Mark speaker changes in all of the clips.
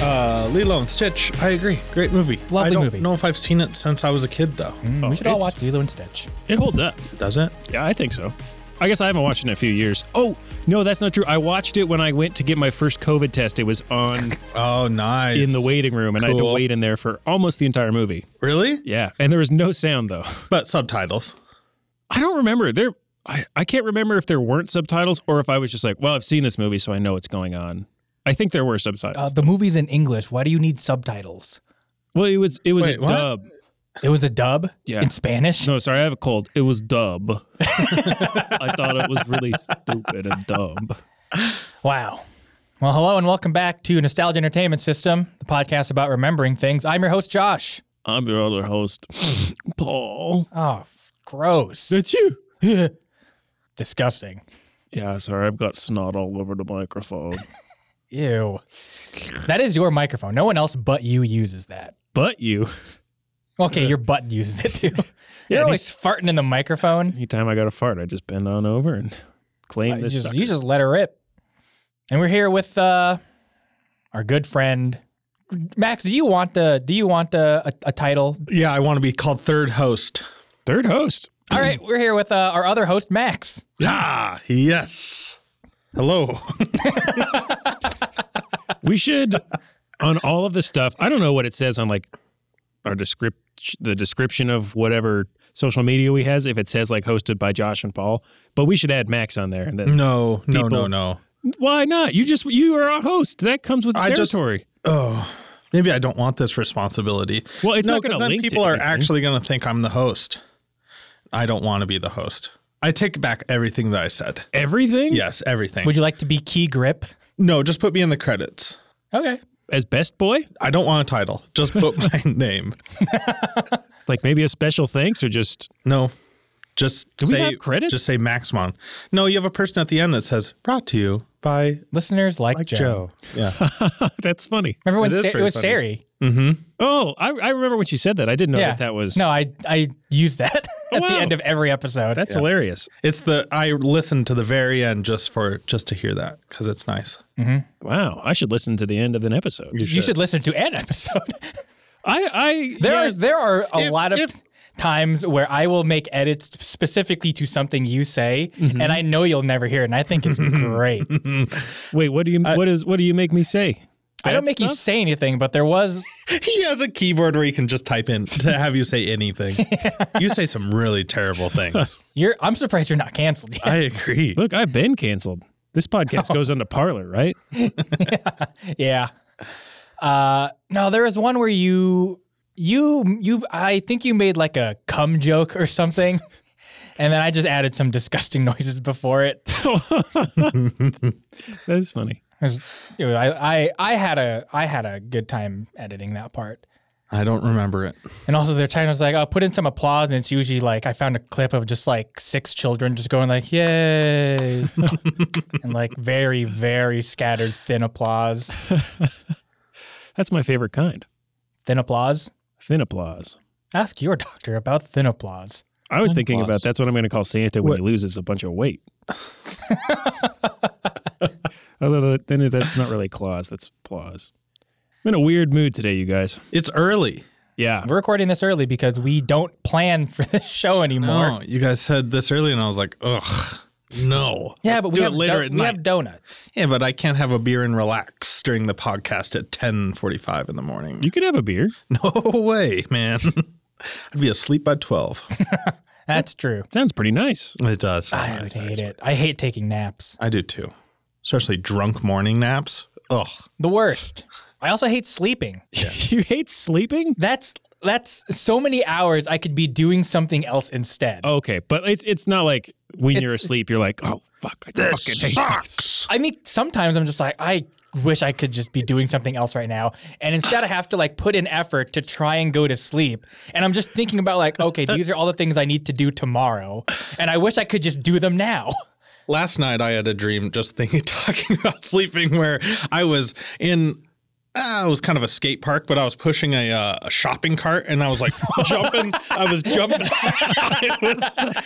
Speaker 1: Uh, Lilo and Stitch. I agree. Great movie.
Speaker 2: Lovely
Speaker 1: I don't
Speaker 2: movie.
Speaker 1: know if I've seen it since I was a kid though.
Speaker 2: Mm,
Speaker 3: Oh,
Speaker 2: we should all
Speaker 3: it's-
Speaker 2: watch Lilo and Stitch.
Speaker 3: It holds up.
Speaker 1: Does it?
Speaker 3: Yeah, I think so. I guess I haven't watched it in a few years. Oh, no, that's not true. I watched it when I went to get my first COVID test. It was on
Speaker 1: Oh, nice.
Speaker 3: in the waiting room, and I had to
Speaker 1: Cool.
Speaker 3: wait in there for almost the entire movie.
Speaker 1: Really?
Speaker 3: Yeah, and there was no sound though.
Speaker 1: But subtitles.
Speaker 3: I don't remember there. I, I can't remember if there weren't subtitles or if I was just like, well, I've seen this movie, so I know what's going on. I think there were
Speaker 2: Uh,
Speaker 3: subtitles.
Speaker 2: the movie's in English. Why do you need subtitles?
Speaker 3: well, it was it was
Speaker 1: Wait,
Speaker 3: a
Speaker 1: what?
Speaker 3: dub.
Speaker 2: It was a dub
Speaker 3: Yeah.
Speaker 2: in Spanish.
Speaker 3: No, sorry, I have a cold. It was dub. I thought it was really stupid and dumb.
Speaker 2: Wow. Well, hello and welcome back to Nostalgia Entertainment System, the podcast about remembering things. I'm your host, Josh.
Speaker 3: I'm your other host, Paul.
Speaker 2: Oh, f- gross.
Speaker 3: That's you.
Speaker 2: Disgusting.
Speaker 3: Yeah, sorry, I've got snot all over the microphone.
Speaker 2: Ew. That is your microphone. No one else but you uses that.
Speaker 3: but you,
Speaker 2: Okay, your butt uses it too.
Speaker 3: Yeah,
Speaker 2: You're
Speaker 3: I
Speaker 2: always farting in the microphone.
Speaker 3: anytime I got a fart, I just bend on over and claim
Speaker 2: You
Speaker 3: this.
Speaker 2: just,
Speaker 3: sucker.
Speaker 2: you just let her rip. And we're here with uh, our good friend Max. Do you want the? Do you want uh, a, a, a title?
Speaker 1: Yeah, I want to be called third host.
Speaker 3: Third host.
Speaker 2: All right, we're here with uh, our other host, Max.
Speaker 1: Ah, yes. Hello.
Speaker 3: We should on all of the stuff. I don't know what it says on like our descript the description of whatever social media we has. If it says like hosted by Josh and Paul, but we should add Max on there. And then
Speaker 1: No, no, no,
Speaker 3: People-
Speaker 1: no.
Speaker 3: why not? You just you are a host. That comes with the
Speaker 1: I just-
Speaker 3: territory.
Speaker 1: Oh, maybe I don't want this responsibility.
Speaker 3: well, it's
Speaker 1: no,
Speaker 3: not
Speaker 1: 'cause
Speaker 3: going to
Speaker 1: then
Speaker 3: link to
Speaker 1: people are
Speaker 3: anything.
Speaker 1: actually going to think I'm the host. I don't want to be the host. I take back everything that I said.
Speaker 3: everything.
Speaker 1: Yes, everything.
Speaker 2: Would you like to be key grip?
Speaker 1: no, just put me in the credits.
Speaker 2: Okay.
Speaker 3: as best boy.
Speaker 1: I don't want a title. Just put my name.
Speaker 3: Like maybe a special thanks or just
Speaker 1: No. Just
Speaker 3: Do we
Speaker 1: say
Speaker 3: have credits?
Speaker 1: Just say Maxmon. No, you have a person at the end that says brought to you by
Speaker 2: Listeners like, Joe.
Speaker 1: Joe. Yeah.
Speaker 3: that's funny.
Speaker 2: Remember when
Speaker 1: It is
Speaker 2: Sa- it
Speaker 1: pretty
Speaker 2: was
Speaker 1: funny.
Speaker 2: Sari?
Speaker 3: Oh, I, I remember when she said that. I didn't know
Speaker 2: yeah,
Speaker 3: that that was.
Speaker 2: No, I I use that at
Speaker 3: wow.
Speaker 2: the end of every episode.
Speaker 3: that's hilarious.
Speaker 1: it's the I listened to the very end just for just to hear that cuz it's nice.
Speaker 3: Wow, I should listen to the end of an episode.
Speaker 2: you should listen to an episode.
Speaker 3: I I
Speaker 2: There
Speaker 3: yeah,
Speaker 2: are there are a
Speaker 1: If-
Speaker 2: lot of
Speaker 1: if-
Speaker 2: times where I will make edits specifically to something you say, and I know you'll never hear it, and I think it's great.
Speaker 3: Wait, what do you what is what do you make me say?
Speaker 2: I don't
Speaker 3: Bad
Speaker 2: make you
Speaker 3: stuff?
Speaker 2: say anything, but there was
Speaker 1: He has a keyboard where he can just type in to have you say anything. you say some really terrible things.
Speaker 2: you're. I'm surprised you're not canceled yet.
Speaker 1: I agree.
Speaker 3: Look, I've been canceled. This
Speaker 2: Oh.
Speaker 3: podcast goes on to Parlor, right?
Speaker 2: yeah. Uh, no, there was one where you you you. I think you made like a cum joke or something. And then I just added some disgusting noises before it.
Speaker 3: That is funny.
Speaker 2: It was- it was- I, I, I had a I had a good time editing that part.
Speaker 1: I don't remember it.
Speaker 2: And also, their time was like, "Oh, put in some applause," and it's usually like I found a clip of just like six children just going like, "Yay!" and like very, very scattered thin applause,
Speaker 3: That's my favorite kind.
Speaker 2: thin applause.
Speaker 3: Thin applause.
Speaker 2: Ask your doctor about thin applause.
Speaker 3: I was thinking
Speaker 1: applause.
Speaker 3: about that's what I'm going to call Santa when he loses a bunch of weight. Although that- then that's not really claws, that's applause. I'm in a weird mood today, you guys.
Speaker 1: It's early.
Speaker 3: Yeah,
Speaker 2: We're recording this early because we don't plan for this show anymore.
Speaker 1: No, Oh, you guys said this early and I was like, "Ugh. No."
Speaker 2: Yeah,
Speaker 1: Let's
Speaker 2: but we
Speaker 1: do it
Speaker 2: have
Speaker 1: later
Speaker 2: do-
Speaker 1: at
Speaker 2: we
Speaker 1: night.
Speaker 2: have donuts.
Speaker 1: Yeah, but I can't have a beer and relax during the podcast at 10:45 in the morning.
Speaker 3: you could have a beer.
Speaker 1: No way, man. I'd be asleep by 12.
Speaker 2: That's true.
Speaker 3: Sounds pretty nice.
Speaker 1: It does.
Speaker 2: I would hate it. I hate taking naps.
Speaker 1: I do too. Especially drunk morning naps. Ugh.
Speaker 2: The worst. I also hate sleeping.
Speaker 3: you hate sleeping?
Speaker 2: That's that's so many hours I could be doing something else instead.
Speaker 3: Okay, but it's it's not like when you're
Speaker 2: It's-
Speaker 3: asleep, you're like, oh fuck, I fucking hate this.
Speaker 1: sucks.
Speaker 2: I mean, sometimes I'm just like, I wish I could just be doing something else right now. And instead, I have to like put in effort to try and go to sleep. And I'm just thinking about like, okay, these are all the things I need to do tomorrow. And I wish I could just do them now.
Speaker 1: Last night I had a dream just thinking talking about sleeping where I was in uh, it was kind of a skate park, but I was pushing a, uh, a shopping cart and I was like jumping. I was jumping. I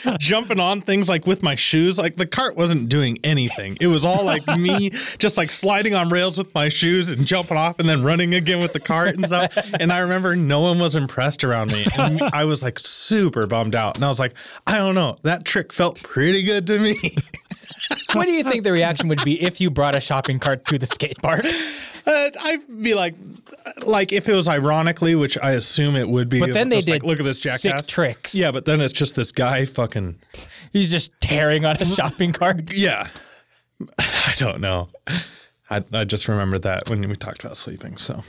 Speaker 1: was jumping on things like with my shoes. Like the cart wasn't doing anything. It was all like me just like sliding on rails with my shoes and jumping off and then running again with the cart and stuff. And I remember no one was impressed around me. And I was like super bummed out. And I was like, I don't know. That trick felt pretty good to me.
Speaker 2: what do you think the reaction would be if you brought a shopping cart to the skate park?
Speaker 1: Uh, I'd be like, like if it was ironically, which I assume it would be.
Speaker 2: But then they
Speaker 1: just
Speaker 2: did
Speaker 1: Like, Look at this
Speaker 2: sick
Speaker 1: jackass.
Speaker 2: tricks.
Speaker 1: Yeah, but then it's just this guy fucking.
Speaker 2: He's just tearing on a shopping cart.
Speaker 1: Yeah, I don't know. I I just remembered that when we talked about sleeping. So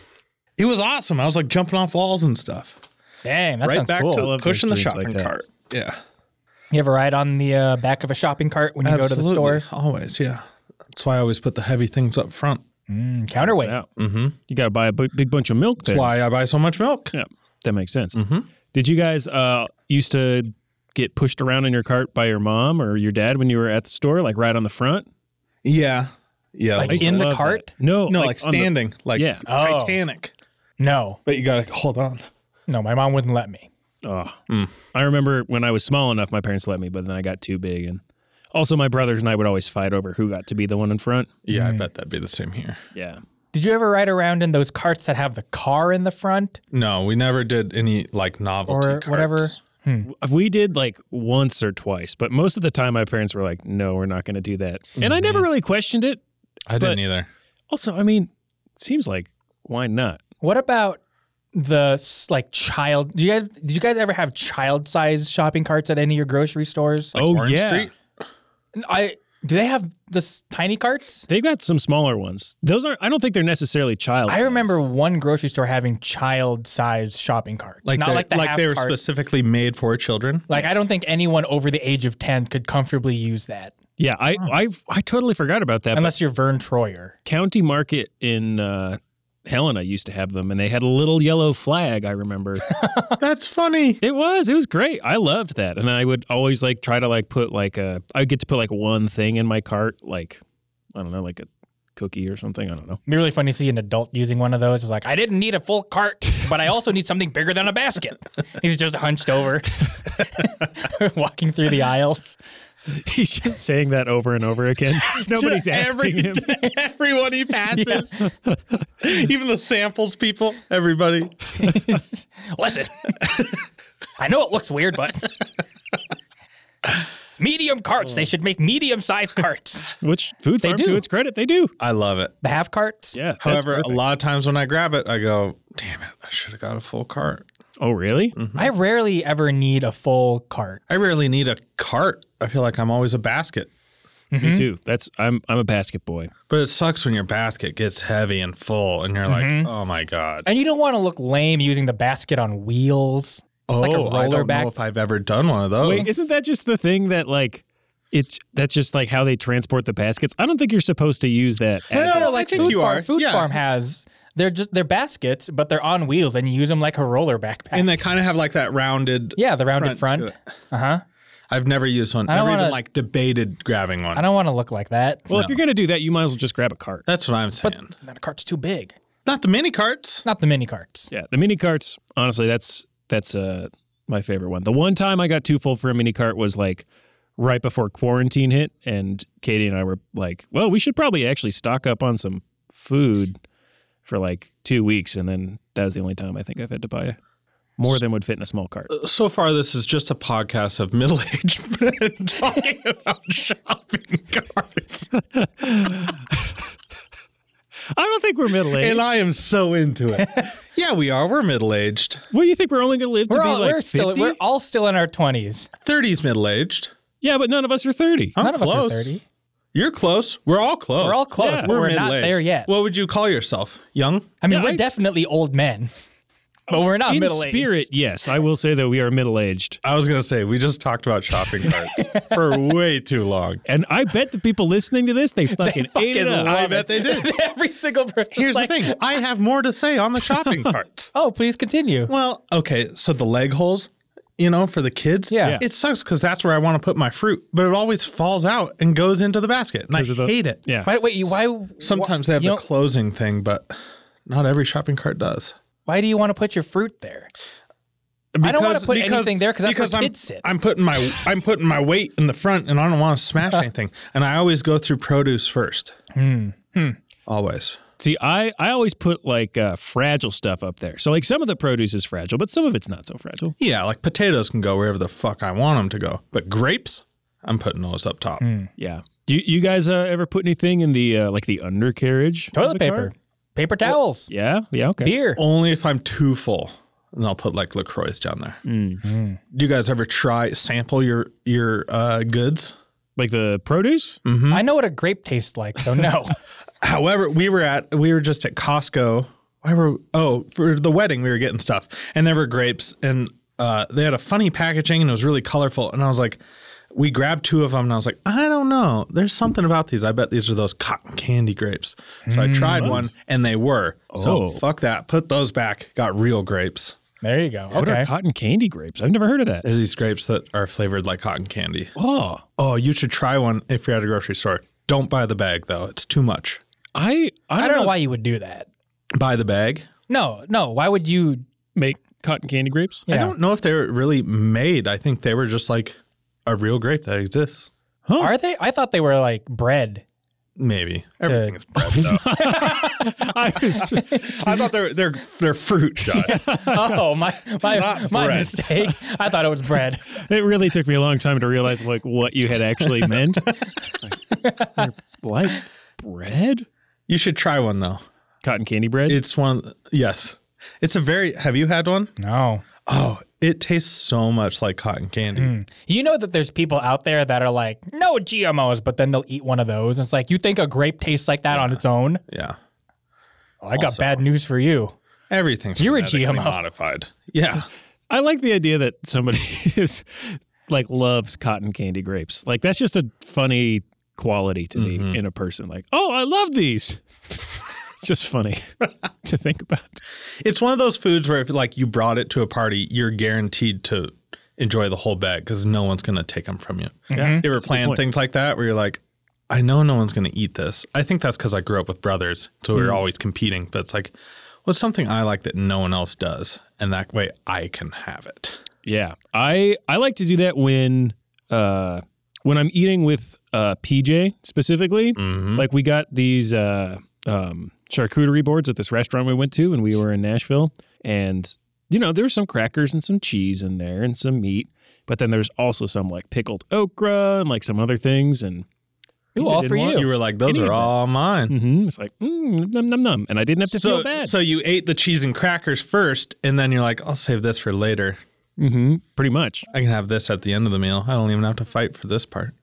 Speaker 1: it was awesome. I was like jumping off walls and stuff.
Speaker 2: Dang, that
Speaker 1: right
Speaker 2: sounds
Speaker 1: back
Speaker 2: cool.
Speaker 1: to
Speaker 3: love
Speaker 1: pushing the
Speaker 3: those dreams
Speaker 1: shopping
Speaker 3: like that.
Speaker 1: cart. Yeah,
Speaker 2: you ever ride on the uh, back of a shopping cart when you go to the store?
Speaker 1: always. Yeah, that's why I always put the heavy things up front.
Speaker 2: Mm, Counterweight.
Speaker 3: Yeah. Mm-hmm. You got to buy a bu- big bunch of milk there.
Speaker 1: That's why I buy so much milk.
Speaker 3: Yeah, that makes sense. Did you guys uh, used to get pushed around in your cart by your mom or your dad when you were at the store, like right on the front?
Speaker 1: Yeah, yeah.
Speaker 2: Like
Speaker 1: Like,
Speaker 2: in the
Speaker 3: Love
Speaker 2: cart?
Speaker 3: that. No,
Speaker 1: no, like,
Speaker 3: on the-
Speaker 1: standing, like
Speaker 3: Yeah.
Speaker 2: Oh.
Speaker 1: Titanic.
Speaker 2: No,
Speaker 1: But you gotta hold on.
Speaker 2: no, my mom wouldn't let me.
Speaker 3: Oh, I remember when I was small enough, my parents let me, but then I got too big, and also my brothers and I would always fight over who got to be the one in front.
Speaker 1: Yeah, I bet that'd be the same here.
Speaker 3: Yeah,
Speaker 2: Did you ever ride around in those carts that have the car in the front
Speaker 1: No, we never did any like novelty
Speaker 2: or
Speaker 1: carts.
Speaker 2: whatever?
Speaker 3: we did like once or twice, but most of the time my parents were like, "No, we're not going to do that," and I never really questioned it.
Speaker 1: I didn't
Speaker 3: But-
Speaker 1: either.
Speaker 3: Also, I mean, it seems like why not?
Speaker 2: What about the s- like child? Do you guys did you guys ever have child size shopping carts at any of your grocery stores?
Speaker 3: oh
Speaker 1: Orange
Speaker 3: yeah,
Speaker 1: Street?
Speaker 2: And I do they have this tiny carts?
Speaker 3: They've got some smaller ones. Those aren't. I don't think they're necessarily child.
Speaker 2: I
Speaker 3: size.
Speaker 2: remember one grocery store having child size shopping carts, not
Speaker 1: they-
Speaker 2: like the half
Speaker 1: they were
Speaker 2: cart.
Speaker 1: specifically made for children.
Speaker 2: like I don't think anyone over the age of ten could comfortably use that
Speaker 3: Yeah, I I I totally forgot about that. but
Speaker 2: unless you're Vern Troyer.
Speaker 3: County Market in uh, Helena used to have them, and they had a little yellow flag. I remember
Speaker 1: That's funny.
Speaker 3: it was it was great. I loved that, and I would always like try to like put like a I get to put like one thing in my cart, like I don't know, like a cookie or something. I don't know.
Speaker 2: It'd be really funny to see an adult using one of those. It's like, I didn't need a full cart, but I also need something bigger than a basket. He's just hunched over, walking through the aisles.
Speaker 3: He's just saying that over and over again. Nobody's
Speaker 1: Every-
Speaker 3: asking him.
Speaker 1: everyone he passes, even the samples people, everybody.
Speaker 2: Listen, I know it looks weird, but medium carts.
Speaker 1: Oh.
Speaker 2: They should make medium sized carts.
Speaker 3: Which food farm
Speaker 2: do.
Speaker 3: to its credit, they do.
Speaker 1: I love it.
Speaker 2: The half carts?
Speaker 3: Yeah. that's
Speaker 1: However, a
Speaker 3: perfect.
Speaker 1: lot of times when I grab it, I go, "Damn it! I should have got a full cart."
Speaker 3: oh really?
Speaker 2: I rarely ever need a full cart.
Speaker 1: I rarely need a cart. I feel like I'm always a basket. Hmm?
Speaker 3: Me too. That's I'm I'm a basket boy.
Speaker 1: But it sucks when your basket gets heavy and full, and you're like, "Oh my god!"
Speaker 2: And you don't want to look lame using the basket on wheels. It's like a
Speaker 1: oh, I
Speaker 2: roller
Speaker 1: don't
Speaker 2: back.
Speaker 1: know if I've ever done one of those.
Speaker 3: Wait, isn't that just the thing that like it's that's just like how they transport the baskets? I don't think you're supposed to use that. As
Speaker 2: No,
Speaker 1: No,
Speaker 2: no,
Speaker 1: I
Speaker 2: like
Speaker 1: think
Speaker 2: food
Speaker 1: you
Speaker 2: farm.
Speaker 1: are.
Speaker 2: Food
Speaker 1: Yeah.
Speaker 2: farm has they're just they're baskets, but they're on wheels, and you use them like a roller backpack.
Speaker 1: and they kind of have like that rounded.
Speaker 2: yeah, the rounded
Speaker 1: front
Speaker 2: front.
Speaker 1: to
Speaker 2: Uh huh.
Speaker 1: I've never used one. I
Speaker 2: don't
Speaker 1: never
Speaker 2: wanna-
Speaker 1: even like debated grabbing one.
Speaker 2: I don't want to look like that.
Speaker 3: well, if you're gonna do that, you might as well just grab a cart.
Speaker 1: That's what I'm saying.
Speaker 2: that cart's too big.
Speaker 1: Not the mini carts.
Speaker 2: Not the mini carts.
Speaker 3: Yeah, the mini carts. Honestly, that's that's uh my favorite one. The one time I got too full for a mini cart was like right before quarantine hit, and Katie and I were like, "Well, we should probably actually stock up on some food for like two weeks," and then that was the only time I think I've had to buy more than would fit in a small cart.
Speaker 1: So far, this is just a podcast of middle-aged men talking about shopping carts,
Speaker 3: I don't think we're middle aged.
Speaker 1: and I am so into it. yeah, we are. We're middle-aged.
Speaker 3: What do you think we're only going to live to
Speaker 2: We're
Speaker 3: be
Speaker 2: all
Speaker 3: like
Speaker 2: we're
Speaker 3: 50?
Speaker 2: still we're all still in our twenties.
Speaker 1: Thirties middle-aged.
Speaker 3: yeah, but none of us are 30.
Speaker 1: I'm
Speaker 2: None of
Speaker 1: close.
Speaker 2: us are thirty.
Speaker 1: You're close. We're all close.
Speaker 2: We're all close,
Speaker 3: Yeah.
Speaker 2: but we're, not
Speaker 1: middle-aged.
Speaker 2: there yet.
Speaker 1: What would you call yourself? Young?
Speaker 2: I mean,
Speaker 3: Yeah,
Speaker 2: we're
Speaker 3: I-
Speaker 2: definitely old men. but we're not
Speaker 3: in
Speaker 2: middle aged.
Speaker 3: spirit, yes, I will say that we are middle aged,
Speaker 1: I was gonna say we just talked about shopping carts for way too long.
Speaker 3: and I bet the people listening to this they fucking, ate
Speaker 2: fucking
Speaker 3: it up.
Speaker 2: love
Speaker 1: I bet they did.
Speaker 2: Every single person.
Speaker 1: Here's
Speaker 2: like,
Speaker 1: the thing: I have more to say on the shopping carts.
Speaker 2: Oh, please continue.
Speaker 1: Well, okay, so the leg holes, you know, for the kids,
Speaker 2: Yeah. Yeah.
Speaker 1: it sucks because that's where I want to put my fruit, but it always falls out and goes into the basket, and I
Speaker 3: of the-
Speaker 1: hate it.
Speaker 3: yeah,
Speaker 2: Why, wait, you, why?
Speaker 1: Sometimes they have
Speaker 2: you
Speaker 1: the
Speaker 2: don't-
Speaker 1: closing thing, but not every shopping cart does.
Speaker 2: Why do you want to put your fruit there? I don't wanna put anything there 'cause that's where
Speaker 1: I'm,
Speaker 2: kids sit.
Speaker 1: I'm putting my I'm putting my weight in the front, and I don't want to smash anything. And I always go through produce first.
Speaker 2: Hmm.
Speaker 1: Always.
Speaker 3: See, I, I always put like uh, fragile stuff up there. So like some of the produce is fragile, but some of it's not so fragile.
Speaker 1: Yeah, like potatoes can go wherever the fuck I want them to go, but grapes, I'm putting those up top.
Speaker 3: Yeah. Do you, you guys uh, ever put anything in the uh, like the undercarriage? of
Speaker 2: Toilet
Speaker 3: the
Speaker 2: paper,
Speaker 3: car?
Speaker 2: paper towels,
Speaker 3: Yeah. Yeah. Okay.
Speaker 2: beer.
Speaker 1: Only if I'm too full, and I'll put like Lacroix down there. Do you guys ever try sample your your uh, goods?
Speaker 3: Like the produce.
Speaker 1: Hmm?
Speaker 2: I know what a grape tastes like, so no.
Speaker 1: However, we were at we were just at Costco. Why were oh for the wedding we were getting stuff and there were grapes and uh, they had a funny packaging and it was really colorful and I was like, we grabbed two of them and I was like, I don't know, there's something about these. I bet these are those cotton candy grapes. So I tried one and they were.
Speaker 3: Oh.
Speaker 1: So fuck that, put those back. Got real grapes.
Speaker 2: there you go.
Speaker 3: What are
Speaker 2: okay. Uh,
Speaker 3: cotton candy grapes? I've never heard of that.
Speaker 1: There's these grapes that are flavored like cotton candy.
Speaker 3: Oh,
Speaker 1: Oh, you should try one if you're at a grocery store. Don't buy the bag though; it's too much.
Speaker 3: I I don't,
Speaker 2: I don't know why you would do that.
Speaker 1: Buy the bag.
Speaker 2: No, no. Why would you?
Speaker 3: make cotton candy grapes.
Speaker 2: Yeah.
Speaker 1: I don't know if they were really made. I think they were just like a real grape that exists.
Speaker 2: Are they? I thought they were like bread.
Speaker 1: Maybe everything is bread. Though.
Speaker 3: I was,
Speaker 1: I thought they're they're they're fruit. John.
Speaker 2: Oh my my
Speaker 1: Not
Speaker 2: my
Speaker 1: bread.
Speaker 2: mistake. I thought it was bread.
Speaker 3: it really took me a long time to realize like what you had actually meant. like, what bread?
Speaker 1: You should try one though.
Speaker 3: Cotton candy bread.
Speaker 1: It's one. of the- Yes, it's a very. Have you had one?
Speaker 2: No.
Speaker 1: Oh, it tastes so much like cotton candy.
Speaker 2: You know that there's people out there that are like, no GMOs, but then they'll eat one of those. It's like, you think a grape tastes like that on its own?
Speaker 1: Yeah,
Speaker 2: I got bad news for you.
Speaker 1: everything's
Speaker 2: You're a
Speaker 1: genetically
Speaker 2: GMO.
Speaker 1: modified. Yeah,
Speaker 3: I like the idea that somebody is like loves cotton candy grapes. Like that's just a funny quality to me in a person. Like, oh, I love these. it's just funny to think about.
Speaker 1: it's one of those foods where if like you brought it to a party, you're guaranteed to enjoy the whole bag because no one's gonna take them from you.
Speaker 3: Yeah.
Speaker 1: You ever plan
Speaker 3: point.
Speaker 1: things like that where you're like, I know no one's going to eat this. I think that's because I grew up with brothers, so we were always competing. But it's like, what's something I like that no one else does, and that way I can have it.
Speaker 3: Yeah. I I like to do that when uh when I'm eating with uh PJ specifically.
Speaker 1: Hmm?
Speaker 3: Like we got these uh um charcuterie boards at this restaurant we went to when we were in Nashville and you know there were some crackers and some cheese in there and some meat, but then there's also some like pickled okra and like some other things and
Speaker 2: Ooh,
Speaker 3: PJ
Speaker 2: all
Speaker 3: didn't
Speaker 2: for
Speaker 3: want-
Speaker 2: Ew.
Speaker 1: You were like, those
Speaker 3: Any of
Speaker 1: are
Speaker 3: that.
Speaker 1: all mine.
Speaker 3: Mhm. It's like mm, num num num, and I didn't have to feel
Speaker 1: So,
Speaker 3: bad.
Speaker 1: so you ate the cheese and crackers first, and then you're like, I'll save this for later.
Speaker 3: hmm Pretty much.
Speaker 1: I can have this at the end of the meal. I don't even have to fight for this part.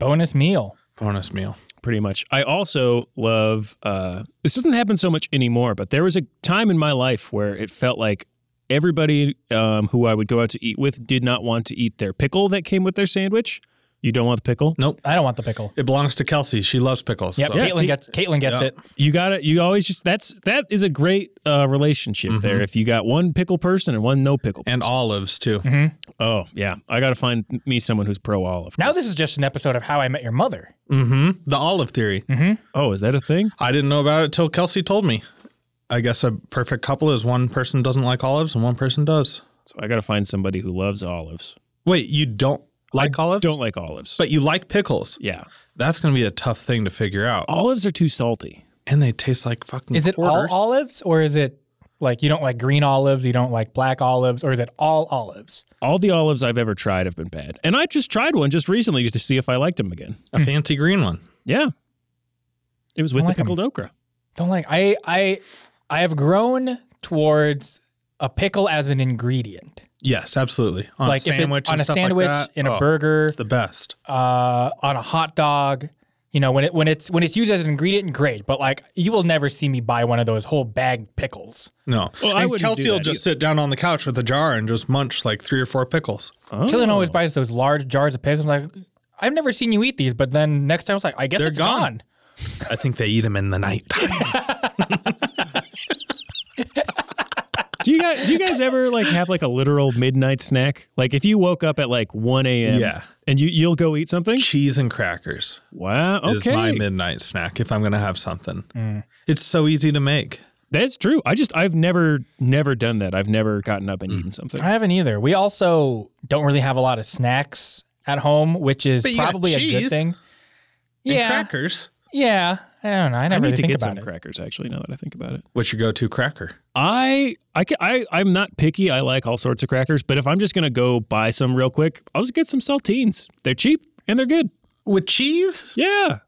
Speaker 2: Bonus meal.
Speaker 1: Bonus meal.
Speaker 3: pretty much. I also love uh, this doesn't happen so much anymore, but there was a time in my life where it felt like everybody um, who I would go out to eat with did not want to eat their pickle that came with their sandwich. You don't want the pickle?
Speaker 1: Nope.
Speaker 2: I don't want the pickle.
Speaker 1: It belongs to Kelsey. She loves pickles.
Speaker 2: Yep,
Speaker 1: so-
Speaker 3: Yeah,
Speaker 2: Caitlin
Speaker 3: see-
Speaker 2: gets Caitlin gets
Speaker 1: Yeah.
Speaker 2: it.
Speaker 3: You got to You always just that's that is a great uh, relationship there. If you got one pickle person and one no pickle.
Speaker 1: Mm-hmm. And olives too.
Speaker 3: oh yeah, I got to find me someone who's pro olive.
Speaker 2: Now this is just an episode of How I Met Your Mother.
Speaker 1: hmm The olive theory.
Speaker 3: oh, is that a thing?
Speaker 1: I didn't know about it till Kelsey told me. I guess a perfect couple is one person doesn't like olives and one person does.
Speaker 3: So I got to find somebody who loves olives.
Speaker 1: Wait, you don't like olives?
Speaker 3: Don't like olives.
Speaker 1: But you like pickles.
Speaker 3: yeah,
Speaker 1: That's going to be a tough thing to figure out.
Speaker 3: olives are too salty.
Speaker 1: And they taste like fucking
Speaker 2: Is it
Speaker 1: quarters.
Speaker 2: all olives or is it like you don't like green olives, you don't like black olives, or is it all olives?
Speaker 3: All the olives I've ever tried have been bad. And I just tried one just recently to see if I liked them again.
Speaker 1: a fancy green one?
Speaker 3: Yeah. It was with
Speaker 2: I like
Speaker 3: the pickled okra.
Speaker 2: Don't like I I I have grown towards a pickle as an ingredient.
Speaker 1: Yes, absolutely. On
Speaker 2: like
Speaker 1: a
Speaker 2: if it-
Speaker 1: sandwich
Speaker 2: on
Speaker 1: and
Speaker 2: a
Speaker 1: stuff
Speaker 2: sandwich
Speaker 1: like that.
Speaker 2: in a
Speaker 1: Oh,
Speaker 2: burger
Speaker 1: It's the best.
Speaker 2: uh, on a hot dog You know, when it when it's when it's used as an ingredient, great. But like, you will never see me buy one of those whole bag pickles.
Speaker 1: No.
Speaker 3: Well, I
Speaker 1: and
Speaker 3: wouldn't do
Speaker 1: Kelsey will
Speaker 3: that
Speaker 1: just sit down on the couch with a jar and just munch like three or four pickles.
Speaker 3: Oh.
Speaker 2: Killian always buys those large jars of pickles. I'm like, I've never seen you eat these. But then next time, I was like, I guess
Speaker 1: They're
Speaker 2: it's
Speaker 1: gone.
Speaker 2: gone.
Speaker 1: I think they eat them in the night.
Speaker 3: Do you guys do you guys ever like have like a literal midnight snack? Like if you woke up at like one a.m.
Speaker 1: Yeah.
Speaker 3: and you you'll go eat something.
Speaker 1: Cheese and crackers
Speaker 3: Wow,
Speaker 1: is my
Speaker 3: okay,
Speaker 1: midnight snack if I'm going to have something.
Speaker 2: Mm.
Speaker 1: It's so easy to make.
Speaker 3: that's true. I just I've never never done that. I've never gotten up and
Speaker 1: Mm.
Speaker 3: eaten something.
Speaker 2: I haven't either. We also don't really have a lot of snacks at home, which is
Speaker 1: But you got
Speaker 2: probably a
Speaker 1: cheese
Speaker 2: good thing.
Speaker 1: And
Speaker 2: Yeah,
Speaker 1: crackers.
Speaker 2: yeah. I don't know. I
Speaker 3: I
Speaker 2: never
Speaker 3: need
Speaker 2: really
Speaker 3: to
Speaker 2: think
Speaker 3: get
Speaker 2: about
Speaker 3: some
Speaker 2: it.
Speaker 3: crackers actually. Now that I think about it,
Speaker 1: What's your go-to cracker?
Speaker 3: I I ca- I I'm not picky. I like all sorts of crackers, but if I'm just gonna go buy some real quick, I'll just get some saltines. They're cheap and they're good.
Speaker 1: With cheese?
Speaker 3: Yeah.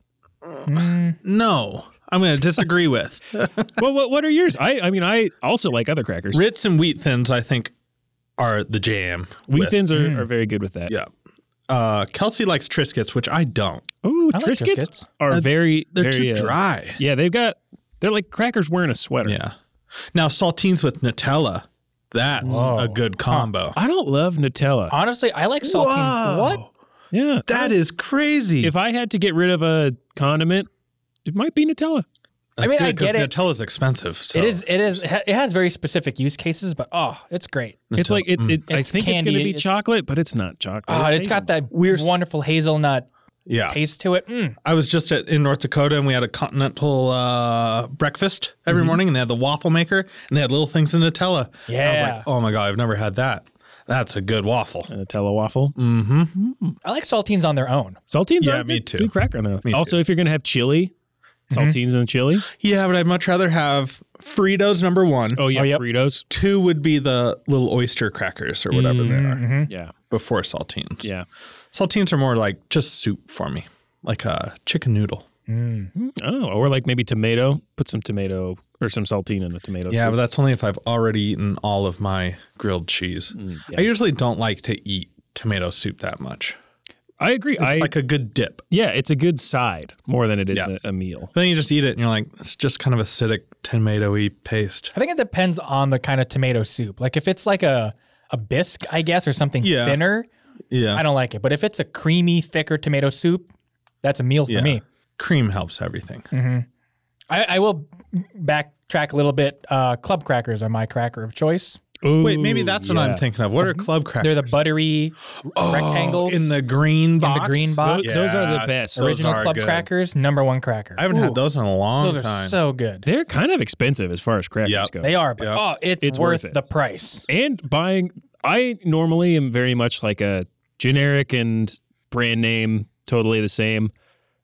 Speaker 2: Mm.
Speaker 1: No. I'm going to disagree with.
Speaker 3: well, what what are yours? I I mean I also like other crackers.
Speaker 1: Ritz and wheat thins I think are the jam.
Speaker 3: Wheat
Speaker 1: with-
Speaker 3: thins are,
Speaker 2: Mm.
Speaker 3: are very good with that.
Speaker 1: Yeah. Uh, Kelsey likes Triscuits, which I don't.
Speaker 3: Ooh,
Speaker 2: I like
Speaker 3: Triscuits,
Speaker 2: Triscuits.
Speaker 3: are
Speaker 1: Uh,
Speaker 3: very
Speaker 1: They're
Speaker 3: very,
Speaker 1: too
Speaker 3: uh,
Speaker 1: dry.
Speaker 3: Yeah, they've got they're like crackers wearing a sweater.
Speaker 1: Yeah. Now saltines with Nutella. That's
Speaker 2: Whoa.
Speaker 1: a good combo.
Speaker 3: I don't love
Speaker 1: Uh,
Speaker 3: Nutella.
Speaker 2: Honestly, I like saltines. What?
Speaker 3: yeah.
Speaker 1: That is crazy.
Speaker 3: If I had to get rid of a condiment, it might be Nutella.
Speaker 1: That's
Speaker 2: mean,
Speaker 1: good
Speaker 2: I
Speaker 1: 'cause
Speaker 2: get it.
Speaker 1: Nutella's expensive. So.
Speaker 2: It is. It is. It has very specific use cases, but oh, it's great.
Speaker 3: It's like it, it I
Speaker 2: Mm. It's
Speaker 3: think it's
Speaker 2: candy.
Speaker 3: gonna be
Speaker 2: It-
Speaker 3: chocolate, but it's not chocolate.
Speaker 2: Oh, it's got
Speaker 3: hazelnut.
Speaker 2: that weird, wonderful hazelnut
Speaker 1: Yeah.
Speaker 2: taste to it. Mm.
Speaker 1: I was just at, in North Dakota and we had a continental uh, breakfast
Speaker 3: Mm-hmm.
Speaker 1: every morning and they had the waffle maker and they had little things in Nutella. And I was
Speaker 2: Yeah.
Speaker 1: like, oh my God, I've never had that. That's a good waffle. Mm-hmm.
Speaker 3: A Nutella waffle.
Speaker 2: I like saltines on their own.
Speaker 3: Saltines
Speaker 1: Yeah,
Speaker 3: are a
Speaker 1: me
Speaker 3: good,
Speaker 1: too.
Speaker 3: good cracker though.
Speaker 1: too.
Speaker 3: also, if you're gonna have chili, saltines and chili.
Speaker 1: Yeah, but I'd much rather have Fritos number one.
Speaker 3: Oh yeah,
Speaker 2: Oh, yep.
Speaker 3: Fritos.
Speaker 1: Two would be the little oyster crackers or whatever they are
Speaker 3: Yeah,
Speaker 1: before saltines.
Speaker 3: Mm-hmm. yeah.
Speaker 1: Saltines are more like just soup for me, like a chicken noodle.
Speaker 3: Oh, or like maybe tomato. Put some tomato or some saltine in a tomato.
Speaker 1: Yeah,
Speaker 3: soup.
Speaker 1: but that's only if I've already eaten all of my grilled cheese.
Speaker 3: Mm,
Speaker 1: I usually don't like to eat tomato soup that much.
Speaker 3: I agree. I
Speaker 1: It's like a good dip.
Speaker 3: yeah, it's a good side more than it is
Speaker 1: Yeah.
Speaker 3: a, a meal.
Speaker 1: Then you just eat it and you're like, it's just kind of acidic tomatoey paste.
Speaker 2: I think it depends on the kind of tomato soup. Like if it's like a a bisque, I guess, or something
Speaker 1: Yeah.
Speaker 2: thinner,
Speaker 1: Yeah.
Speaker 2: I don't like it. But if it's a creamy, thicker tomato soup, that's a meal for
Speaker 1: Yeah.
Speaker 2: me.
Speaker 1: Cream helps everything.
Speaker 2: Mm-hmm. I, I will backtrack a little bit. Uh, club crackers are my cracker of choice.
Speaker 1: Wait, maybe
Speaker 3: Ooh,
Speaker 1: that's what
Speaker 3: yeah.
Speaker 1: I'm thinking of. What are club
Speaker 2: Mm-hmm. They're
Speaker 1: crackers?
Speaker 2: the buttery rectangles
Speaker 1: in the green box.
Speaker 2: green box.
Speaker 3: Those- those are the best.
Speaker 1: those
Speaker 2: original
Speaker 1: are
Speaker 2: club
Speaker 1: good.
Speaker 2: crackers, number one cracker.
Speaker 1: I haven't
Speaker 2: Ooh,
Speaker 1: had those in a long
Speaker 2: Those are
Speaker 1: time.
Speaker 2: so good.
Speaker 3: They're kind of expensive as far as crackers
Speaker 1: Yep.
Speaker 3: go.
Speaker 2: They are, but
Speaker 1: Yeah.
Speaker 2: oh, it's,
Speaker 3: It's worth
Speaker 2: worth,
Speaker 3: it.
Speaker 2: the price.
Speaker 3: and buying, I normally am very much like a generic and brand name, totally the same.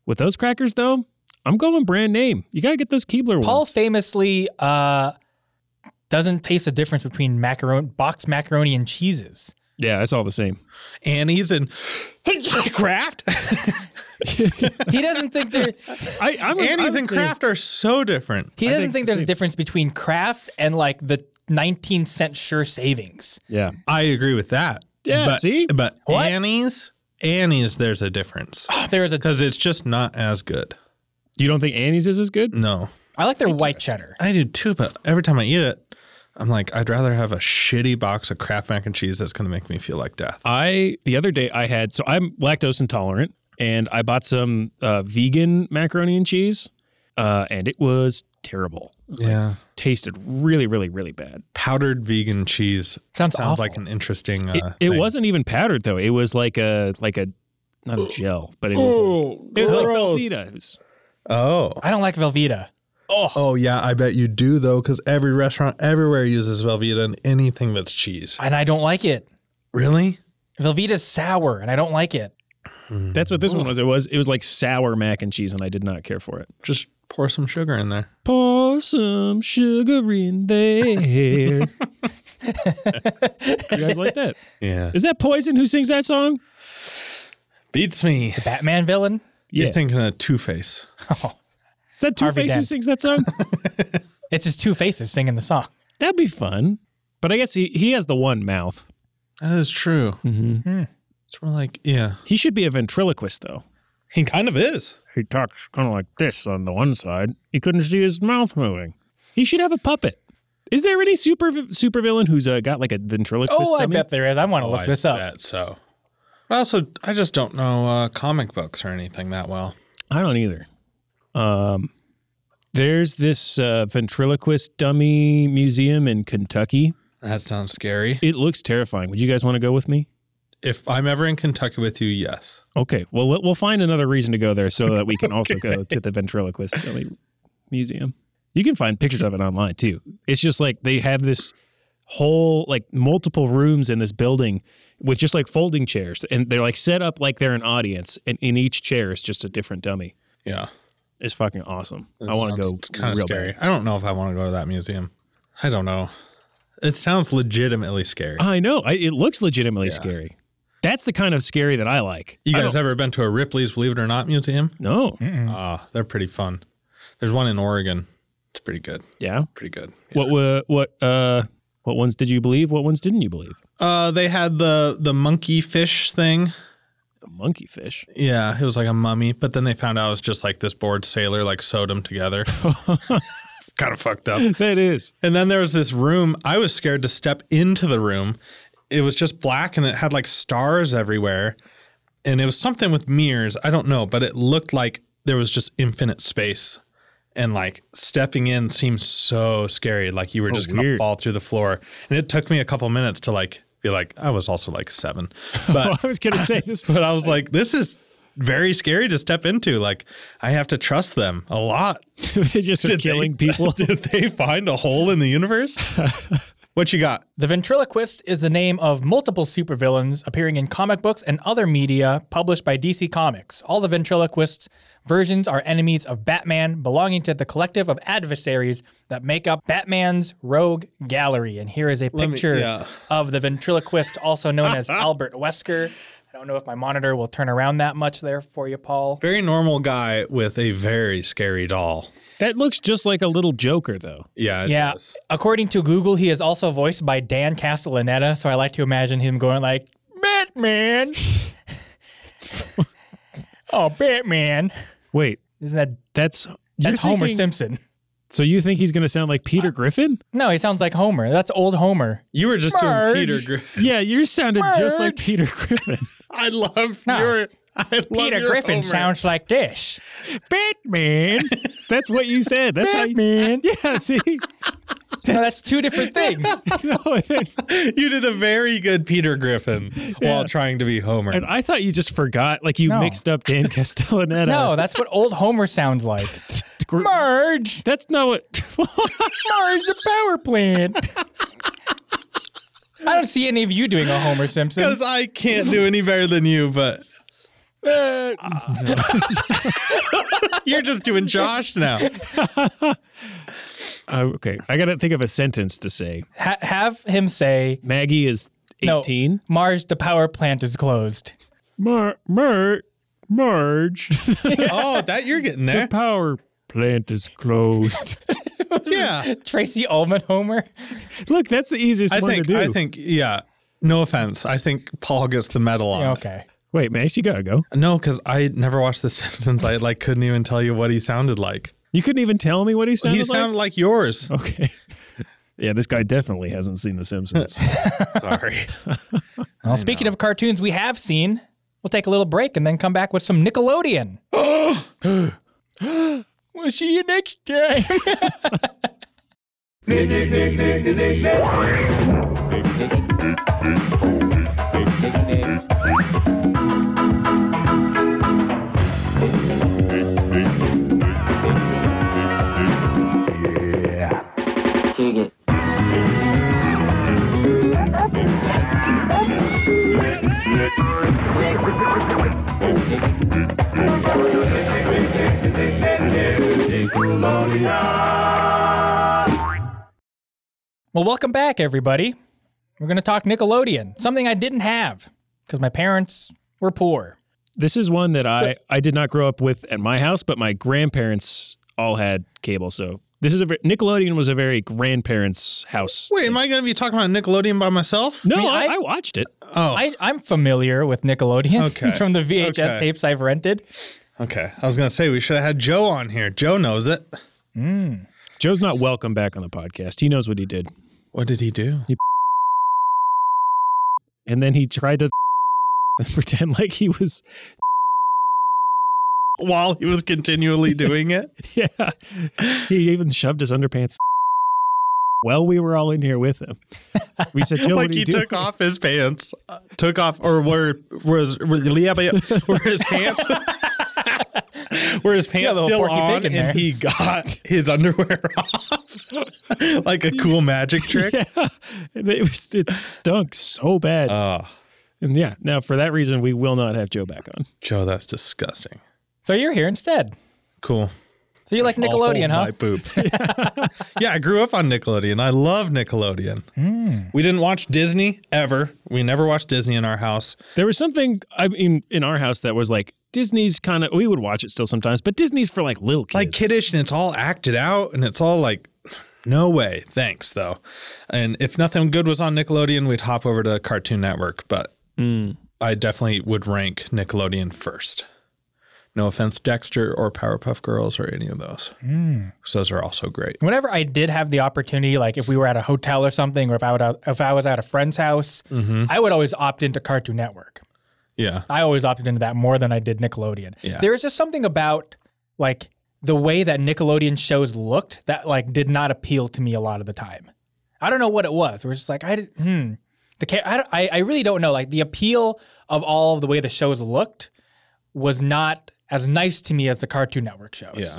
Speaker 3: With those crackers though, I'm going brand name. You got to get those Keebler
Speaker 2: Paul
Speaker 3: ones.
Speaker 2: famously uh, doesn't taste the difference between macaroni, box macaroni and cheeses.
Speaker 3: Yeah, it's all the same.
Speaker 1: Annie's and Kraft.
Speaker 2: He doesn't think there.
Speaker 3: I, I'm a,
Speaker 1: Annie's
Speaker 3: I'm
Speaker 1: and Kraft are so different.
Speaker 2: He
Speaker 3: I
Speaker 2: doesn't
Speaker 3: think
Speaker 2: think,
Speaker 3: it's
Speaker 2: there's
Speaker 3: the
Speaker 2: a difference between craft and like the 19 cent sure savings.
Speaker 3: Yeah.
Speaker 1: I agree with that.
Speaker 3: Yeah,
Speaker 1: but,
Speaker 3: see?
Speaker 1: but
Speaker 2: What?
Speaker 1: Annie's, Annie's, there's a difference
Speaker 2: There is a.
Speaker 1: because it's just not as good.
Speaker 3: You don't think Annie's is as good?
Speaker 1: No,
Speaker 2: I like their white cheddar.
Speaker 1: I do too, but every time I eat it, I'm like, I'd rather have a shitty box of Kraft mac and cheese that's going to make me feel like death.
Speaker 3: I the other day I had so I'm lactose intolerant and I bought some uh, vegan macaroni and cheese uh, and it was terrible. It was, like,
Speaker 1: Yeah,
Speaker 3: tasted really really really bad.
Speaker 1: powdered vegan cheese
Speaker 2: Sounds,
Speaker 1: sounds
Speaker 2: awful.
Speaker 1: like an interesting. Uh,
Speaker 3: It
Speaker 1: thing.
Speaker 3: wasn't even powdered though. It was like a like a not a gel, but it was like, it was like Velveeta. It was-
Speaker 1: Oh,
Speaker 2: I don't like Velveeta.
Speaker 1: oh yeah, I bet you do though, because every restaurant everywhere uses Velveeta in anything that's cheese.
Speaker 2: And I don't like it.
Speaker 1: Really?
Speaker 2: Velveeta's sour and I don't like it.
Speaker 3: That's what this one was. It was it was like sour mac and cheese and I did not care for it.
Speaker 1: Just pour some sugar in there.
Speaker 3: Pour some sugar in there. you guys like that?
Speaker 1: Yeah,
Speaker 3: Is that Poison who sings that song?
Speaker 1: beats me.
Speaker 2: Batman villain?
Speaker 1: You're thinking of Two Face.
Speaker 3: Is that Two Face who
Speaker 2: Dent.
Speaker 3: sings that song?
Speaker 2: It's his two faces singing the song.
Speaker 3: That'd be fun. But I guess he, he has the one mouth.
Speaker 1: That is true.
Speaker 3: Mhm.
Speaker 1: It's more like yeah.
Speaker 3: He should be a ventriloquist, though.
Speaker 1: He kind of is.
Speaker 3: He talks kind of like this on the one side. He couldn't see his mouth moving. He should have a puppet. Is there any super supervillain who's uh, got like a ventriloquist?
Speaker 2: Oh, I
Speaker 3: dummy?
Speaker 2: bet there is. I want to
Speaker 1: Oh,
Speaker 2: look
Speaker 1: I
Speaker 2: this up.
Speaker 1: bet so. But also, I just don't know uh, comic books or anything that well.
Speaker 3: I don't either. Um, there's this uh, ventriloquist dummy museum in Kentucky.
Speaker 1: That sounds scary.
Speaker 3: It looks terrifying. Would you guys want to go with me?
Speaker 1: If I'm ever in Kentucky with you, yes.
Speaker 3: Okay. Well, we'll- we'll find another reason to go there so that we can also go to the ventriloquist dummy museum. You can find pictures of it online too. It's just like they have this whole like multiple rooms in this building with just like folding chairs and they're like set up like they're an audience and in each chair is just a different dummy.
Speaker 1: Yeah.
Speaker 3: It's fucking awesome.
Speaker 1: That
Speaker 3: I want to
Speaker 1: sounds-
Speaker 3: go
Speaker 1: It's kind of
Speaker 3: real
Speaker 1: scary.
Speaker 3: bad.
Speaker 1: I don't know if I want to go to that museum. I don't know. It sounds legitimately scary.
Speaker 3: I know. I, it looks legitimately
Speaker 1: Yeah.
Speaker 3: scary. That's the kind of scary that I like.
Speaker 1: you
Speaker 3: I
Speaker 1: guys
Speaker 3: don't- Mm.
Speaker 1: ever been to a Ripley's Believe It or Not museum?
Speaker 3: No.
Speaker 2: Mm-mm.
Speaker 1: Ah, they're pretty fun. There's one in Oregon. It's pretty good.
Speaker 3: Yeah.
Speaker 1: Pretty good.
Speaker 3: What were what uh what ones did you believe? What ones didn't you believe?
Speaker 1: Uh, they had the the monkey fish thing.
Speaker 3: The monkey fish.
Speaker 1: Yeah, it was like a mummy, but then they found out it was just like this bored sailor like sewed them together. kind of fucked up.
Speaker 3: That is.
Speaker 1: And then there was this room. I was scared to step into the room. It was just black and it had like stars everywhere. And it was something with mirrors. I don't know, but it looked like there was just infinite space. And like stepping in seemed so scary. Like you were just going to
Speaker 3: weird.
Speaker 1: fall through the floor. And it took me a couple minutes to like be like, I was also like seven. But
Speaker 3: I was gonna say this.
Speaker 1: but I was like, this is very scary to step into. Like, I have to trust them a lot.
Speaker 3: they just are
Speaker 1: Did they-
Speaker 3: killing people.
Speaker 1: Did they find a hole in the universe? what you got?
Speaker 2: The ventriloquist is the name of multiple supervillains appearing in comic books and other media published by DC Comics. All the ventriloquists' versions are enemies of Batman, belonging to the collective of adversaries that make up Batman's rogue gallery. And here is a
Speaker 1: me-
Speaker 2: picture
Speaker 1: yeah.
Speaker 2: of the ventriloquist, also known as Albert Wesker. I don't know if my monitor will turn around that much there for you, Paul.
Speaker 1: Very normal guy with a very scary doll.
Speaker 3: that looks just like a little Joker though.
Speaker 1: Yeah. it
Speaker 2: Yeah.
Speaker 1: does.
Speaker 2: According to Google, he is also voiced by Dan Castellaneta, so I like to imagine him going like, Batman. oh, Batman.
Speaker 3: Wait,
Speaker 2: Isn't that
Speaker 3: that's you're
Speaker 2: that's Homer
Speaker 3: thinking-
Speaker 2: Simpson?
Speaker 3: So you think he's gonna sound like Peter Griffin?
Speaker 2: No, he sounds like Homer. That's old Homer.
Speaker 1: You were just
Speaker 2: Merge.
Speaker 1: doing Peter Griffin.
Speaker 3: Yeah, you sounded just like
Speaker 2: Merge.
Speaker 3: Peter Griffin.
Speaker 1: I love
Speaker 2: No.
Speaker 1: your. I love
Speaker 2: Peter
Speaker 1: your Homer.
Speaker 2: Griffin sounds like this.
Speaker 3: Batman. That's what you said. That's
Speaker 2: Batman.
Speaker 3: how you, Yeah, see?
Speaker 2: No, that's two different things.
Speaker 3: No, and-
Speaker 1: You did a very good Peter Griffin while trying to be Homer.
Speaker 3: and I thought you just forgot, like you
Speaker 2: No.
Speaker 3: mixed up Dan Castellaneta.
Speaker 2: No, that's what old Homer sounds like.
Speaker 3: Gr-
Speaker 2: Merge.
Speaker 3: That's not what.
Speaker 2: Merge the power plant. I don't see any of you doing a Homer Simpson.
Speaker 1: Because I can't do any better than you, but you're just doing Josh now.
Speaker 3: Uh, okay, I gotta think of a sentence to say.
Speaker 2: Ha- have him say
Speaker 3: Maggie is
Speaker 2: No.
Speaker 3: eighteen.
Speaker 2: Marge, the power plant is closed.
Speaker 3: Mer, mer, merge.
Speaker 1: Oh, that you're getting there.
Speaker 3: Power plant is closed.
Speaker 1: Yeah.
Speaker 2: Tracy Ullman Homer.
Speaker 3: Look, that's the easiest
Speaker 1: I
Speaker 3: one
Speaker 1: think.
Speaker 3: to do.
Speaker 1: I think. Yeah. No offense. I think Paul gets the medal on. it.
Speaker 2: Okay.
Speaker 3: Wait, Max, you gotta go.
Speaker 1: No, because I never watched The Simpsons. I like couldn't even tell you what he sounded like.
Speaker 3: You couldn't even tell me what he sounded
Speaker 1: he sounded like, yours.
Speaker 3: like. Okay. Yeah, this guy definitely hasn't seen The Simpsons.
Speaker 1: Sorry.
Speaker 2: Well, speaking of cartoons we have seen, we'll take a little break and then come back with some Nickelodeon. we'll see you next time.
Speaker 4: Dig it.
Speaker 2: well, welcome back, everybody. We're going to talk Nickelodeon, something I didn't have because my parents were poor.
Speaker 3: this is one that I, I did not grow up with at my house, but my grandparents all had cable. So This is a ver- Nickelodeon was a very grandparents' house.
Speaker 1: Wait, am I going to be talking about Nickelodeon by myself?
Speaker 3: no, I,
Speaker 2: mean,
Speaker 3: I,
Speaker 2: I-
Speaker 3: watched it.
Speaker 1: Oh,
Speaker 2: I, I'm familiar with Nickelodeon
Speaker 1: Okay.
Speaker 2: from the VHS
Speaker 1: Okay.
Speaker 2: tapes I've rented.
Speaker 1: okay. I was going to say we should have had Joe on here. Joe knows it.
Speaker 3: Joe's not welcome back on the podcast. He knows what he did,
Speaker 1: What did he do?
Speaker 3: and then he tried to pretend like he was.
Speaker 1: While he was continually doing it.
Speaker 3: Yeah, he even shoved his underpants. Well, we were all in here with him. We said, Joe, what
Speaker 1: like
Speaker 3: are
Speaker 1: he
Speaker 3: you doing?
Speaker 1: took off his pants, uh, took off, or were was were, yeah, but yeah, were his pants were his pants
Speaker 2: little
Speaker 1: still
Speaker 2: Porky
Speaker 1: on,
Speaker 2: Pig in
Speaker 1: and
Speaker 2: there.
Speaker 1: he got his underwear off like a cool magic trick.
Speaker 3: Yeah, And it was it stunk so bad.
Speaker 1: Oh,
Speaker 3: and yeah, now for that reason, we will not have Joe back on.
Speaker 1: Joe, that's disgusting.
Speaker 2: So you're here instead.
Speaker 1: Cool.
Speaker 2: So you like
Speaker 1: I'll hold
Speaker 2: Nickelodeon, huh?
Speaker 1: My boobs. yeah, I grew up on Nickelodeon. I love Nickelodeon. We didn't watch Disney ever. We never watched Disney in our house.
Speaker 3: There was something I mean in our house that was like Disney's kind of. We would watch it still sometimes, but Disney's for like little kids.
Speaker 1: like kiddish and it's all acted out and it's all like no way thanks though and if nothing good was on nickelodeon we'd hop over to cartoon network but i definitely would rank nickelodeon first no offense dexter or powerpuff girls or any of those 'Cause those are also great
Speaker 2: Whenever I did have the opportunity, like if we were at a hotel or something, or if I would if I was at a friend's house,
Speaker 1: Mm-hmm.
Speaker 2: I would always opt into Cartoon Network.
Speaker 1: yeah
Speaker 2: I always opted into that more than I did Nickelodeon.
Speaker 1: Yeah.
Speaker 2: There was just something about like the way that Nickelodeon shows looked that like did not appeal to me a lot of the time. I don't know what it was. We're just like I did, hmm the ca- I, don't- I I really don't know. Like the appeal of all of the way the shows looked was not as nice to me as the Cartoon Network shows.
Speaker 1: yeah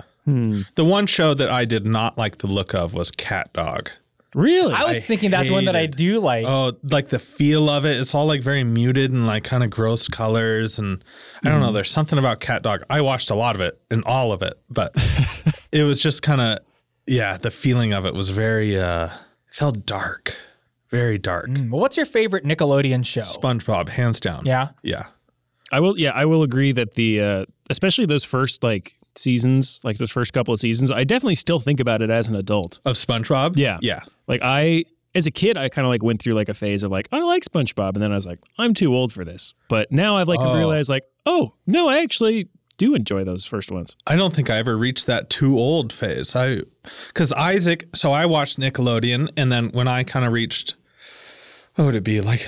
Speaker 1: the one show that i did not like the look of was cat dog
Speaker 3: really?
Speaker 2: I was thinking that's one that I
Speaker 1: hated-
Speaker 2: do like.
Speaker 1: Oh, like the feel of it. It's all like very muted and like kind of gross colors. And I don't know. There's something about Cat Dog. I watched a lot of it and all of it, but it was just kind of, yeah, the feeling of it was very, uh, felt dark, very dark.
Speaker 2: Well, what's your favorite Nickelodeon show?
Speaker 1: SpongeBob, hands down.
Speaker 2: Mm. yeah.
Speaker 1: Yeah.
Speaker 3: I will. Yeah, I will agree that the uh, especially those first like seasons, like those first couple of seasons, I definitely still think about it as an adult.
Speaker 1: Of SpongeBob?
Speaker 3: Yeah.
Speaker 1: Yeah.
Speaker 3: Like I, as a kid, I kind of like went through like a phase of like I like SpongeBob, and then I was like I'm too old for this. But now I've like
Speaker 1: Oh.
Speaker 3: realized like oh no, I actually do enjoy those first ones.
Speaker 1: I don't think I ever reached that too old phase. I, because Isaac, so I watched Nickelodeon, and then when I kind of reached, what would it be like?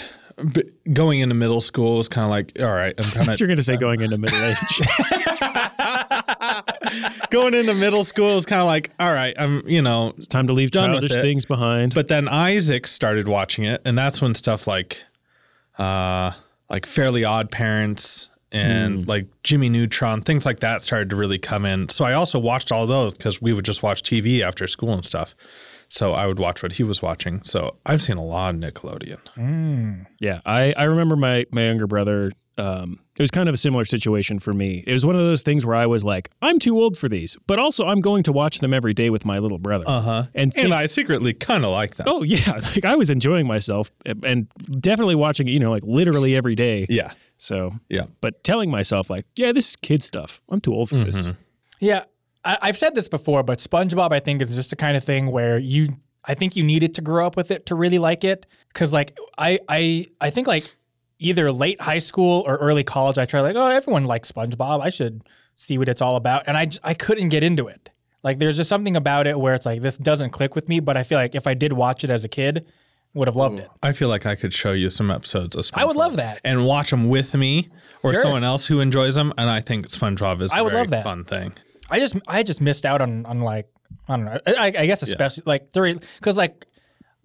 Speaker 1: B- going into middle school was kind of like, all right, I'm kind of
Speaker 3: You're gonna say going into middle age.
Speaker 1: going into middle school is kind of like, all right, I'm, you know,
Speaker 3: It's time to leave
Speaker 1: Done with
Speaker 3: childish
Speaker 1: it.
Speaker 3: things behind.
Speaker 1: but then Isaac started watching it, and that's when stuff like, uh, like Fairly Odd Parents and
Speaker 2: Hmm.
Speaker 1: like Jimmy Neutron, things like that started to really come in. So I also watched all those because we would just watch TV after school and stuff. So I would watch what he was watching. So I've seen a lot of Nickelodeon.
Speaker 3: Yeah, I, I remember my my younger brother. Um, it was kind of a similar situation for me. It was one of those things where I was like, I'm too old for these, but also I'm going to watch them every day with my little brother. Uh
Speaker 2: Uh-huh.
Speaker 3: huh.
Speaker 1: And
Speaker 3: And, think,
Speaker 1: I secretly kind of like them.
Speaker 3: oh yeah, like I was enjoying myself and definitely watching, you know, like literally every day.
Speaker 1: Yeah.
Speaker 3: So,
Speaker 1: Yeah.
Speaker 3: but telling myself like, yeah, this is kid stuff. I'm too old for this.
Speaker 1: Mm-hmm.
Speaker 2: Yeah, I, I've said this before, but SpongeBob, I think, is just the kind of thing where you, I think, you needed to grow up with it to really like it. Because like I, I, I think like either late high school or early college, I tried like, oh, everyone likes SpongeBob. I should see what it's all about, and I, j- I couldn't get into it. Like there's just something about it where it's like this doesn't click with me. But I feel like if I did watch it as a kid, would have loved it.
Speaker 1: I feel like I could show you some episodes of SpongeBob.
Speaker 2: I would love that.
Speaker 1: And watch them with me or
Speaker 2: Sure.
Speaker 1: someone else who enjoys them. And I think SpongeBob is a
Speaker 2: I would
Speaker 1: very
Speaker 2: love that.
Speaker 1: fun thing.
Speaker 2: I just I just missed out on on like I don't know. I, I guess especially like three because like.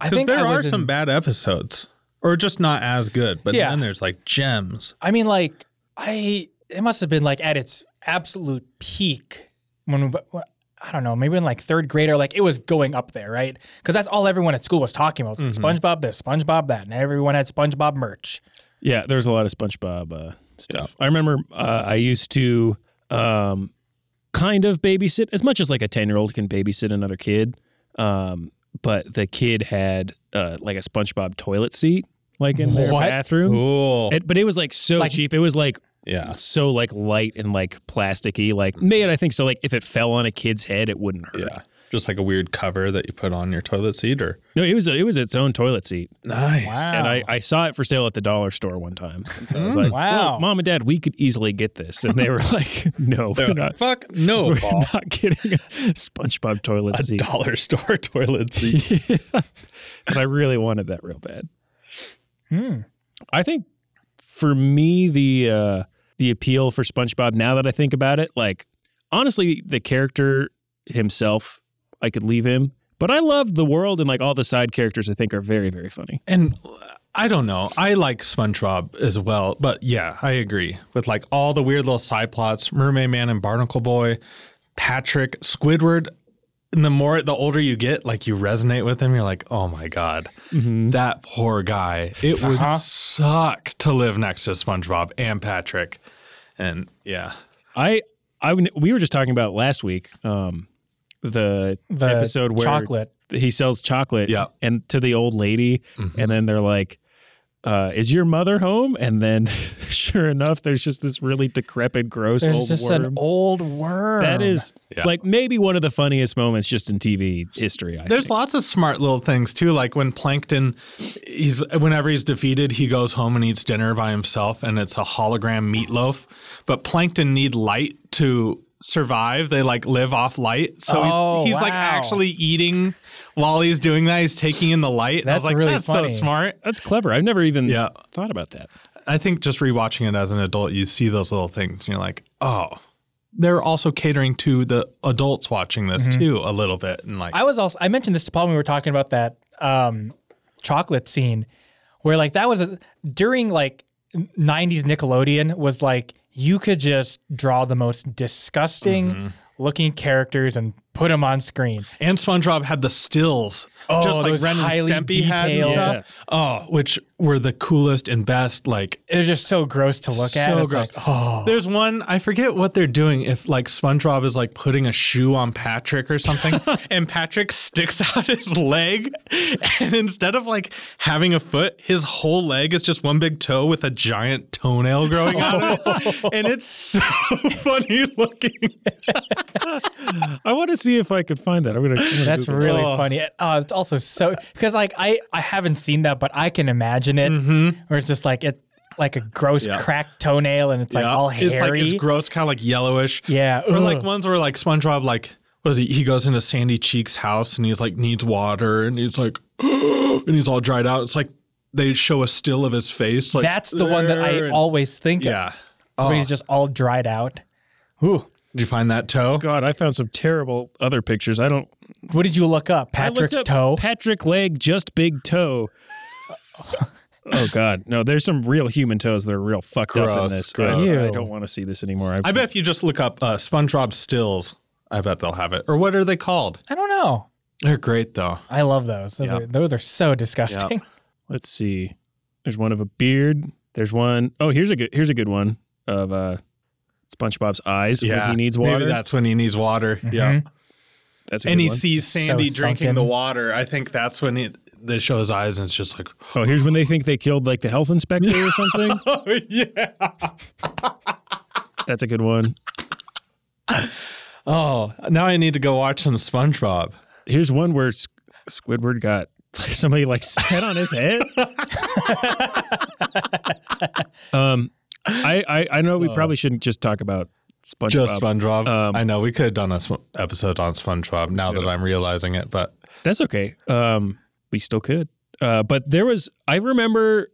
Speaker 2: I
Speaker 1: Because
Speaker 2: think
Speaker 1: there
Speaker 2: I
Speaker 1: are
Speaker 2: was in-
Speaker 1: some bad episodes, or just not as good. But
Speaker 2: Yeah.
Speaker 1: then there's like gems.
Speaker 2: I mean, like I, it must have been like at its absolute peak when we- I don't know, maybe in like third grade or like it was going up there, right? Because that's all everyone at school was talking about. It
Speaker 3: Mm-hmm.
Speaker 2: was like SpongeBob this, SpongeBob that, and everyone had SpongeBob merch.
Speaker 3: Yeah, there was a lot of SpongeBob uh, stuff. I remember uh, I used to um, kind of babysit, as much as like a 10 year old can babysit another kid. Um, but the kid had uh, like a SpongeBob toilet seat, like in their
Speaker 2: What?
Speaker 3: bathroom.
Speaker 1: Cool.
Speaker 3: It, but it was like so
Speaker 2: Like-
Speaker 3: cheap. It was like
Speaker 1: yeah.
Speaker 3: so like light and like plasticky. Like made, I think so. Like if it fell on a kid's head, it wouldn't hurt.
Speaker 1: Yeah. just like a weird cover that you put on your toilet seat or
Speaker 3: No, it was a, it was its own toilet seat,
Speaker 1: nice.
Speaker 2: Wow.
Speaker 3: and I, I saw it for sale at the dollar store one time. And so I was like,
Speaker 2: Wow.
Speaker 3: well, mom and dad, we could easily get this, and they were like, no,
Speaker 1: They're
Speaker 3: we're
Speaker 1: like,
Speaker 3: not,
Speaker 1: Fuck no,
Speaker 3: we're
Speaker 1: Paul.
Speaker 3: not getting a SpongeBob toilet
Speaker 1: A
Speaker 3: seat.
Speaker 1: dollar store toilet seat.
Speaker 3: but I really wanted that real bad.
Speaker 2: Hmm.
Speaker 3: I think for me the uh the appeal for SpongeBob now that I think about it, like honestly the character himself, I could leave him, but I love the world and like all the side characters I think are very very funny.
Speaker 1: And I don't know. I like SpongeBob as well, but yeah, I agree with like all the weird little side plots: Mermaid Man and Barnacle Boy, Patrick, Squidward. And the more, the older you get, like you resonate with him. You're like, oh my god,
Speaker 2: Mm-hmm.
Speaker 1: that poor guy. It would
Speaker 2: Uh-huh.
Speaker 1: suck to live next to SpongeBob and Patrick. And yeah,
Speaker 3: I I we were just talking about last week um the,
Speaker 2: The
Speaker 3: episode where
Speaker 2: chocolate.
Speaker 3: he sells chocolate
Speaker 1: Yeah. Mm-hmm.
Speaker 3: and to the old lady and then they're like uh, is your mother home? And then, sure enough, there's just this really decrepit, gross
Speaker 2: There's
Speaker 3: old
Speaker 2: just
Speaker 3: worm.
Speaker 2: an old worm.
Speaker 3: That is
Speaker 1: Yeah.
Speaker 3: like maybe one of the funniest moments just in TV history. I
Speaker 1: There's
Speaker 3: think.
Speaker 1: lots of smart little things too, like when Plankton, he's whenever he's defeated, he goes home and eats dinner by himself, and it's a hologram meatloaf. But Plankton need light to survive; they like live off light, so
Speaker 2: Oh,
Speaker 1: he's he's like
Speaker 2: wow.
Speaker 1: actually eating while he's doing that. He's taking in the light. And I was
Speaker 2: That's
Speaker 1: like,
Speaker 2: really
Speaker 1: that's
Speaker 2: funny.
Speaker 1: so smart.
Speaker 3: that's clever. I've never even
Speaker 1: Yeah.
Speaker 3: thought about that.
Speaker 1: I think just rewatching it as an adult, you see those little things, and you're like, oh, they're also catering to the adults watching this
Speaker 2: Mm-hmm.
Speaker 1: too a little bit, and like,
Speaker 2: I was also I mentioned this to Paul when we were talking about that um, chocolate scene, where like that was a, during like '90s Nickelodeon was like you could just draw the most disgusting
Speaker 1: Mm-hmm.
Speaker 2: looking characters and put them on screen.
Speaker 1: And SpongeBob had the stills,
Speaker 2: Oh,
Speaker 1: just like
Speaker 2: those
Speaker 1: Ren and
Speaker 2: highly
Speaker 1: Stimpy had and
Speaker 2: detailed-
Speaker 1: stuff. Oh, which were the coolest and best. Like
Speaker 2: They're just so gross to look at.
Speaker 1: so
Speaker 2: It's
Speaker 1: gross.
Speaker 2: like, oh,
Speaker 1: There's one I forget what they're doing. If like SpongeBob is like putting a shoe on Patrick or something, and Patrick sticks out his leg, and instead of like having a foot, his whole leg is just one big toe with a giant toenail growing out of it, and it's so funny looking.
Speaker 3: I want to see if I could find that. I'm gonna. I'm gonna
Speaker 2: that's
Speaker 3: Google
Speaker 2: really
Speaker 1: Oh.
Speaker 2: funny. Uh, it's also so because like I I haven't seen that, but I can imagine it where it's just like it like a gross
Speaker 1: Mm-hmm. Yeah.
Speaker 2: cracked toenail and it's like all hairy.
Speaker 1: It's like it's gross, kind of like yellowish.
Speaker 2: Yeah,
Speaker 1: Or like
Speaker 2: ugh.
Speaker 1: ones where like SpongeBob like was he, he goes into Sandy Cheek's house and he's like needs water and he's like and he's all dried out. It's like they show a still of his face. Like
Speaker 2: That's the one that
Speaker 1: there
Speaker 2: I
Speaker 1: and-
Speaker 2: always think of.
Speaker 1: yeah. Oh.
Speaker 2: Where he's just all dried out. Ooh.
Speaker 1: Did you find that toe?
Speaker 3: God, I found some terrible other pictures. I don't.
Speaker 2: What did you look up?
Speaker 3: I looked
Speaker 2: Patrick's
Speaker 3: up
Speaker 2: toe.
Speaker 3: Patrick leg, just big toe. oh God, no! There's some real human toes that are real fucked up in
Speaker 1: Gross,
Speaker 3: this.
Speaker 1: gross.
Speaker 3: I, I
Speaker 2: Ew.
Speaker 3: don't want to see this anymore.
Speaker 1: I bet if you just look up uh, SpongeBob stills, I bet they'll have it. Or what are they called?
Speaker 2: I don't know.
Speaker 1: They're great though.
Speaker 2: I love those. Those,
Speaker 1: Yeah.
Speaker 2: are, those are so disgusting.
Speaker 3: Let's see. There's one of a beard. There's one oh here's a good here's a good one of uh SpongeBob's eyes when he needs water.
Speaker 1: Maybe that's when he needs water.
Speaker 2: Mm-hmm.
Speaker 1: Yeah.
Speaker 3: That's a
Speaker 1: And
Speaker 3: good
Speaker 1: he
Speaker 3: one.
Speaker 1: sees
Speaker 2: So
Speaker 1: Sandy drinking
Speaker 2: sunken.
Speaker 1: the water. I think that's when it they show his eyes and it's just like
Speaker 3: Oh, here's when they think they killed like the health inspector or something.
Speaker 1: Oh yeah.
Speaker 3: That's a good one.
Speaker 1: Oh, now I need to go watch some SpongeBob.
Speaker 3: Here's one where S- Squidward got somebody like sat on his head. um, I, I I know we probably shouldn't just talk about SpongeBob.
Speaker 1: Uh, Just SpongeBob.
Speaker 3: Um,
Speaker 1: I know we could have done a sp- episode on SpongeBob now that I'm realizing it, but
Speaker 3: That's okay. Um, we still could. Uh, but there was I remember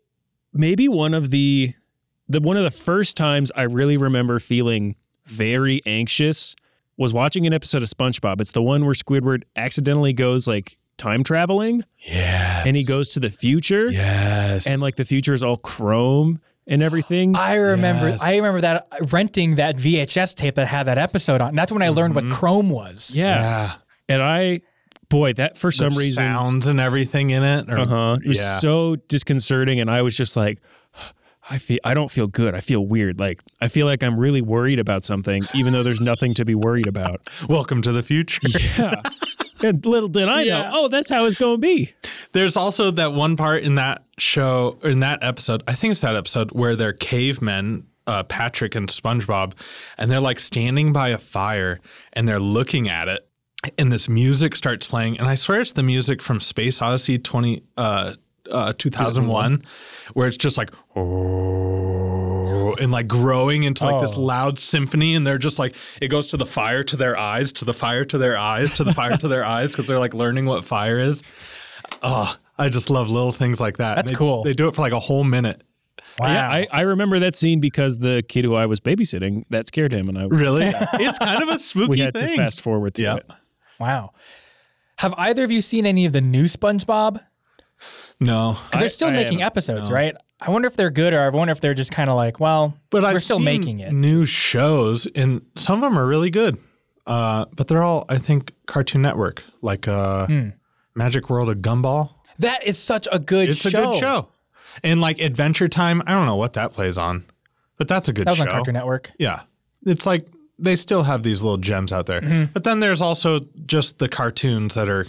Speaker 3: maybe one of the the one of the first times I really remember feeling very anxious was watching an episode of SpongeBob. It's the one where Squidward accidentally goes like time traveling
Speaker 1: yes.
Speaker 3: and he goes to the future
Speaker 1: yes,
Speaker 3: and like the future is all chrome and everything.
Speaker 2: I remember
Speaker 1: Yes.
Speaker 2: I remember that uh, renting that VHS tape that had that episode on. And that's when I learned what Chrome was.
Speaker 3: yeah.
Speaker 1: Mm-hmm. yeah,
Speaker 3: And I boy, that for
Speaker 1: the
Speaker 3: some reason
Speaker 1: sounds and everything in it. Or,
Speaker 3: Uh-huh. It was
Speaker 1: Yeah.
Speaker 3: so disconcerting and I was just like I feel I don't feel good. I feel weird. Like I feel like I'm really worried about something even though there's nothing to be worried about.
Speaker 1: Welcome to the future.
Speaker 3: Yeah. and little did I
Speaker 1: Yeah.
Speaker 3: know, oh, that's how it's going to be.
Speaker 1: There's also that one part in that show, or in that episode, I think it's that episode where they're cavemen, uh, Patrick and SpongeBob, and they're like standing by a fire and they're looking at it. and this music starts playing and i swear it's the music from space odyssey 20 uh, uh 2001 where it's just like oh, and like growing into like this
Speaker 2: Oh.
Speaker 1: loud symphony and they're just like it goes to the fire to their eyes to the fire to their eyes to the fire to their eyes because they're like learning what fire is oh i just love little things like that
Speaker 2: That's
Speaker 1: They-
Speaker 2: cool.
Speaker 1: they do it for like a whole minute
Speaker 2: Wow.
Speaker 3: Yeah, I, I remember that scene because the kid who I was babysitting that scared him, and I
Speaker 1: really it's kind of a spooky
Speaker 3: we had
Speaker 1: thing
Speaker 3: to fast forward to
Speaker 1: Yeah.
Speaker 3: it.
Speaker 2: wow. Have either of you seen any of the new SpongeBob? 'Cause
Speaker 1: no
Speaker 2: they're still
Speaker 3: I
Speaker 2: making
Speaker 3: haven't.
Speaker 2: episodes, right? I wonder if they're good or I wonder if they're just kind of like, well,
Speaker 1: but
Speaker 2: we're
Speaker 1: I've
Speaker 2: still
Speaker 1: seen
Speaker 2: making it.
Speaker 1: New shows, and some of them are really good. Uh, but they're all, I think, Cartoon Network, like uh,
Speaker 2: Hmm.
Speaker 1: Magic World of Gumball.
Speaker 2: that is such a good
Speaker 1: It's
Speaker 2: show.
Speaker 1: a good show. And like Adventure Time, I don't know what that plays on, but that's a good
Speaker 2: That was
Speaker 1: show.
Speaker 2: on Cartoon Network.
Speaker 1: Yeah, it's like they still have these little gems out there.
Speaker 3: Mm-hmm.
Speaker 1: But then there's also just the cartoons that are,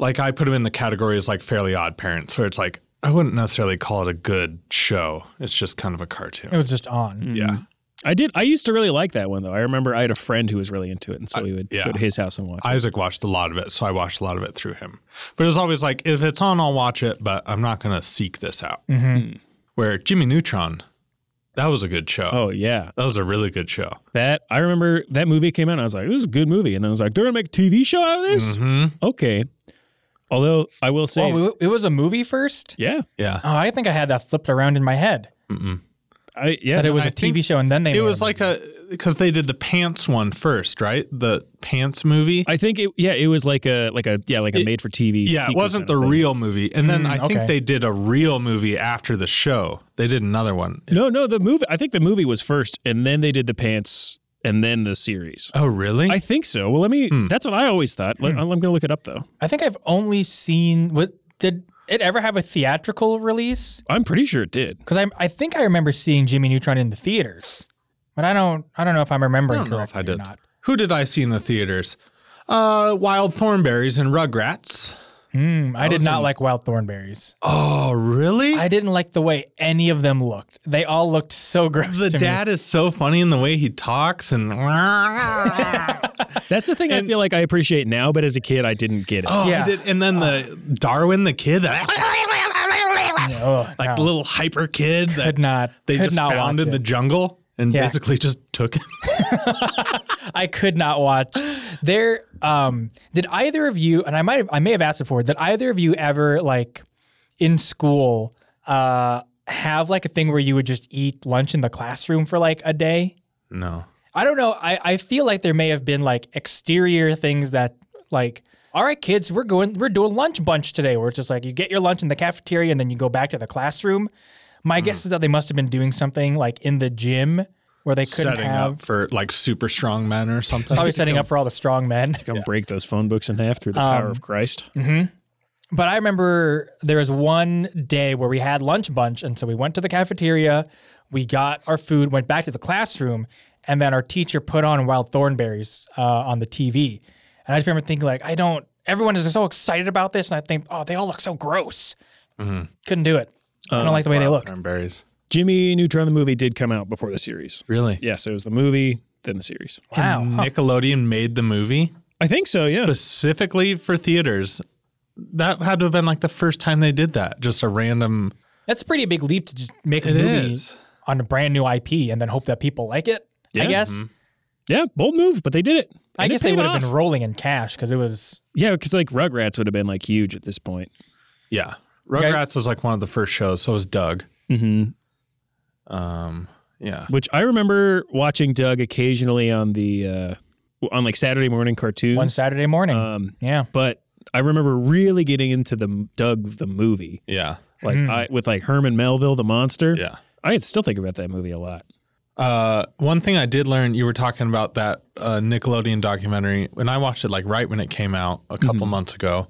Speaker 1: like I put them in the category as like Fairly Odd Parents, where it's like I wouldn't necessarily call it a good show. It's just kind of a cartoon.
Speaker 3: Mm-hmm.
Speaker 2: It was just on.
Speaker 1: yeah.
Speaker 3: I did. I used to really like that one though. I remember I had a friend who was really into it, and so we would
Speaker 1: yeah.
Speaker 3: go to his house and watch. it.
Speaker 1: Isaac watched a lot of it, so I watched a lot of it through him. But it was always like, if it's on, I'll watch it, but I'm not going to seek this out.
Speaker 2: Mm-hmm.
Speaker 1: Where Jimmy Neutron, that was a good show.
Speaker 3: Oh yeah,
Speaker 1: That was a really good show.
Speaker 3: that I remember that movie came out. and I was like, "This is a good movie," and then I was like, "They're gonna make a TV show out of this."
Speaker 1: Mm-hmm.
Speaker 3: Okay. Although I will say,
Speaker 2: Oh, it- it was a movie first?
Speaker 3: yeah,
Speaker 1: Yeah.
Speaker 2: Oh, I think I had that flipped around in my head
Speaker 3: I yeah,
Speaker 2: that it was
Speaker 1: I
Speaker 2: a TV
Speaker 1: think
Speaker 2: show and then they
Speaker 1: It
Speaker 2: made
Speaker 1: was
Speaker 2: a
Speaker 1: like a, because they did the Pants one first, right? The Pants movie.
Speaker 3: I think it yeah, it was like a like a yeah like a
Speaker 1: It-
Speaker 3: made for TV.
Speaker 1: yeah, it wasn't the real movie. And then
Speaker 2: Mm,
Speaker 1: I think
Speaker 2: okay.
Speaker 1: they did a real movie after the show. They did another one.
Speaker 3: No, no, the movie. I think the movie was first, and then they did the pants, and then the series.
Speaker 1: Oh, really?
Speaker 3: I think so. Well, let me.
Speaker 1: Hmm.
Speaker 3: That's what I always thought. Let- I'm gonna look it up though.
Speaker 2: I think I've only seen what did it ever have a theatrical release?
Speaker 3: I'm pretty sure it did.
Speaker 2: Because I I think I remember seeing Jimmy Neutron in the theaters, but I don't I don't know if I'm remembering
Speaker 1: I don't know if
Speaker 2: correctly
Speaker 1: I
Speaker 2: or
Speaker 1: did.
Speaker 2: not.
Speaker 1: Who did I see in the theaters? Uh, Wild Thornberries and Rugrats.
Speaker 2: Mm, I did not like Wild Thornberries.
Speaker 1: Hmm, Oh, really?
Speaker 2: I didn't like the way any of them looked. They all looked so gross.
Speaker 1: the
Speaker 2: to me.
Speaker 1: dad is so funny in the way he talks and
Speaker 3: That's the thing I feel like I appreciate now, but as a kid, I didn't get it.
Speaker 1: Oh, I
Speaker 2: Yeah.
Speaker 1: did- and then the Darwin the kid that
Speaker 2: Ugh,
Speaker 1: like
Speaker 2: Oh, no.
Speaker 1: little hyper kid that
Speaker 2: could not
Speaker 1: they
Speaker 2: could
Speaker 1: just
Speaker 2: not
Speaker 1: found
Speaker 2: watch
Speaker 1: in the
Speaker 2: it.
Speaker 1: jungle and
Speaker 2: Yeah.
Speaker 1: basically just took him.
Speaker 2: I could not watch. There, um, did either of you? And I might, have, I may have asked before. Did either of you ever like in school uh, have like a thing where you would just eat lunch in the classroom for like a day?
Speaker 1: No.
Speaker 2: I don't know. I, I feel like there may have been like exterior things that like, all right, kids, we're going, we're doing lunch bunch today. Where it's just like you get your lunch in the cafeteria and then you go back to the classroom. My
Speaker 1: Hmm.
Speaker 2: guess is that they must have been doing something like in the gym where they couldn't
Speaker 1: Setting
Speaker 2: have.
Speaker 1: up for like super strong men or something.
Speaker 2: Probably setting up for all the strong men.
Speaker 3: Come break those phone books in half through the
Speaker 2: Um,
Speaker 3: power of Christ.
Speaker 2: mm. But I remember there was one day where we had lunch bunch, and so we went to the cafeteria, we got our food, went back to the classroom, and then our teacher put on Wild Thornberries uh, on the TV. And I just remember thinking, like, I don't. Everyone is so excited about this, and I think, oh, they all look so gross. Couldn't do it. I
Speaker 3: Oh,
Speaker 2: don't like the way they look.
Speaker 1: Thornberries.
Speaker 3: Jimmy Neutron the movie did come out before the series.
Speaker 1: Really?
Speaker 3: Yeah, so it was the movie, then the series.
Speaker 2: Wow. huh.
Speaker 1: Nickelodeon made the movie
Speaker 3: I think so. Yeah.
Speaker 1: specifically for theaters. That had to have been like the first time they did that. Just a random.
Speaker 2: That's a pretty big leap to just make a
Speaker 1: It
Speaker 2: movie
Speaker 1: is.
Speaker 2: on a brand new IP and then hope that people like it, I
Speaker 3: Yeah.
Speaker 2: guess.
Speaker 3: yeah, bold move, but they did it.
Speaker 2: I
Speaker 3: And it
Speaker 2: guess they
Speaker 3: paid
Speaker 2: would have
Speaker 3: off.
Speaker 2: been rolling in cash because it was
Speaker 3: Yeah, because like Rugrats would have been like huge at this point.
Speaker 1: Yeah. Rugrats was like one of the first shows. So was Doug.
Speaker 3: Mm-hmm.
Speaker 1: Um, yeah.
Speaker 3: Which I remember watching Doug occasionally on the uh on like Saturday morning cartoons.
Speaker 2: one Saturday morning.
Speaker 3: Um,
Speaker 2: yeah.
Speaker 3: but I remember really getting into the m- Doug the movie,
Speaker 1: Yeah.
Speaker 3: like
Speaker 2: Mm.
Speaker 3: I, with like Herman Melville the monster.
Speaker 1: Yeah.
Speaker 3: I still think about that movie a lot.
Speaker 1: Uh, one thing I did learn, you were talking about that uh, Nickelodeon documentary, and I watched it like right when it came out a couple
Speaker 2: Mm-hmm.
Speaker 1: months ago.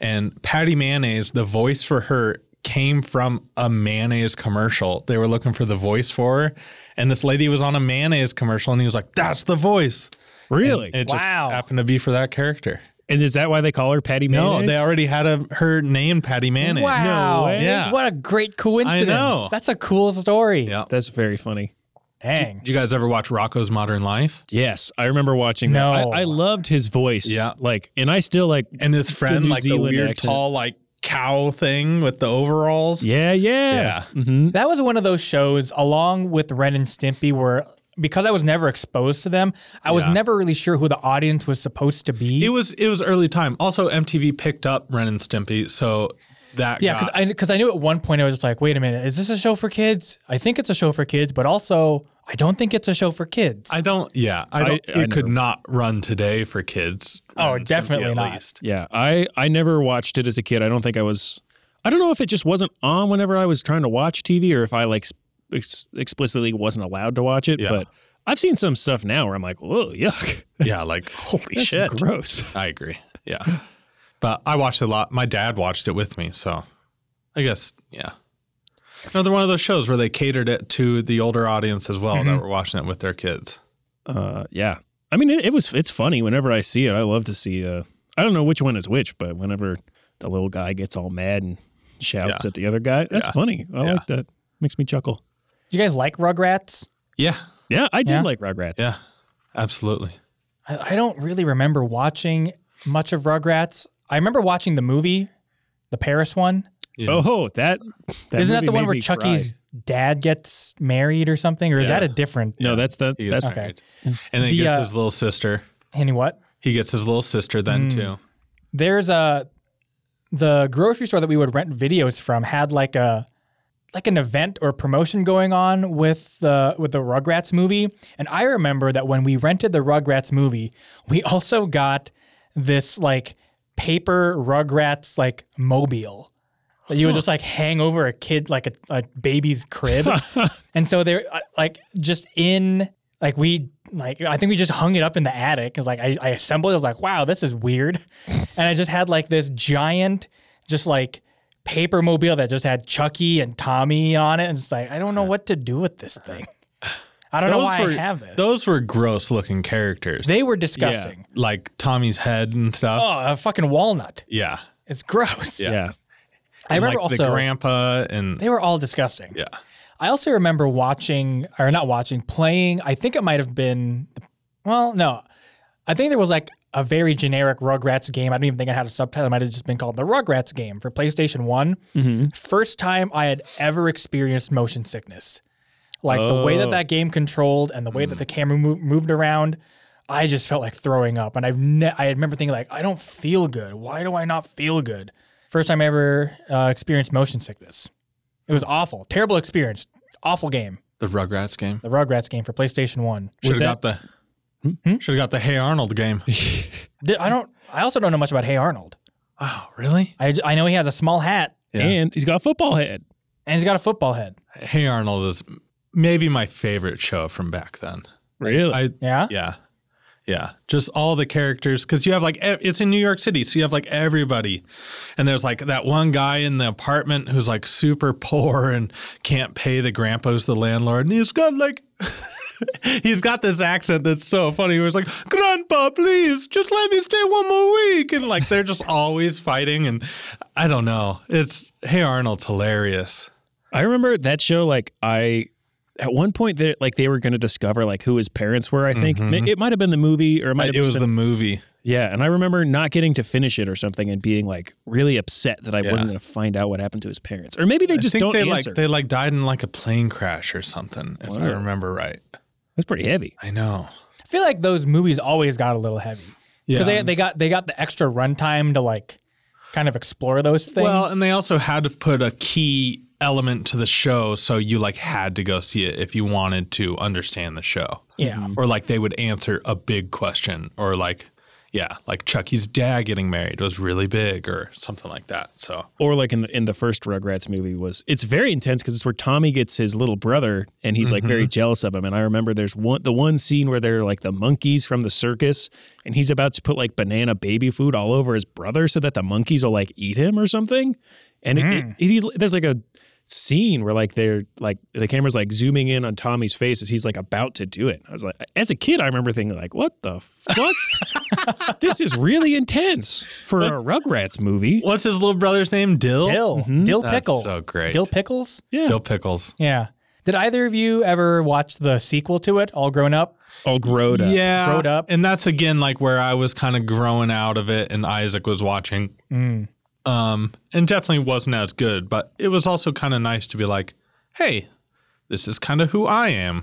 Speaker 1: And Patty Mayonnaise, the voice for her came from a mayonnaise commercial. They were looking for the voice for her, and this lady was on a mayonnaise commercial, and he was like, "That's the voice."
Speaker 3: Really?
Speaker 1: It just
Speaker 2: Wow.
Speaker 1: happened to be for that character.
Speaker 3: and is that why they call her Patty
Speaker 1: No,
Speaker 3: Mayonnaise?
Speaker 1: they already had a, her name, Patty Mayonnaise.
Speaker 2: Wow.
Speaker 3: No way.
Speaker 1: Yeah.
Speaker 2: What a great coincidence.
Speaker 1: I know.
Speaker 2: That's a cool story.
Speaker 1: Yeah.
Speaker 3: That's very funny.
Speaker 2: Dang.
Speaker 1: Did you guys ever watch Rocco's Modern Life?
Speaker 3: Yes, I remember watching. that.
Speaker 2: No.
Speaker 3: I, I loved his voice.
Speaker 1: Yeah.
Speaker 3: like, and I still like.
Speaker 1: And his friend,
Speaker 3: New
Speaker 1: like
Speaker 3: Zealand
Speaker 1: the weird
Speaker 3: accent.
Speaker 1: tall, like cow thing with the overalls.
Speaker 3: Yeah, yeah, hmm
Speaker 2: That was one of those shows, along with Ren and Stimpy, where because I was never exposed to them, I was
Speaker 1: Yeah.
Speaker 2: never really sure who the audience was supposed to be.
Speaker 1: It was it was early time. Also, MTV picked up Ren and Stimpy, so that
Speaker 2: yeah,
Speaker 1: got-
Speaker 2: because I, 'cause I knew at one point I was just like, wait a minute, is this a show for kids? I think it's a show for kids, but also I don't think it's a show for kids.
Speaker 1: I don't. Yeah, I don't.
Speaker 3: I
Speaker 1: it could not run today for kids.
Speaker 2: Oh,
Speaker 1: Ren and Stimpy
Speaker 2: definitely
Speaker 1: at
Speaker 2: not.
Speaker 1: least.
Speaker 3: yeah. I I never watched it as a kid. I don't think I was. I don't know if it just wasn't on whenever I was trying to watch TV, or if I like ex- explicitly wasn't allowed to watch it.
Speaker 1: Yeah.
Speaker 3: But I've seen some stuff now where I'm like, whoa, yuck.
Speaker 1: Yeah, like holy
Speaker 3: that's
Speaker 1: shit.
Speaker 3: gross.
Speaker 1: I agree. Yeah, but I watched it a lot. My dad watched it with me, so I guess yeah. Another one of those shows where they catered it to the older audience as well that were watching it with their kids.
Speaker 3: uh yeah i mean it, it was it's funny whenever i see it i love to see uh i don't know which one is which but whenever the little guy gets all mad and shouts
Speaker 1: Yeah.
Speaker 3: at the other guy that's
Speaker 1: Yeah.
Speaker 3: funny i
Speaker 1: Yeah.
Speaker 3: like that makes me chuckle
Speaker 2: Do you guys like Rugrats?
Speaker 1: Yeah,
Speaker 3: yeah i did
Speaker 2: Yeah.
Speaker 3: like rugrats
Speaker 1: yeah, absolutely.
Speaker 2: I, I don't really remember watching much of Rugrats. I remember watching the movie, the Paris one.
Speaker 1: Yeah.
Speaker 3: oh that, that
Speaker 2: Isn't that
Speaker 3: movie
Speaker 2: the one
Speaker 3: made
Speaker 2: where
Speaker 3: me
Speaker 2: Chucky's dad gets married or something? Or is
Speaker 1: Yeah.
Speaker 2: that a different?
Speaker 3: cry. no that's the
Speaker 1: He gets
Speaker 3: that's
Speaker 2: Okay.
Speaker 1: married. And then he
Speaker 2: The,
Speaker 1: gets
Speaker 2: uh,
Speaker 1: his little sister.
Speaker 2: Any what?
Speaker 1: He gets his little sister
Speaker 2: Hmm.
Speaker 1: then too.
Speaker 2: there's a the grocery store that we would rent videos from had like a like an event or promotion going on with the with the Rugrats movie, and I remember that when we rented the Rugrats movie, we also got this like paper Rugrats like mobile that you would just like hang over a kid like a, a baby's crib, and so they're uh, like just in like we like I think we just hung it up in the attic. It was like I, I assembled. it. I was like, wow, this is weird, and I just had like this giant, just like paper mobile that just had Chucky and Tommy on it, and it's like I don't know what to do with this thing. I don't know why
Speaker 1: were,
Speaker 2: I have this.
Speaker 1: Those were gross looking characters.
Speaker 2: they were disgusting.
Speaker 1: like Tommy's head and stuff.
Speaker 2: Oh, a fucking walnut.
Speaker 1: Yeah.
Speaker 2: It's gross.
Speaker 3: yeah,
Speaker 2: I
Speaker 1: And,
Speaker 2: remember
Speaker 1: like,
Speaker 2: also
Speaker 1: the grandpa and
Speaker 2: they were all disgusting.
Speaker 1: yeah.
Speaker 2: I also remember watching, or not watching, playing. I think it might have been, well, no, I think there was like a very generic Rugrats game. I don't even think I had a subtitle. It might have just been called the Rugrats game for PlayStation One. First time I had ever experienced motion sickness, like the way
Speaker 3: Oh.
Speaker 2: that that game controlled and the way that the camera mo- moved around. I just felt like throwing up, and I've ne- I remember thinking like, I don't feel good. Why do I not feel good? First time I ever uh, experienced motion sickness. It was awful, terrible experience, awful game.
Speaker 1: The Rugrats game.
Speaker 2: The Rugrats game for PlayStation One.
Speaker 1: Should have
Speaker 3: that-
Speaker 1: got the
Speaker 2: Hmm?
Speaker 1: should have got the Hey Arnold game.
Speaker 2: Th- I don't. I also don't know much about Hey Arnold.
Speaker 1: wow, really?
Speaker 2: I, j- I know he has a small hat
Speaker 1: Yeah.
Speaker 3: and he's got a football head
Speaker 2: and he's got a football head.
Speaker 1: Hey Arnold is maybe my favorite show from back then.
Speaker 3: really
Speaker 1: I
Speaker 2: Yeah.
Speaker 1: yeah. Yeah, just all the characters because you have like ev- it's in New York City, so you have like everybody, and there's like that one guy in the apartment who's like super poor and can't pay the grandpa's the landlord, and he's got like he's got this accent that's so funny. Where it's like, Grandpa, please just let me stay one more week, and like they're just always fighting, and I don't know. It's Hey Arnold's hilarious.
Speaker 3: I remember that show. Like I, at one point, that like they were going to discover like who his parents were. I think it might have been the movie, or it might have
Speaker 1: Mm-hmm. It was
Speaker 3: been
Speaker 1: the movie.
Speaker 3: Yeah, and I remember not getting to finish it or something, and being like really upset that I
Speaker 1: Yeah.
Speaker 3: wasn't going to find out what happened to his parents, or maybe they just
Speaker 1: I think
Speaker 3: don't
Speaker 1: they
Speaker 3: answer.
Speaker 1: like they like died in like a plane crash or something, if I
Speaker 3: Wow.
Speaker 1: remember right.
Speaker 3: That's pretty heavy.
Speaker 1: I know.
Speaker 2: I feel like those movies always got a little heavy
Speaker 1: Yeah.
Speaker 2: because they they got they got the extra runtime to like kind of explore those things.
Speaker 1: well, and they also had to put a key element to the show, so you like had to go see it if you wanted to understand the show. Mm-hmm.
Speaker 2: yeah.
Speaker 1: Or like they would answer a big question, or like, yeah, like Chucky's dad getting married was really big, or something like that. So
Speaker 3: Or like in the in the first Rugrats movie was it's very intense because it's where Tommy gets his little brother, and he's like very jealous of him. And I remember there's one the one scene where they're like the monkeys from the circus, and he's about to put like banana baby food all over his brother so that the monkeys will like eat him or something. And it- it, he's there's like a scene where like they're like the camera's like zooming in on Tommy's face as he's like about to do it. I was like, as a kid, I remember thinking like, what the fuck? this is really intense for a Rugrats movie.
Speaker 1: what's his little brother's name? Dill.
Speaker 2: Dill,
Speaker 3: Mm-hmm.
Speaker 2: dill
Speaker 1: That's
Speaker 2: pickle,
Speaker 1: so great.
Speaker 2: dill pickles.
Speaker 3: Yeah.
Speaker 1: Dill pickles.
Speaker 2: Yeah. Did either of you ever watch the sequel to it, All Grown Up?
Speaker 3: All growed up.
Speaker 1: Yeah.
Speaker 2: Growed up.
Speaker 1: And that's again like where I was kind of growing out of it and Isaac was watching. Um, and definitely wasn't as good, but it was also kind of nice to be like, hey, this is kind of who I am.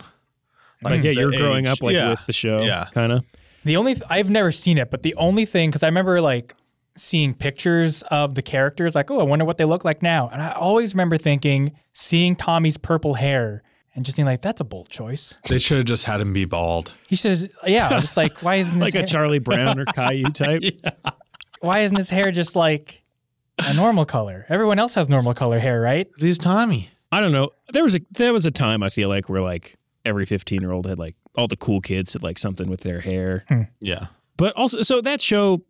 Speaker 3: Like, yeah,
Speaker 1: Mm. the
Speaker 3: you're growing
Speaker 1: age.
Speaker 3: up like
Speaker 1: Yeah.
Speaker 3: with the show.
Speaker 1: Yeah.
Speaker 3: Kind of.
Speaker 2: The only th- I've never seen it, but the only thing because I remember like seeing pictures of the characters, like oh, I wonder what they look like now, and I always remember thinking seeing Tommy's purple hair and just being like, that's a bold choice.
Speaker 1: They should have just had him be bald.
Speaker 2: He says, yeah, I'm just like why isn't his
Speaker 3: Like a
Speaker 2: hair,
Speaker 3: Charlie Brown or Caillou type.
Speaker 2: why isn't his hair just like a normal color? Everyone else has normal color hair, right?
Speaker 1: 'Cause he's Tommy.
Speaker 3: I don't know. There was a there was a time I feel like where like every 15 year old had like all the cool kids had like something with their hair.
Speaker 1: Yeah.
Speaker 3: But also, so that show,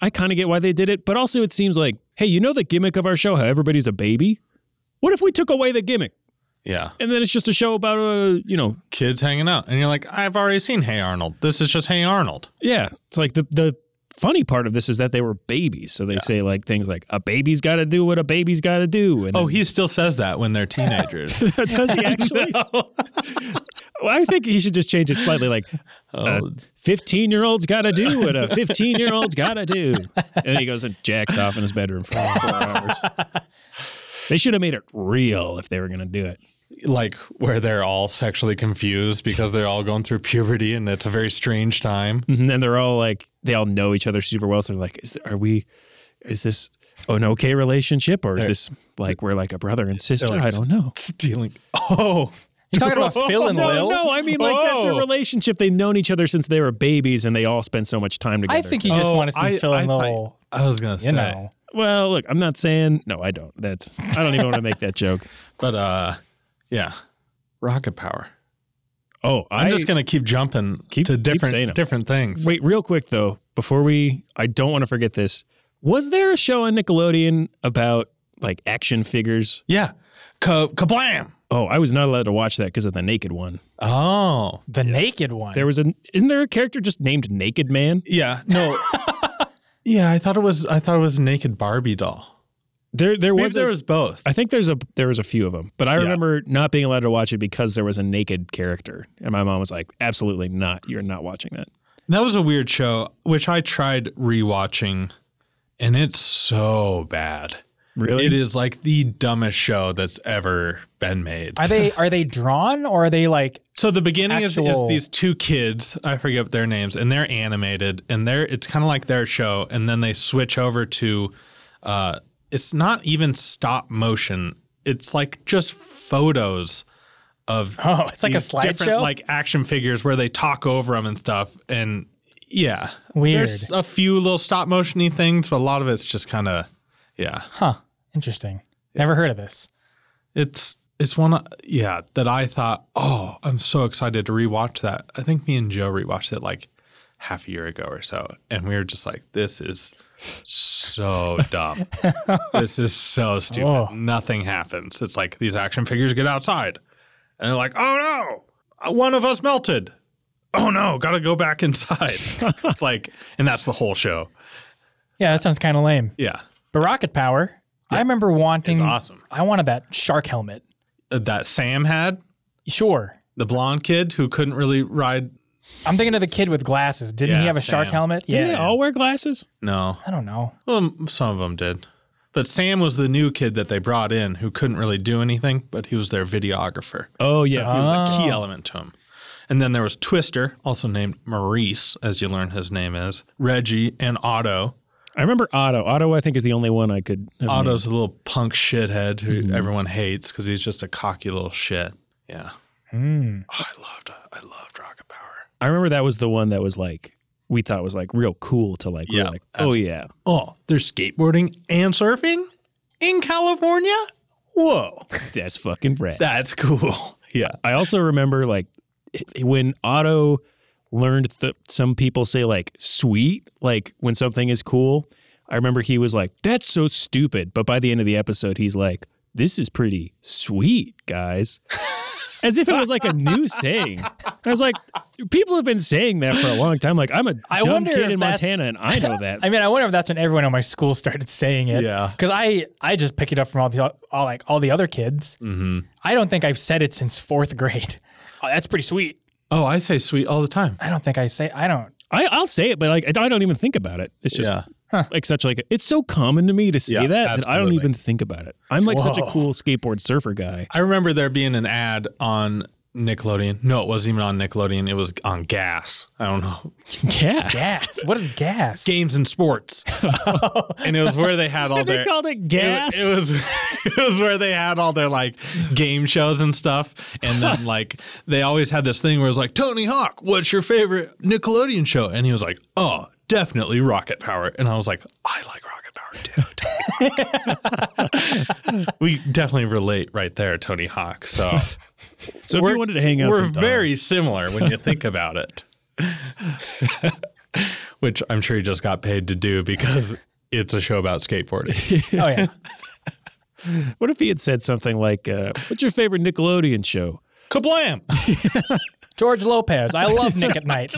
Speaker 3: I kind of get why they did it. But also, it seems like, hey, you know the gimmick of our show, how everybody's a baby. What if we took away the gimmick
Speaker 1: Yeah.
Speaker 3: and then it's just a show about a you know
Speaker 1: Kids hanging out. And you're like, I've already seen Hey Arnold. This is just Hey Arnold.
Speaker 3: Yeah, it's like the the funny part of this is that they were babies, so they say like things like a baby's got to do what a baby's got to do. And
Speaker 1: Oh, he still says that when they're teenagers.
Speaker 3: then- does he actually? Well, I think he should just change it slightly, like
Speaker 1: Oh.
Speaker 3: fifteen year old's got to do what a fifteen year old's got to do. And then he goes and jacks off in his bedroom for like four hours. They should have made it real if they were going to do it.
Speaker 1: like where they're all sexually confused because they're all going through puberty and it's a very strange time.
Speaker 3: And then they're all like, they all know each other super well. So they're like, is there, are we, is this an okay relationship or is
Speaker 1: Right.
Speaker 3: this like we're like a brother and sister?
Speaker 1: like,
Speaker 3: I don't know.
Speaker 1: Stealing. Oh,
Speaker 2: You're talking about Phil and
Speaker 3: no,
Speaker 2: Lil.
Speaker 3: no, I mean like that's their
Speaker 1: Oh.
Speaker 3: relationship. They've known each other since they were babies, and they all spend so much time together.
Speaker 2: I think you just
Speaker 1: Oh,
Speaker 2: want to see
Speaker 1: I-
Speaker 2: Phil and
Speaker 1: I
Speaker 2: Lil.
Speaker 1: I was gonna say,
Speaker 2: You know,
Speaker 3: Well, look, I'm not saying no. I don't. That's I don't even want to make that joke.
Speaker 1: but uh, yeah, rocket power.
Speaker 3: Oh,
Speaker 1: I'm
Speaker 3: I,
Speaker 1: just gonna keep jumping
Speaker 3: Keep-
Speaker 1: to
Speaker 3: keep
Speaker 1: different
Speaker 3: saying 'em.
Speaker 1: different things.
Speaker 3: wait real quick though before we. I don't want to forget this. Was there a show on Nickelodeon about like action figures?
Speaker 1: Yeah, Ka- kablam.
Speaker 3: Oh, I was not allowed to watch that because of the naked one.
Speaker 1: Oh,
Speaker 2: the naked one.
Speaker 3: There was an isn't there a character just named Naked Man?
Speaker 1: yeah. No. yeah, I thought it was. I thought it was a naked Barbie doll.
Speaker 3: There there
Speaker 1: Maybe
Speaker 3: was
Speaker 1: there
Speaker 3: a,
Speaker 1: was both.
Speaker 3: I think there's a there was a few of them, but I
Speaker 1: Yeah.
Speaker 3: remember not being allowed to watch it because there was a naked character, and my mom was like, "Absolutely not! You're not watching that."
Speaker 1: That was a weird show, which I tried rewatching, and it's so bad.
Speaker 3: Really?
Speaker 1: It is like the dumbest show that's ever been made.
Speaker 2: are they are they drawn or are they like
Speaker 1: So the beginning is,
Speaker 2: actual-
Speaker 1: is these two kids, I forget their names, and they're animated, and they're it's kind of like their show, and then they switch over to, uh, it's not even stop motion, it's like just photos of
Speaker 2: oh it's like a
Speaker 1: these different,
Speaker 2: slideshow?
Speaker 1: like action figures where they talk over them and stuff, and yeah,
Speaker 2: Weird.
Speaker 1: There's a few little stop motiony things, but a lot of it's just kind of, yeah,
Speaker 2: Huh. Interesting. Never heard of this.
Speaker 1: it's it's one uh, yeah that I thought oh I'm so excited to rewatch that I think me and Joe rewatched it like half a year ago or so and we were just like this is so dumb this is so stupid
Speaker 2: Oh.
Speaker 1: nothing happens it's like these action figures get outside and they're like oh no one of us melted oh no gotta go back inside it's like and that's the whole show
Speaker 2: Yeah, that sounds kind of lame.
Speaker 1: yeah
Speaker 2: But Rocket Power, I remember wanting.
Speaker 1: it's awesome
Speaker 2: I wanted that shark helmet.
Speaker 1: Uh, that Sam had
Speaker 2: Sure.
Speaker 1: the blonde kid who couldn't really ride
Speaker 2: I'm thinking of the kid with glasses. Didn't he
Speaker 1: Yeah,
Speaker 2: have a shark
Speaker 1: Sam. Oh.
Speaker 2: helmet?
Speaker 3: Did
Speaker 2: Yeah.
Speaker 3: they all wear glasses?
Speaker 1: no
Speaker 2: I don't know.
Speaker 1: Well, m- some of them did. But Sam was the new kid that they brought in who couldn't really do anything, but he was their videographer.
Speaker 3: Oh
Speaker 1: So
Speaker 3: yeah,
Speaker 1: he was a key element to him. And then there was Twister, also named Maurice, as you learn his name is, Reggie, and Otto.
Speaker 3: I remember Otto. Otto, I think, is the only one I could. Have named.
Speaker 1: Otto's a little punk shithead who everyone hates because he's just a cocky little shit. Yeah.
Speaker 2: Hmm.
Speaker 1: Oh, I loved I loved Rocket Power.
Speaker 3: I remember that was the one that was like we thought was like real cool to like. we were
Speaker 1: Yeah,
Speaker 3: like, oh yeah.
Speaker 1: Oh, they're skateboarding and surfing in California? Whoa.
Speaker 3: That's fucking rad.
Speaker 1: That's cool. Yeah.
Speaker 3: I also remember like when Otto learned that some people say like sweet, like when something is cool. I remember he was like, that's so stupid. But by the end of the episode, he's like, this is pretty sweet, guys. as if it was like a new saying. I was like, people have been saying that for a long time. Like, I'm a
Speaker 2: I
Speaker 3: dumb
Speaker 2: wonder
Speaker 3: kid
Speaker 2: if
Speaker 3: in
Speaker 2: that's-
Speaker 3: Montana, and I know that.
Speaker 2: I mean, I wonder if that's when everyone in my school started saying it.
Speaker 1: Yeah.
Speaker 2: Because I, I just pick it up from all the all like all the other kids.
Speaker 3: Mm-hmm.
Speaker 1: Mhm.
Speaker 2: I don't think I've said it since fourth grade. Oh, that's pretty sweet.
Speaker 1: Oh, I say sweet all the time.
Speaker 2: I don't think I say I don't.
Speaker 3: I, I'll say it, but like, I don't even think about it. It's just like such like it's so common to me to say
Speaker 1: Yeah,
Speaker 3: that that I don't
Speaker 1: absolutely.
Speaker 3: even think about it. I'm like such a
Speaker 2: Whoa.
Speaker 3: cool skateboard surfer guy.
Speaker 1: I remember there being an ad on Nickelodeon. No, it wasn't even on Nickelodeon. It was on Gas. I don't know.
Speaker 3: Gas.
Speaker 2: Gas. what is gas?
Speaker 1: Games and Sports. and it was where they had all
Speaker 3: They
Speaker 1: their
Speaker 3: called it
Speaker 1: it-
Speaker 3: gas.
Speaker 1: It, was it was where they had all their like game shows and stuff, and then like they always had this thing where it was like Tony Hawk, what's your favorite Nickelodeon show? And he was like, oh, definitely Rocket Power. And I was like, I like Rocket Power too. we definitely relate right there, Tony Hawk. So
Speaker 3: so if
Speaker 1: we're-
Speaker 3: you wanted to hang out,
Speaker 1: we're
Speaker 3: sometime-
Speaker 1: very similar when you think about it. Which I'm sure he just got paid to do because it's a show about skateboarding.
Speaker 2: Oh yeah.
Speaker 3: What if he had said something like, uh, "What's your favorite Nickelodeon show?"
Speaker 1: Kablam!
Speaker 2: George Lopez. I love Nick at Night.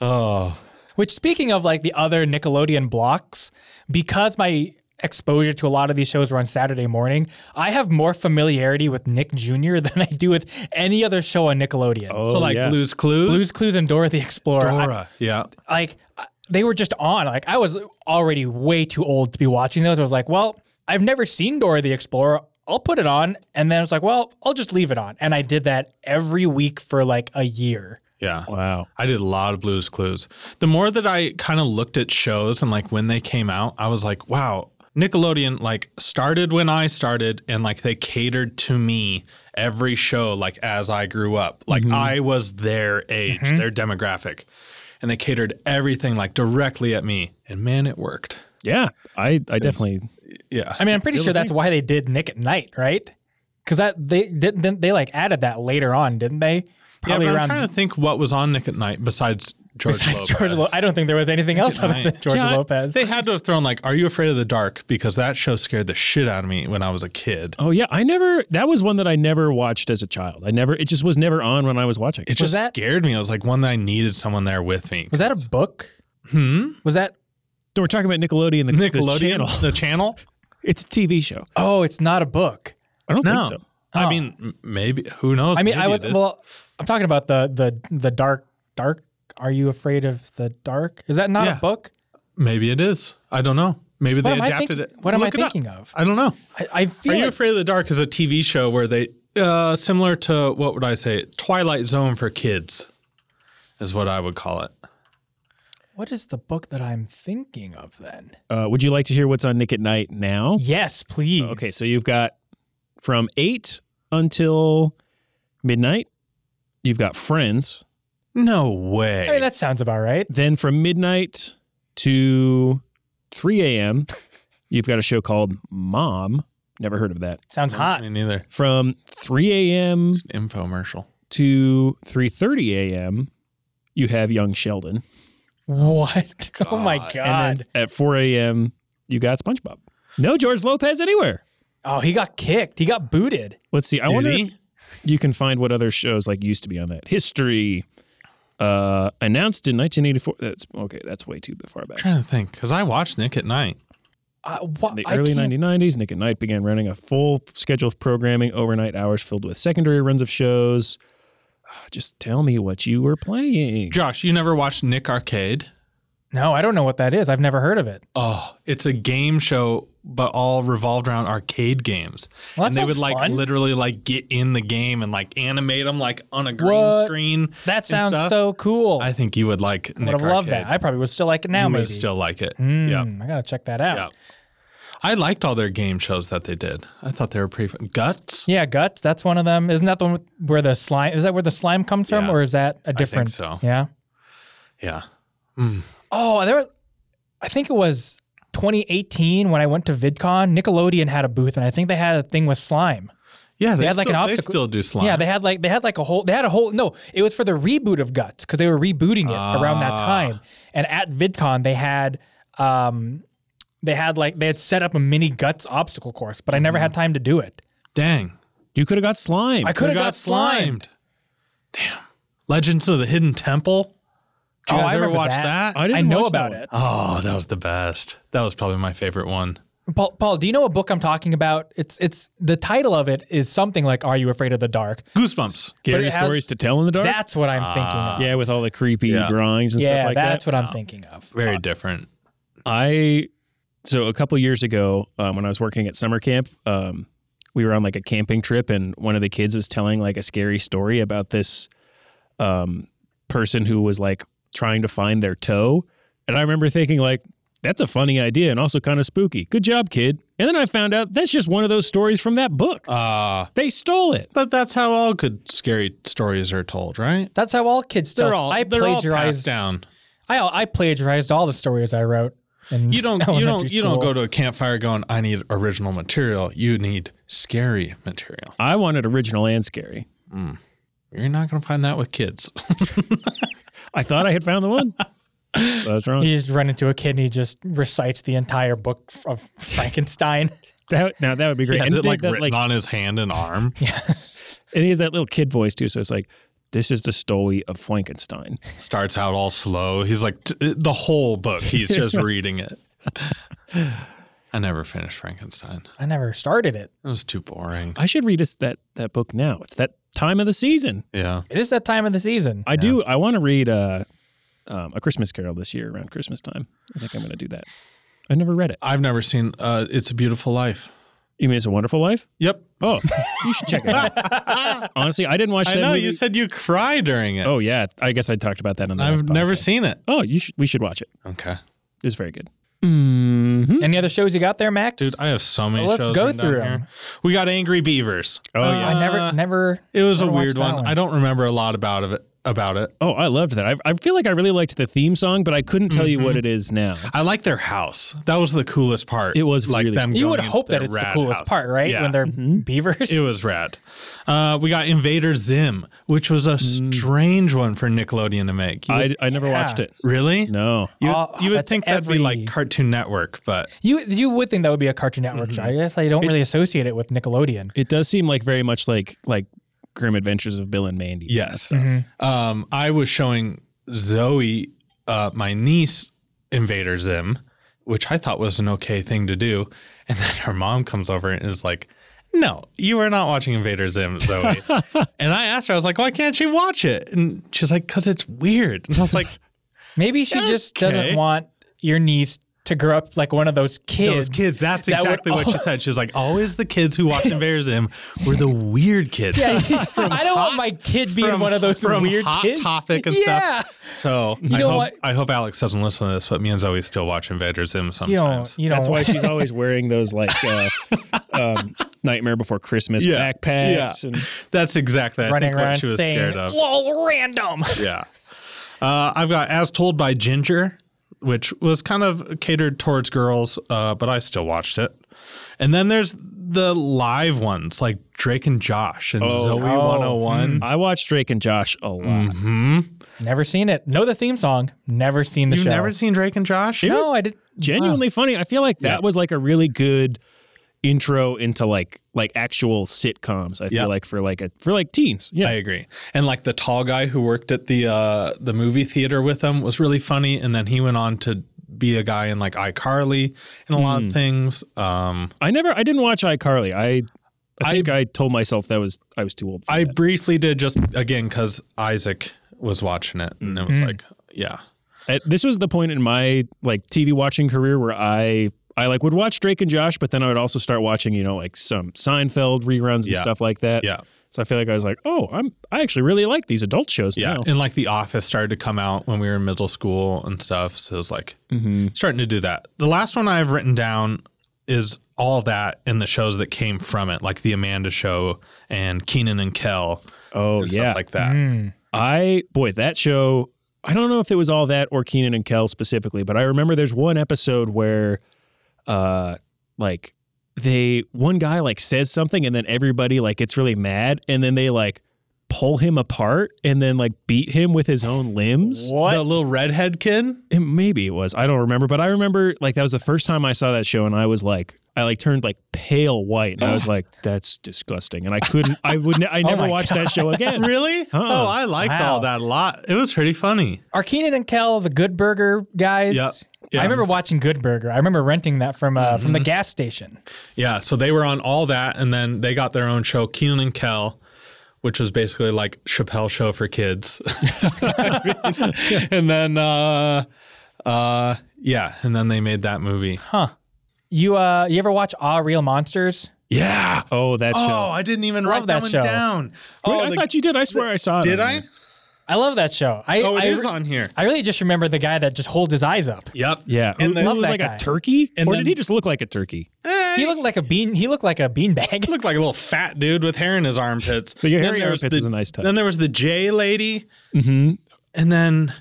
Speaker 1: Oh.
Speaker 2: Which, speaking of like the other Nickelodeon blocks, because my exposure to a lot of these shows were on Saturday morning, I have more familiarity with Nick Jr. than I do with any other show on Nickelodeon.
Speaker 3: Oh,
Speaker 1: So like
Speaker 3: yeah.
Speaker 1: Blue's Clues,
Speaker 2: Blue's Clues and Dora the Explorer. I-
Speaker 1: Dora, yeah.
Speaker 2: like I- they were just on. Like I was already way too old to be watching those. I was like, well, I've never seen Dora the Explorer. I'll put it on. And then I was like, well, I'll just leave it on. And I did that every week for like a year.
Speaker 1: Yeah.
Speaker 3: Wow.
Speaker 1: I did a lot of Blue's Clues. The more that I kind of looked at shows and like when they came out, I was like, wow, Nickelodeon like started when I started and like they catered to me every show like as I grew up. Like
Speaker 2: Mm-hmm.
Speaker 1: I was their age, their demographic. And they catered everything like directly at me. And man, it worked.
Speaker 3: Yeah, I, I definitely
Speaker 1: Yeah.
Speaker 2: I mean, I'm pretty
Speaker 3: Really?
Speaker 2: sure that's why they did Nick at Night, right? Because that they didn't didn't they like added that later on, didn't they? Probably
Speaker 1: yeah, but I'm
Speaker 2: around
Speaker 1: trying to think what was on Nick at Night besides George
Speaker 2: besides
Speaker 1: Lopez.
Speaker 2: George. Lo- I don't think there was anything else
Speaker 1: at
Speaker 2: other
Speaker 1: Night.
Speaker 2: than George
Speaker 3: Yeah, I-
Speaker 2: Lopez.
Speaker 1: They had to have thrown like "Are You Afraid of the Dark?" because that show scared the shit out of me when I was a kid.
Speaker 3: Oh yeah, I never. That was one that I never watched as a child. I never. It just was never on when I was watching.
Speaker 1: It just
Speaker 2: that-
Speaker 1: scared me. I was like one that I needed someone there with me.
Speaker 2: was that a book?
Speaker 1: hmm?
Speaker 2: Was that?
Speaker 3: We're talking about Nickelodeon, the
Speaker 1: Nickelodeon?
Speaker 3: the channel.
Speaker 1: The channel?
Speaker 3: It's a TV show.
Speaker 2: Oh, it's not a book.
Speaker 3: I don't
Speaker 1: No,
Speaker 3: think so.
Speaker 1: I
Speaker 2: Oh.
Speaker 1: mean m- maybe who knows?
Speaker 2: I mean,
Speaker 1: Maybe
Speaker 2: I was
Speaker 1: it is.
Speaker 2: well. I'm talking about the the the dark dark. Are you afraid of the dark? Is that not
Speaker 1: Yeah.
Speaker 2: a book?
Speaker 1: maybe it is. I don't know. Maybe
Speaker 2: What
Speaker 1: they
Speaker 2: am I
Speaker 1: adapted
Speaker 2: thinking?
Speaker 1: it.
Speaker 2: What am I
Speaker 1: Look it up.
Speaker 2: thinking of?
Speaker 1: I don't know.
Speaker 2: I, I feel
Speaker 1: Are you
Speaker 2: like-
Speaker 1: afraid of the dark? Is a TV show where they uh, similar to what would I say? Twilight Zone for kids is what I would call it.
Speaker 2: what is the book that I'm thinking of then?
Speaker 3: Uh, would you like to hear what's on Nick at Night now?
Speaker 2: Yes,
Speaker 1: Oh,
Speaker 2: please.
Speaker 3: Okay, so you've got from eight until midnight. You've got Friends.
Speaker 1: No way.
Speaker 2: I mean that sounds about right.
Speaker 3: Then from midnight to three a.m., you've got a show called Mom. Never heard of that.
Speaker 2: Sounds hot.
Speaker 1: Me neither.
Speaker 3: From three a.m.
Speaker 1: It's an infomercial.
Speaker 3: to three thirty a.m., you have Young Sheldon.
Speaker 2: What? Oh my
Speaker 1: God.
Speaker 2: god.
Speaker 3: And then at 4 a.m., you got SpongeBob. No George Lopez anywhere.
Speaker 2: oh, he got kicked. He got booted.
Speaker 3: Let's see. I
Speaker 1: Did
Speaker 3: wonder
Speaker 1: he?
Speaker 3: if you can find what other shows like used to be on that. History, uh, announced in 1984. That's okay. That's way too far back.
Speaker 1: trying to think because I watched Nick at Night.
Speaker 2: Uh, what?
Speaker 3: In the
Speaker 2: I
Speaker 3: early
Speaker 2: can't-
Speaker 3: 1990s, Nick at Night began running a full schedule of programming, overnight hours filled with secondary runs of shows. Ah, Just tell me what you were playing.
Speaker 1: Josh, you never watched Nick Arcade?
Speaker 2: No, I don't know what that is. I've never heard of it.
Speaker 1: Oh, it's a game show, but all revolved around arcade games.
Speaker 2: Well, that
Speaker 1: and they would
Speaker 2: sounds
Speaker 1: like
Speaker 2: fun.
Speaker 1: literally like get in the game and like animate them like on a green
Speaker 2: What?
Speaker 1: screen.
Speaker 2: That
Speaker 1: and
Speaker 2: sounds
Speaker 1: stuff.
Speaker 2: so cool.
Speaker 1: I think you would like.
Speaker 2: would
Speaker 1: Nick
Speaker 2: have loved
Speaker 1: Arcade.
Speaker 2: that. I probably would still like it now.
Speaker 1: you
Speaker 2: maybe.
Speaker 1: would still like it. Yeah.
Speaker 2: Mm, I gotta check that out.
Speaker 1: Yeah. I liked all their game shows that they did. I thought they were pretty fun. Guts.
Speaker 2: Yeah, guts. That's one of them. Isn't that the one where the slime? Is that where the slime comes from,
Speaker 1: Yeah.
Speaker 2: or is that a different?
Speaker 1: so.
Speaker 2: Yeah.
Speaker 1: Yeah.
Speaker 2: Oh, there. I think it was 2018 when I went to VidCon. Nickelodeon had a booth, and I think they had a thing with slime.
Speaker 1: Yeah. They,
Speaker 2: had, like, an
Speaker 1: still- They
Speaker 2: obstacle-
Speaker 1: still do slime.
Speaker 2: Yeah, they had like they had like a whole they had a whole no, it was for the reboot of Guts because they were rebooting it around that
Speaker 1: Ah.
Speaker 2: time. And at VidCon they had
Speaker 1: Mm.
Speaker 2: um they had like they had set up a mini Guts obstacle course, but I never had time to do it.
Speaker 1: Dang.
Speaker 3: You could have got slime.
Speaker 2: I could have
Speaker 1: We
Speaker 2: got, slimed.
Speaker 1: Damn. Legends of the Hidden Temple. Did you
Speaker 2: Oh,
Speaker 1: guys
Speaker 2: I
Speaker 1: ever
Speaker 2: remember
Speaker 1: watch
Speaker 2: that.
Speaker 1: that?
Speaker 3: I didn't
Speaker 2: I know
Speaker 3: watch that
Speaker 2: about
Speaker 3: one.
Speaker 2: it.
Speaker 1: Oh, that was the best. That was probably my favorite one.
Speaker 2: Paul, Paul, do you know what book I'm talking about? It's it's the title of it is something like "Are You Afraid of the Dark?"
Speaker 1: Goosebumps.
Speaker 3: Scary
Speaker 2: it has-
Speaker 3: stories to tell in the dark.
Speaker 2: That's what I'm thinking
Speaker 1: Ah.
Speaker 2: of.
Speaker 3: yeah, with all the creepy
Speaker 1: Yeah.
Speaker 3: drawings and
Speaker 2: Yeah,
Speaker 3: stuff like
Speaker 2: that's
Speaker 3: that.
Speaker 2: what I'm thinking of.
Speaker 1: Very different.
Speaker 3: I so a couple years ago um, when I was working at summer camp, um, we were on like a camping trip, and one of the kids was telling like a scary story about this um, person who was like trying to find their toe, and I remember thinking like. That's a funny idea and also kind of spooky. Good job, kid. And then I found out that's just one of those stories from that book.
Speaker 1: Uh,
Speaker 3: they stole it.
Speaker 1: but that's how all good scary stories are told, right?
Speaker 2: That's how all kids
Speaker 1: They're
Speaker 2: tell.
Speaker 1: all
Speaker 2: I
Speaker 1: they're all passed
Speaker 2: plagiarized.
Speaker 1: down.
Speaker 2: I I plagiarized all the stories I wrote. in
Speaker 1: You don't you don't
Speaker 2: elementary
Speaker 1: you don't
Speaker 2: school.
Speaker 1: go to a campfire going, I need original material. You need scary material.
Speaker 3: I wanted original and scary.
Speaker 1: You're not gonna find that with kids.
Speaker 3: I thought I had found the one. But I was wrong.
Speaker 2: You just run into a kid and he just recites the entire book f- of Frankenstein.
Speaker 3: That, now that would be great.
Speaker 1: Has
Speaker 3: and
Speaker 1: it like
Speaker 3: that,
Speaker 1: written on his hand and arm?
Speaker 3: and he has that little kid voice too. So it's like, this is the story of Frankenstein.
Speaker 1: Starts out all slow. He's like t- the whole book. He's just reading it. I never finished Frankenstein.
Speaker 2: I never started it.
Speaker 1: It was too boring.
Speaker 3: I should read us that that book now. It's that time of the season.
Speaker 1: Yeah.
Speaker 2: It is that time of the season.
Speaker 3: I do. I want to read uh, um, a Christmas Carol this year around Christmas time. I think I'm going to do that. I never read it.
Speaker 1: I've never seen uh, It's a Beautiful Life.
Speaker 3: You mean it's a Wonderful Life?
Speaker 1: Yep.
Speaker 3: Oh, you should check it out. Honestly, I didn't watch
Speaker 1: I
Speaker 3: that
Speaker 1: know
Speaker 3: movie.
Speaker 1: you said you cry during it.
Speaker 3: oh yeah, I guess I talked about that on the.
Speaker 1: I've
Speaker 3: last
Speaker 1: never
Speaker 3: podcast.
Speaker 1: seen it.
Speaker 3: Oh, you should, we should watch it.
Speaker 1: Okay.
Speaker 3: It's very good. Mm-hmm.
Speaker 2: Any other shows you got there, Max?
Speaker 1: Dude, I have so many
Speaker 2: Well, let's
Speaker 1: shows
Speaker 2: go
Speaker 1: written down
Speaker 2: through
Speaker 1: here.
Speaker 2: 'em.
Speaker 1: We got Angry Beavers.
Speaker 3: Oh
Speaker 2: Uh,
Speaker 3: yeah.
Speaker 2: I never, never.
Speaker 1: It was a
Speaker 2: wanna watch
Speaker 1: weird
Speaker 2: that
Speaker 1: one.
Speaker 2: one.
Speaker 1: I don't remember a lot about of it about it.
Speaker 3: Oh, I loved that. I, I feel like I really liked the theme song, but I couldn't tell you
Speaker 1: Mm-hmm.
Speaker 3: what it is now.
Speaker 1: I like their house. That was the coolest part.
Speaker 3: It was
Speaker 1: like
Speaker 3: really
Speaker 1: them.
Speaker 2: You
Speaker 1: going
Speaker 2: would
Speaker 1: into
Speaker 2: hope that
Speaker 1: their
Speaker 2: it's the
Speaker 1: rad
Speaker 2: coolest
Speaker 1: house.
Speaker 2: part, right?
Speaker 1: Yeah.
Speaker 2: When they're beavers.
Speaker 1: It was rad. Uh, we got Invader Zim, which was a
Speaker 2: Mm.
Speaker 1: strange one for Nickelodeon to make. You
Speaker 3: I, I never
Speaker 2: Yeah.
Speaker 3: watched it.
Speaker 1: really?
Speaker 3: No.
Speaker 1: You,
Speaker 2: Oh,
Speaker 1: you would
Speaker 2: that's
Speaker 1: think that'd be
Speaker 2: every-
Speaker 1: like Cartoon Network, but
Speaker 2: You you would think that would be a Cartoon Network
Speaker 1: Mm-hmm.
Speaker 2: show. I guess I don't really associate it with Nickelodeon.
Speaker 3: It does seem like very much like like Grim Adventures of Bill and Mandy.
Speaker 1: yes. Um, I was showing Zoe, uh, my niece, Invader Zim, which I thought was an okay thing to do, and then her mom comes over and is like. No, you are not watching Invader Zim, Zoe. and I asked her, I was like, why can't she watch it? And she's like, because it's weird. And I was like,
Speaker 2: Maybe she just doesn't
Speaker 1: Okay.
Speaker 2: want your niece to grow up like one of those kids.
Speaker 1: Those kids. That's
Speaker 2: that would
Speaker 1: exactly what she
Speaker 2: al-
Speaker 1: said. She's like, always the kids who watched Invaders Him were the weird kids.
Speaker 2: Yeah, I don't want my kid being one of those
Speaker 1: from
Speaker 2: weird
Speaker 1: Hot
Speaker 2: kids.
Speaker 1: Topic and
Speaker 2: yeah,
Speaker 1: stuff. So I
Speaker 2: know
Speaker 1: hope,
Speaker 2: what?
Speaker 1: I hope Alex doesn't listen to this, but me and Zoe still watch Invaders Him
Speaker 2: you
Speaker 1: sometimes.
Speaker 2: don't. You don't.
Speaker 3: That's why she's always wearing those like uh, um, Nightmare Before Christmas
Speaker 1: Yeah.
Speaker 3: backpacks.
Speaker 1: Yeah.
Speaker 3: And
Speaker 1: That's exactly I
Speaker 2: running
Speaker 1: think what
Speaker 2: around
Speaker 1: she was
Speaker 2: saying,
Speaker 1: scared of.
Speaker 2: "Lol, random."
Speaker 1: Yeah. Uh, I've got As Told by Ginger, which was kind of catered towards girls, uh, but I still watched it. And then there's the live ones like Drake and Josh and
Speaker 3: Oh.
Speaker 1: Zoe
Speaker 2: Oh.
Speaker 1: 101.
Speaker 3: I watched Drake and Josh a lot.
Speaker 1: Mm-hmm.
Speaker 2: Never seen it. Know the theme song. Never seen the
Speaker 1: You've
Speaker 2: show.
Speaker 1: never seen Drake and Josh?
Speaker 2: no,
Speaker 3: was-
Speaker 2: I did.
Speaker 3: Genuinely funny. I feel like that was like a really good intro into like like actual sitcoms. I feel
Speaker 1: Yeah.
Speaker 3: like for like a for like teens. Yeah.
Speaker 1: I agree. And like the tall guy who worked at the uh, the movie theater with him was really funny, and then he went on to be a guy in like iCarly and a
Speaker 3: Hmm.
Speaker 1: lot of things. Um,
Speaker 3: I never I didn't watch iCarly. I I
Speaker 1: I-
Speaker 3: think I, told myself that was I was too old. For
Speaker 1: I
Speaker 3: that.
Speaker 1: briefly did just again because Isaac was watching it, and it
Speaker 3: Hmm.
Speaker 1: was like, yeah,
Speaker 3: I- this was the point in my like TV watching career where I I like would watch Drake and Josh, but then I would also start watching you know like some Seinfeld reruns and
Speaker 1: Yeah.
Speaker 3: stuff like that.
Speaker 1: yeah,
Speaker 3: So I feel like I was like, oh, I'm I actually really like these adult shows
Speaker 1: yeah.
Speaker 3: now.
Speaker 1: And like The Office started to come out when we were in middle school and stuff, so it was like starting to do that. The last one I've written down is all that and the shows that came from it, like The Amanda Show and Keenan and Kel.
Speaker 3: Oh
Speaker 1: and
Speaker 3: yeah,
Speaker 1: stuff like that.
Speaker 2: Mm.
Speaker 3: I boy that show. I don't know if it was all that or Keenan and Kel specifically, but I remember there's one episode where, uh, like they one guy like says something and then everybody like gets really mad and then they like pull him apart and then like beat him with his own limbs.
Speaker 2: What?
Speaker 1: The little redhead kid.
Speaker 3: It- maybe it was. I don't remember, but I remember like that was the first time I saw that show, and I was like, I like turned like pale white, and I was like, that's disgusting, and I couldn't, I would, ne- I never
Speaker 2: my
Speaker 3: watched that show again.
Speaker 1: Really? Oh, I liked
Speaker 2: Wow.
Speaker 1: all that a lot. It was pretty funny.
Speaker 2: Are Keenan and Kel the Good Burger guys?
Speaker 1: Yep.
Speaker 2: I remember watching Good Burger. I remember renting that from uh,
Speaker 1: Mm-hmm.
Speaker 2: from the gas station.
Speaker 1: Yeah, so they were on all that, and then they got their own show, Keenan and Kel, which was basically like Chappelle show for kids. I mean, and then, uh, uh, yeah, and then they made that movie.
Speaker 2: You uh, you ever watch Ah Real Monsters?
Speaker 1: Yeah.
Speaker 3: Oh, that
Speaker 1: Oh,
Speaker 3: show.
Speaker 1: I didn't even
Speaker 2: Love
Speaker 1: write that,
Speaker 2: that
Speaker 1: one
Speaker 2: show.
Speaker 1: down.
Speaker 3: Wait,
Speaker 1: oh,
Speaker 3: I
Speaker 1: the-
Speaker 3: thought you did. I swear I saw it.
Speaker 1: did
Speaker 3: on
Speaker 1: I?
Speaker 3: there.
Speaker 2: I love that show. I
Speaker 1: Oh, it
Speaker 2: I,
Speaker 1: is on here.
Speaker 2: I really just remember the guy that just holds his eyes up.
Speaker 1: Yep.
Speaker 3: Yeah.
Speaker 1: And
Speaker 3: And
Speaker 1: then-
Speaker 3: then,
Speaker 1: Love
Speaker 3: was
Speaker 2: that
Speaker 3: like
Speaker 2: guy.
Speaker 3: a turkey,
Speaker 1: And
Speaker 3: or
Speaker 1: then-
Speaker 3: did he just look like a turkey?
Speaker 1: Eh,
Speaker 2: He looked like a bean. He looked like a beanbag.
Speaker 1: looked like a little fat dude with hair in his armpits.
Speaker 3: But your
Speaker 1: Then
Speaker 3: hairy
Speaker 1: there was
Speaker 3: armpits
Speaker 1: the-
Speaker 3: was a nice touch.
Speaker 1: Then there was the J lady. And then
Speaker 3: Mm-hmm.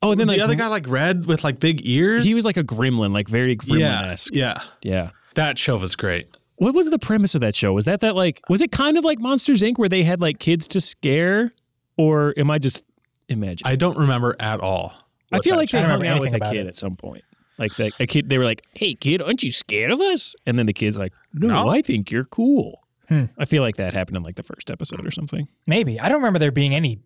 Speaker 3: Oh, and then
Speaker 1: the
Speaker 3: like,
Speaker 1: other guy, like red with like big ears.
Speaker 3: he was like a gremlin, like very
Speaker 1: yeah,
Speaker 3: gremlin-esque.
Speaker 1: yeah.
Speaker 3: yeah.
Speaker 1: That show was great.
Speaker 3: What was the premise of that show? Was that that like was it kind of like Monsters Inc. where they had like kids to scare, or am I just imagining?
Speaker 1: I don't remember at all.
Speaker 3: I feel like
Speaker 2: I
Speaker 3: they
Speaker 2: don't
Speaker 3: hung
Speaker 2: remember
Speaker 3: out with a
Speaker 2: anything about
Speaker 3: kid
Speaker 2: it.
Speaker 3: at some point. Like the, a kid, they were like, "Hey kid, aren't you scared of us?" And then the kid's like, "No,
Speaker 1: No.
Speaker 3: I think you're cool."
Speaker 2: Hmm.
Speaker 3: I feel like that happened in like the first episode or something.
Speaker 2: Maybe I don't remember there being any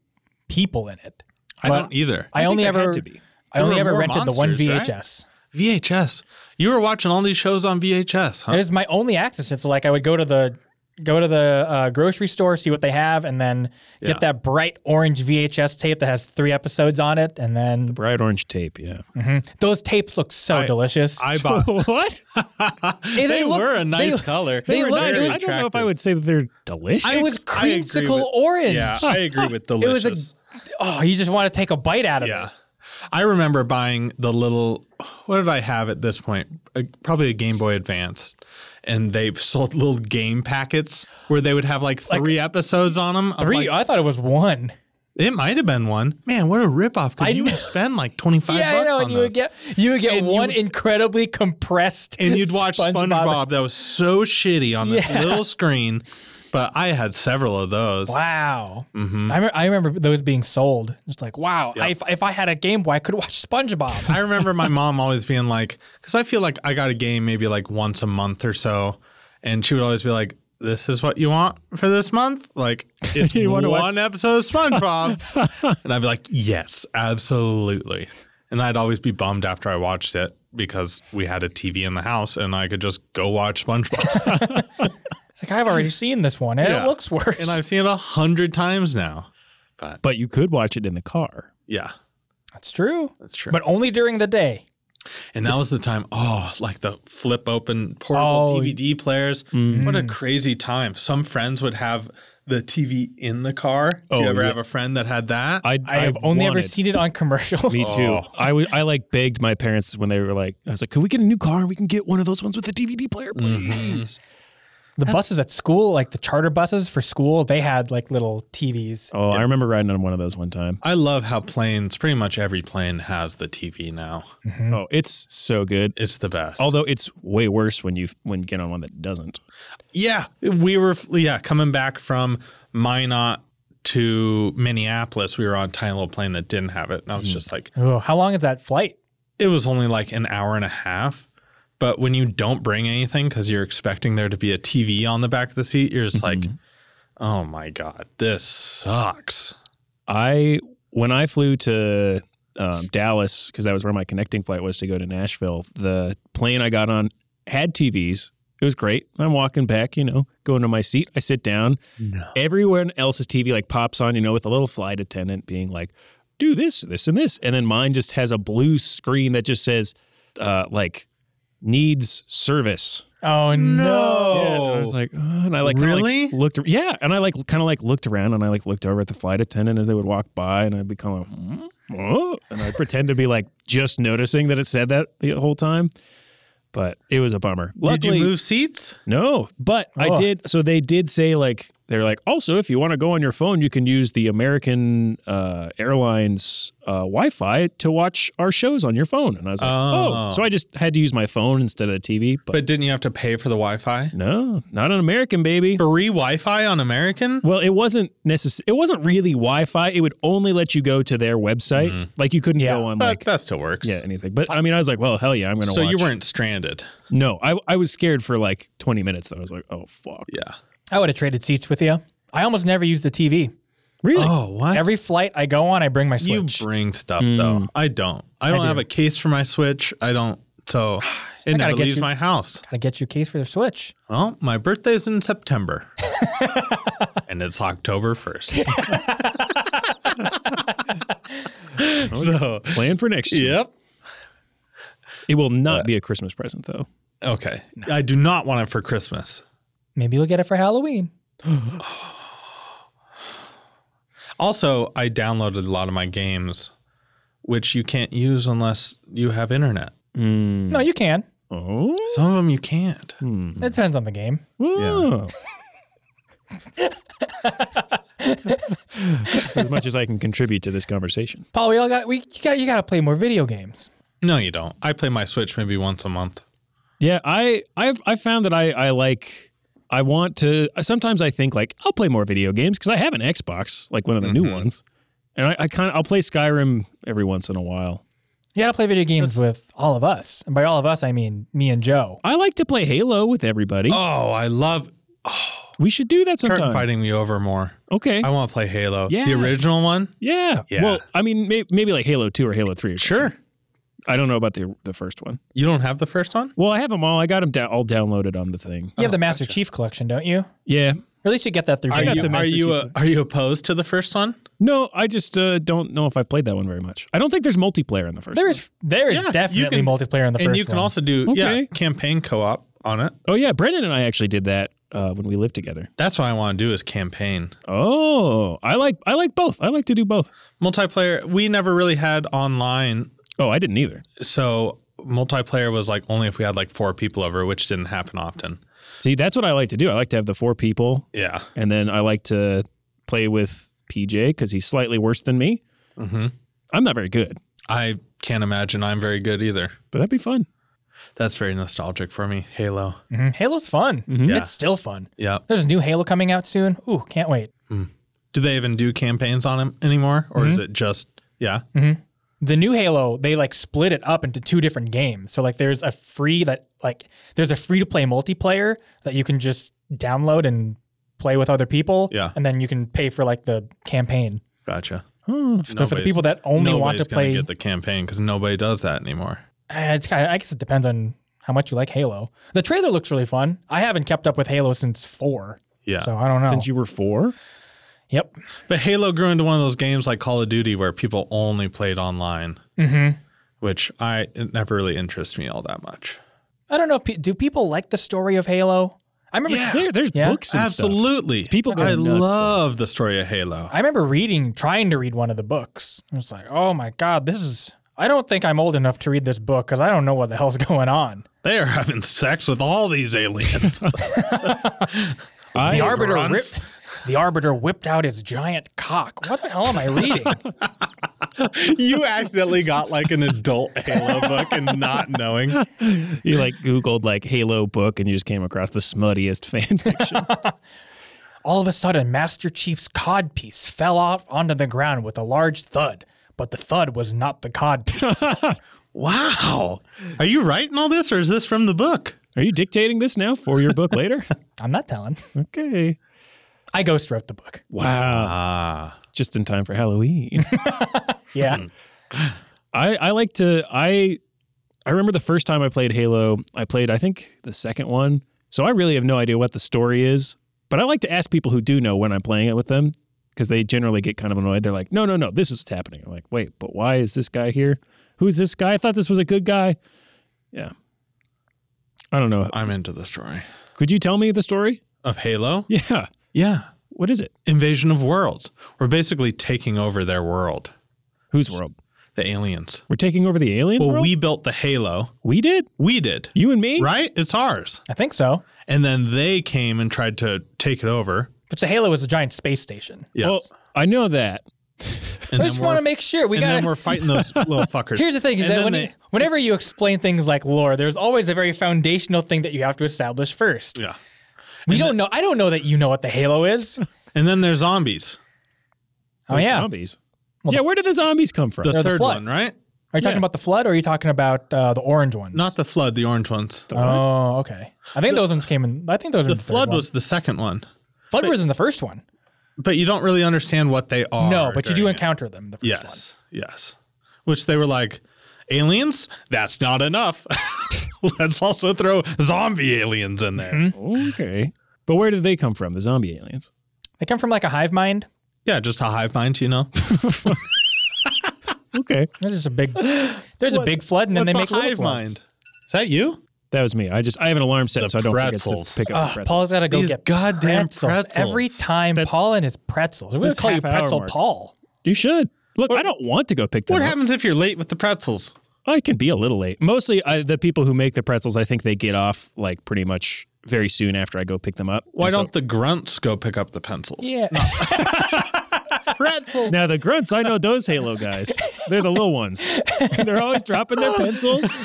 Speaker 2: people in it.
Speaker 1: I
Speaker 2: But
Speaker 1: don't either.
Speaker 2: I, only
Speaker 3: think there
Speaker 2: ever
Speaker 3: had to be.
Speaker 2: I
Speaker 1: There
Speaker 2: only
Speaker 1: were
Speaker 2: ever
Speaker 1: more
Speaker 2: rented the one
Speaker 1: monsters, right?
Speaker 2: VHS.
Speaker 1: VHS. You were watching all these shows on VHS,
Speaker 2: It
Speaker 1: huh?
Speaker 2: was my only access. It's like I would go to the go to the uh, grocery store, see what they have, and then
Speaker 1: Yeah.
Speaker 2: get that bright orange VHS tape that has three episodes on it. And then
Speaker 3: bright orange tape. Yeah,
Speaker 2: those tapes look so
Speaker 1: I-
Speaker 2: delicious.
Speaker 1: I bought.
Speaker 3: what?
Speaker 2: Hey,
Speaker 1: they
Speaker 2: they look-
Speaker 1: were a
Speaker 2: they-
Speaker 1: nice color.
Speaker 2: they
Speaker 1: were
Speaker 2: look-
Speaker 1: very
Speaker 2: it was-
Speaker 3: I don't know if I
Speaker 1: attractive.
Speaker 3: would say that they're delicious.
Speaker 1: I-
Speaker 2: it was
Speaker 1: I agree
Speaker 2: creamsicle
Speaker 1: with-
Speaker 2: orange.
Speaker 1: Yeah, I agree with
Speaker 2: it was
Speaker 1: delicious.
Speaker 2: a oh, you just want to take a bite out of
Speaker 1: Yeah.
Speaker 2: it.
Speaker 1: I remember buying the little, what did I have at this point? A, probably a Game Boy Advance. And they sold little game packets where they would have like three episodes on them.
Speaker 2: Three. uh I thought it was one.
Speaker 1: it might have been one. Man, what a ripoff.
Speaker 2: I
Speaker 1: Because you
Speaker 2: know.
Speaker 1: would spend like 25
Speaker 2: yeah, I
Speaker 1: bucks
Speaker 2: know.
Speaker 1: on
Speaker 2: And you
Speaker 1: those.
Speaker 2: would get you would get
Speaker 1: And you
Speaker 2: one
Speaker 1: would-
Speaker 2: incredibly compressed.
Speaker 1: and you'd watch SpongeBob. that was so shitty on this
Speaker 2: Yeah.
Speaker 1: little screen. But I had several of those.
Speaker 2: Wow.
Speaker 1: Mm-hmm.
Speaker 2: I, remember, I remember those being sold. Just like, wow, I- if, if I had a Game Boy, I could watch SpongeBob.
Speaker 1: I remember my mom always being like, because I feel like I got a game maybe like once a month or so, and she would always be like, "This is what you want for this month." Like, it's
Speaker 3: You
Speaker 1: one
Speaker 3: wanna watch-
Speaker 1: episode of SpongeBob, and I'd be like, "Yes, absolutely." And I'd always be bummed after I watched it because we had a TV in the house and I could just go watch SpongeBob.
Speaker 2: like, I've already seen this one, and
Speaker 1: Yeah.
Speaker 2: it looks worse.
Speaker 1: and I've seen it a hundred times now.
Speaker 3: but you could watch it in the car.
Speaker 1: Yeah,
Speaker 2: That's true.
Speaker 1: that's true.
Speaker 2: But only during the day.
Speaker 1: And that was the time, oh, like the flip open portable
Speaker 2: Oh.
Speaker 1: DVD players.
Speaker 3: Mm-hmm.
Speaker 1: What a crazy time. Some friends would have the TV in the car. Do you
Speaker 3: Oh,
Speaker 1: ever
Speaker 3: yeah.
Speaker 1: have a friend that had that?
Speaker 3: I,
Speaker 2: I have only ever
Speaker 3: wanted-
Speaker 2: seen it on commercials.
Speaker 3: Me too.
Speaker 1: Oh.
Speaker 3: I was I like begged my parents when they were like, I was like, "Can we get a new car? and We can get one of those ones with the DVD player, please."
Speaker 2: The buses at school, like the charter buses for school, they had like little TVs.
Speaker 3: Oh, I remember riding on one of those one time.
Speaker 1: I love how planes, pretty much every plane has the TV now.
Speaker 3: Oh, it's so good.
Speaker 1: It's the best.
Speaker 3: Although it's way worse when you when you get on one that doesn't.
Speaker 1: yeah, we were, yeah, coming back from Minot to Minneapolis, we were on a tiny little plane that didn't have it. And I
Speaker 3: Mm.
Speaker 1: was just like,
Speaker 2: Oh, how long is that flight?
Speaker 1: it was only like an hour and a half. But when you don't bring anything because you're expecting there to be a TV on the back of the seat, you're just like, oh my God, this sucks.
Speaker 3: I when I flew to um, Dallas because that was where my connecting flight was to go to Nashville. The plane I got on had TVs. It was great. I'm walking back, you know, going to my seat. I sit down.
Speaker 1: No.
Speaker 3: Everyone else's TV like pops on, you know, with a little flight attendant being like, "Do this, this, and this," and then mine just has a blue screen that just says, uh, like, needs service.
Speaker 2: Oh no.
Speaker 3: Yeah, and I was like, oh, and I like kinda, like,
Speaker 1: Really?
Speaker 3: looked. Yeah, and I like kind of like looked around, and I like looked over at the flight attendant as they would walk by, and I'd be kind of like, "Hmm? oh, and I pretend to be like just noticing that it said that the whole time. But it was a bummer.
Speaker 1: Did you
Speaker 3: Luckily,
Speaker 1: move seats?
Speaker 3: no, but I
Speaker 2: Oh.
Speaker 3: did. So they did say like They're like, also, if you want to go on your phone, you can use the American uh, Airlines uh, Wi-Fi to watch our shows on your phone. And I was like, oh.
Speaker 1: Oh.
Speaker 3: so I just had to use my phone instead of the TV. But,
Speaker 1: But didn't you have to pay for the Wi-Fi?
Speaker 3: no, not an American baby.
Speaker 1: Free Wi-Fi on American?
Speaker 3: Well, it wasn't necess- It wasn't really Wi-Fi. It would only let you go to their website.
Speaker 1: Mm-hmm.
Speaker 3: Like you couldn't
Speaker 2: Yeah.
Speaker 3: go on
Speaker 1: That,
Speaker 3: like
Speaker 1: that still works.
Speaker 3: yeah anything. But I mean, I was like, well, hell yeah, I'm gonna.
Speaker 1: So you
Speaker 3: watch-
Speaker 1: weren't stranded.
Speaker 3: No, I I was scared for like 20 minutes though. I was like, oh fuck,
Speaker 1: Yeah.
Speaker 2: I would have traded seats with you. I almost never use the TV.
Speaker 3: really?
Speaker 1: Oh, what?
Speaker 2: Every flight I go on, I bring my
Speaker 1: you
Speaker 2: Switch.
Speaker 1: bring stuff though. I don't. I don't have a case for my Switch. I don't. So it never
Speaker 2: get
Speaker 1: leaves
Speaker 2: you-
Speaker 1: my house.
Speaker 2: Gotta get you a case for the Switch.
Speaker 1: Well, my birthday's in September, and it's October first. so,
Speaker 3: Plan for next year.
Speaker 1: yep.
Speaker 3: It will not be a Christmas present though.
Speaker 1: Okay. I do not want it for Christmas.
Speaker 2: Maybe you'll get it for Halloween.
Speaker 1: Also, I downloaded a lot of my games, which you can't use unless you have internet.
Speaker 2: No, you can.
Speaker 3: Oh, Hmm.
Speaker 1: Some of them you can't.
Speaker 2: It depends on the game.
Speaker 3: Oh. That's as much as I can contribute to this conversation.
Speaker 2: Paul, we all got we you got you got to play more video games.
Speaker 1: No, you don't. I play my Switch maybe once a month.
Speaker 3: Yeah, I I've I found that I I like I want to sometimes I think like I'll play more video games because I have an Xbox, like one of the new
Speaker 1: Mm-hmm.
Speaker 3: ones. And I, I kind of I'll play Skyrim every once in a while.
Speaker 2: You got to play video games with all of us. And by all of us, I mean me and Joe.
Speaker 3: I like to play Halo with everybody.
Speaker 1: Oh, I love
Speaker 3: we should do that
Speaker 1: Start
Speaker 3: sometime.
Speaker 1: inviting me over more.
Speaker 3: Okay.
Speaker 1: I want to play Halo.
Speaker 3: Yeah.
Speaker 1: The original one?
Speaker 3: yeah.
Speaker 1: Yeah.
Speaker 3: Well, I mean, may, maybe like Halo Two or Halo Three. Or
Speaker 1: Sure.
Speaker 3: I don't know about the the first one.
Speaker 1: You don't have the first one?
Speaker 3: Well, I have them all. I got them da- all downloaded on the thing.
Speaker 2: You have the Master Chief collection, don't you? Or
Speaker 3: Yeah.
Speaker 2: at least you get that through.
Speaker 1: Oh, Are
Speaker 2: Game
Speaker 1: you,
Speaker 3: the
Speaker 2: Pass.
Speaker 1: are,
Speaker 3: Master
Speaker 1: you
Speaker 3: Chief
Speaker 1: uh, are you opposed to the first one?
Speaker 3: No, I just uh, don't know if I've played that one very much. I don't think there's multiplayer in the first.
Speaker 2: There
Speaker 3: one.
Speaker 2: is there is
Speaker 1: Yeah, you
Speaker 2: definitely
Speaker 1: can-
Speaker 2: multiplayer in the
Speaker 1: And
Speaker 2: first
Speaker 1: you can
Speaker 2: one.
Speaker 1: also do yeah,
Speaker 3: Okay.
Speaker 1: campaign co-op on it.
Speaker 3: Oh yeah, Brendan and I actually did that uh, when we lived together.
Speaker 1: That's what I want to do is campaign.
Speaker 3: Oh, I like I like both. I like to do both.
Speaker 1: Multiplayer, we never really had online
Speaker 3: Oh, I didn't either.
Speaker 1: so multiplayer was like only if we had like four people over, which didn't happen often.
Speaker 3: See, that's what I like to do. I like to have the four people,
Speaker 1: Yeah.
Speaker 3: and then I like to play with PJ because he's slightly worse than me.
Speaker 1: Mm-hmm.
Speaker 3: I'm not very good,
Speaker 1: I can't imagine I'm very good either.
Speaker 3: but that'd be fun.
Speaker 1: That's very nostalgic for me. Halo.
Speaker 2: Mhm. Halo's fun.
Speaker 1: Mm-hmm. Yeah.
Speaker 2: It's still fun.
Speaker 1: Yeah.
Speaker 2: There's a new Halo coming out soon. Ooh, can't wait.
Speaker 1: Do they even do campaigns on him anymore? Or
Speaker 2: Mm-hmm.
Speaker 1: is it just yeah.
Speaker 2: the new Halo, they like split it up into two different games. So like there's a free that like there's a free to play multiplayer that you can just download and play with other people.
Speaker 1: Yeah.
Speaker 2: And then you can pay for like the campaign.
Speaker 1: Gotcha.
Speaker 3: Hmm.
Speaker 2: So for the people that only want to
Speaker 1: nobody's gonna
Speaker 2: play
Speaker 1: get the campaign because nobody does that anymore.
Speaker 2: I, I guess it depends on how much you like Halo. The trailer looks really fun. I haven't kept up with Halo since four.
Speaker 1: Yeah.
Speaker 2: So I don't know.
Speaker 3: Since you were four,
Speaker 2: yep.
Speaker 1: But Halo grew into one of those games like Call of Duty where people only played online, mm-hmm. which I it never really interests me all that much.
Speaker 2: I don't know if pe- do people like the story of Halo? I remember
Speaker 3: there, there's
Speaker 2: Yeah.
Speaker 3: books and stuff.
Speaker 1: Absolutely,
Speaker 3: People go
Speaker 1: I
Speaker 3: nuts for it.
Speaker 1: love the story of Halo.
Speaker 2: I remember reading, trying to read one of the books. I was like, oh my God, this is, I don't think I'm old enough to read this book because I don't know what the hell's going on.
Speaker 1: They are having sex with all these aliens.
Speaker 2: The Arbiter,
Speaker 1: grunts.
Speaker 2: ripped, the Arbiter whipped out his giant cock. What the hell am I reading?
Speaker 1: you accidentally got like an adult Halo book and not knowing.
Speaker 3: You like Googled like Halo book, and you just came across the smuttiest fan fiction.
Speaker 2: All of a sudden, Master Chief's cod piece fell off onto the ground with a large thud, but the thud was not the cod piece.
Speaker 1: Wow. Are you writing all this or is this from the book?
Speaker 3: Are you dictating this now for your book later?
Speaker 2: I'm not telling.
Speaker 3: Okay.
Speaker 2: I ghost wrote the book.
Speaker 3: Wow.
Speaker 1: Ah.
Speaker 3: just in time for Halloween.
Speaker 2: Yeah.
Speaker 1: Hmm.
Speaker 3: I, I like to I I remember the first time I played Halo, I played I think the second one. So I really have no idea what the story is, but I like to ask people who do know when I'm playing it with them because they generally get kind of annoyed. They're like, "No, no, no, this is what's happening." I'm like, "Wait, but why is this guy here? Who's this guy? I thought this was a good guy." Yeah. I don't know.
Speaker 1: I'm into the story
Speaker 3: Could you tell me the story?
Speaker 1: of Halo.
Speaker 3: Yeah.
Speaker 1: Yeah.
Speaker 3: What is it?
Speaker 1: Invasion of worlds. We're basically taking over their world,
Speaker 3: Whose world?
Speaker 1: the aliens.
Speaker 3: We're taking over the aliens
Speaker 1: Well,
Speaker 3: world?
Speaker 1: we built the Halo.
Speaker 3: we did?
Speaker 1: We did.
Speaker 3: You and me?
Speaker 1: Right? It's ours.
Speaker 2: I think so.
Speaker 1: And then they came and tried to take it over.
Speaker 2: Which the Halo was a giant space station.
Speaker 1: Yes.
Speaker 3: Well, I know that.
Speaker 1: and
Speaker 2: I
Speaker 1: then
Speaker 2: just
Speaker 1: we're-
Speaker 2: want to make sure we
Speaker 1: and
Speaker 2: got
Speaker 1: then we're
Speaker 2: to
Speaker 1: fighting those little fuckers.
Speaker 2: Here's the thing: is
Speaker 1: And
Speaker 2: that
Speaker 1: then
Speaker 2: when
Speaker 1: they-
Speaker 2: you- whenever you explain things like lore, there's always a very foundational thing that you have to establish first.
Speaker 1: yeah,
Speaker 2: We don't know. I don't know that you know what the Halo is.
Speaker 1: and then there's zombies.
Speaker 2: Oh
Speaker 3: Those
Speaker 2: yeah, are
Speaker 3: zombies.
Speaker 2: Well,
Speaker 3: yeah,
Speaker 2: the-
Speaker 3: where did the zombies come from?
Speaker 1: The
Speaker 2: They're the
Speaker 1: third
Speaker 2: flood.
Speaker 1: one, right?
Speaker 2: you talking
Speaker 3: yeah.
Speaker 2: about the flood or are you talking about uh, the orange ones?
Speaker 1: Not the flood, the orange ones. The,
Speaker 2: Oh, okay. I think those ones came in. I think those were in the third
Speaker 1: flood
Speaker 2: one.
Speaker 1: was the second one,
Speaker 2: flood was in the first one.
Speaker 1: but you don't really understand what they are.
Speaker 2: No, but you do
Speaker 1: during it.
Speaker 2: encounter them. in The first one.
Speaker 1: Yes, yes. Which they were like, aliens? That's not enough. Let's also throw zombie aliens in there.
Speaker 2: Mm-hmm.
Speaker 3: Okay. But where did they come from? The zombie aliens.
Speaker 2: They come from like a hive mind.
Speaker 1: Yeah, just a hive mind, you know.
Speaker 3: Okay.
Speaker 2: There's just a big. There's a
Speaker 1: What-
Speaker 2: big flood, and then they
Speaker 1: What's a
Speaker 2: make little
Speaker 1: hive mind.
Speaker 2: floods.
Speaker 1: Is that you?
Speaker 3: That was me. I just I have an alarm set
Speaker 1: The
Speaker 3: so I don't forget
Speaker 1: pretzels. Ah,
Speaker 3: to pick up
Speaker 2: Oh,
Speaker 3: the pretzels.
Speaker 2: Paul's got to go
Speaker 1: These
Speaker 2: get
Speaker 1: goddamn
Speaker 2: pretzels. every
Speaker 1: pretzels.
Speaker 2: time.
Speaker 3: That's-
Speaker 2: Paul and his pretzels. We're gonna
Speaker 3: That's
Speaker 2: call you
Speaker 3: half hour
Speaker 2: Pretzel
Speaker 3: mark.
Speaker 2: Paul.
Speaker 3: You should. Look, I don't want to go pick them
Speaker 1: What
Speaker 3: up.
Speaker 1: happens if you're late with the pretzels?
Speaker 3: I can be a little late. Mostly I, the people who make the pretzels, I think they get off like pretty much very soon after I go pick them up.
Speaker 1: Why
Speaker 3: And so-
Speaker 1: don't the grunts go pick up the pencils?
Speaker 2: Yeah.
Speaker 1: Pretzels.
Speaker 3: Now the grunts, I know those Halo guys. They're the little ones. They're always dropping their pencils.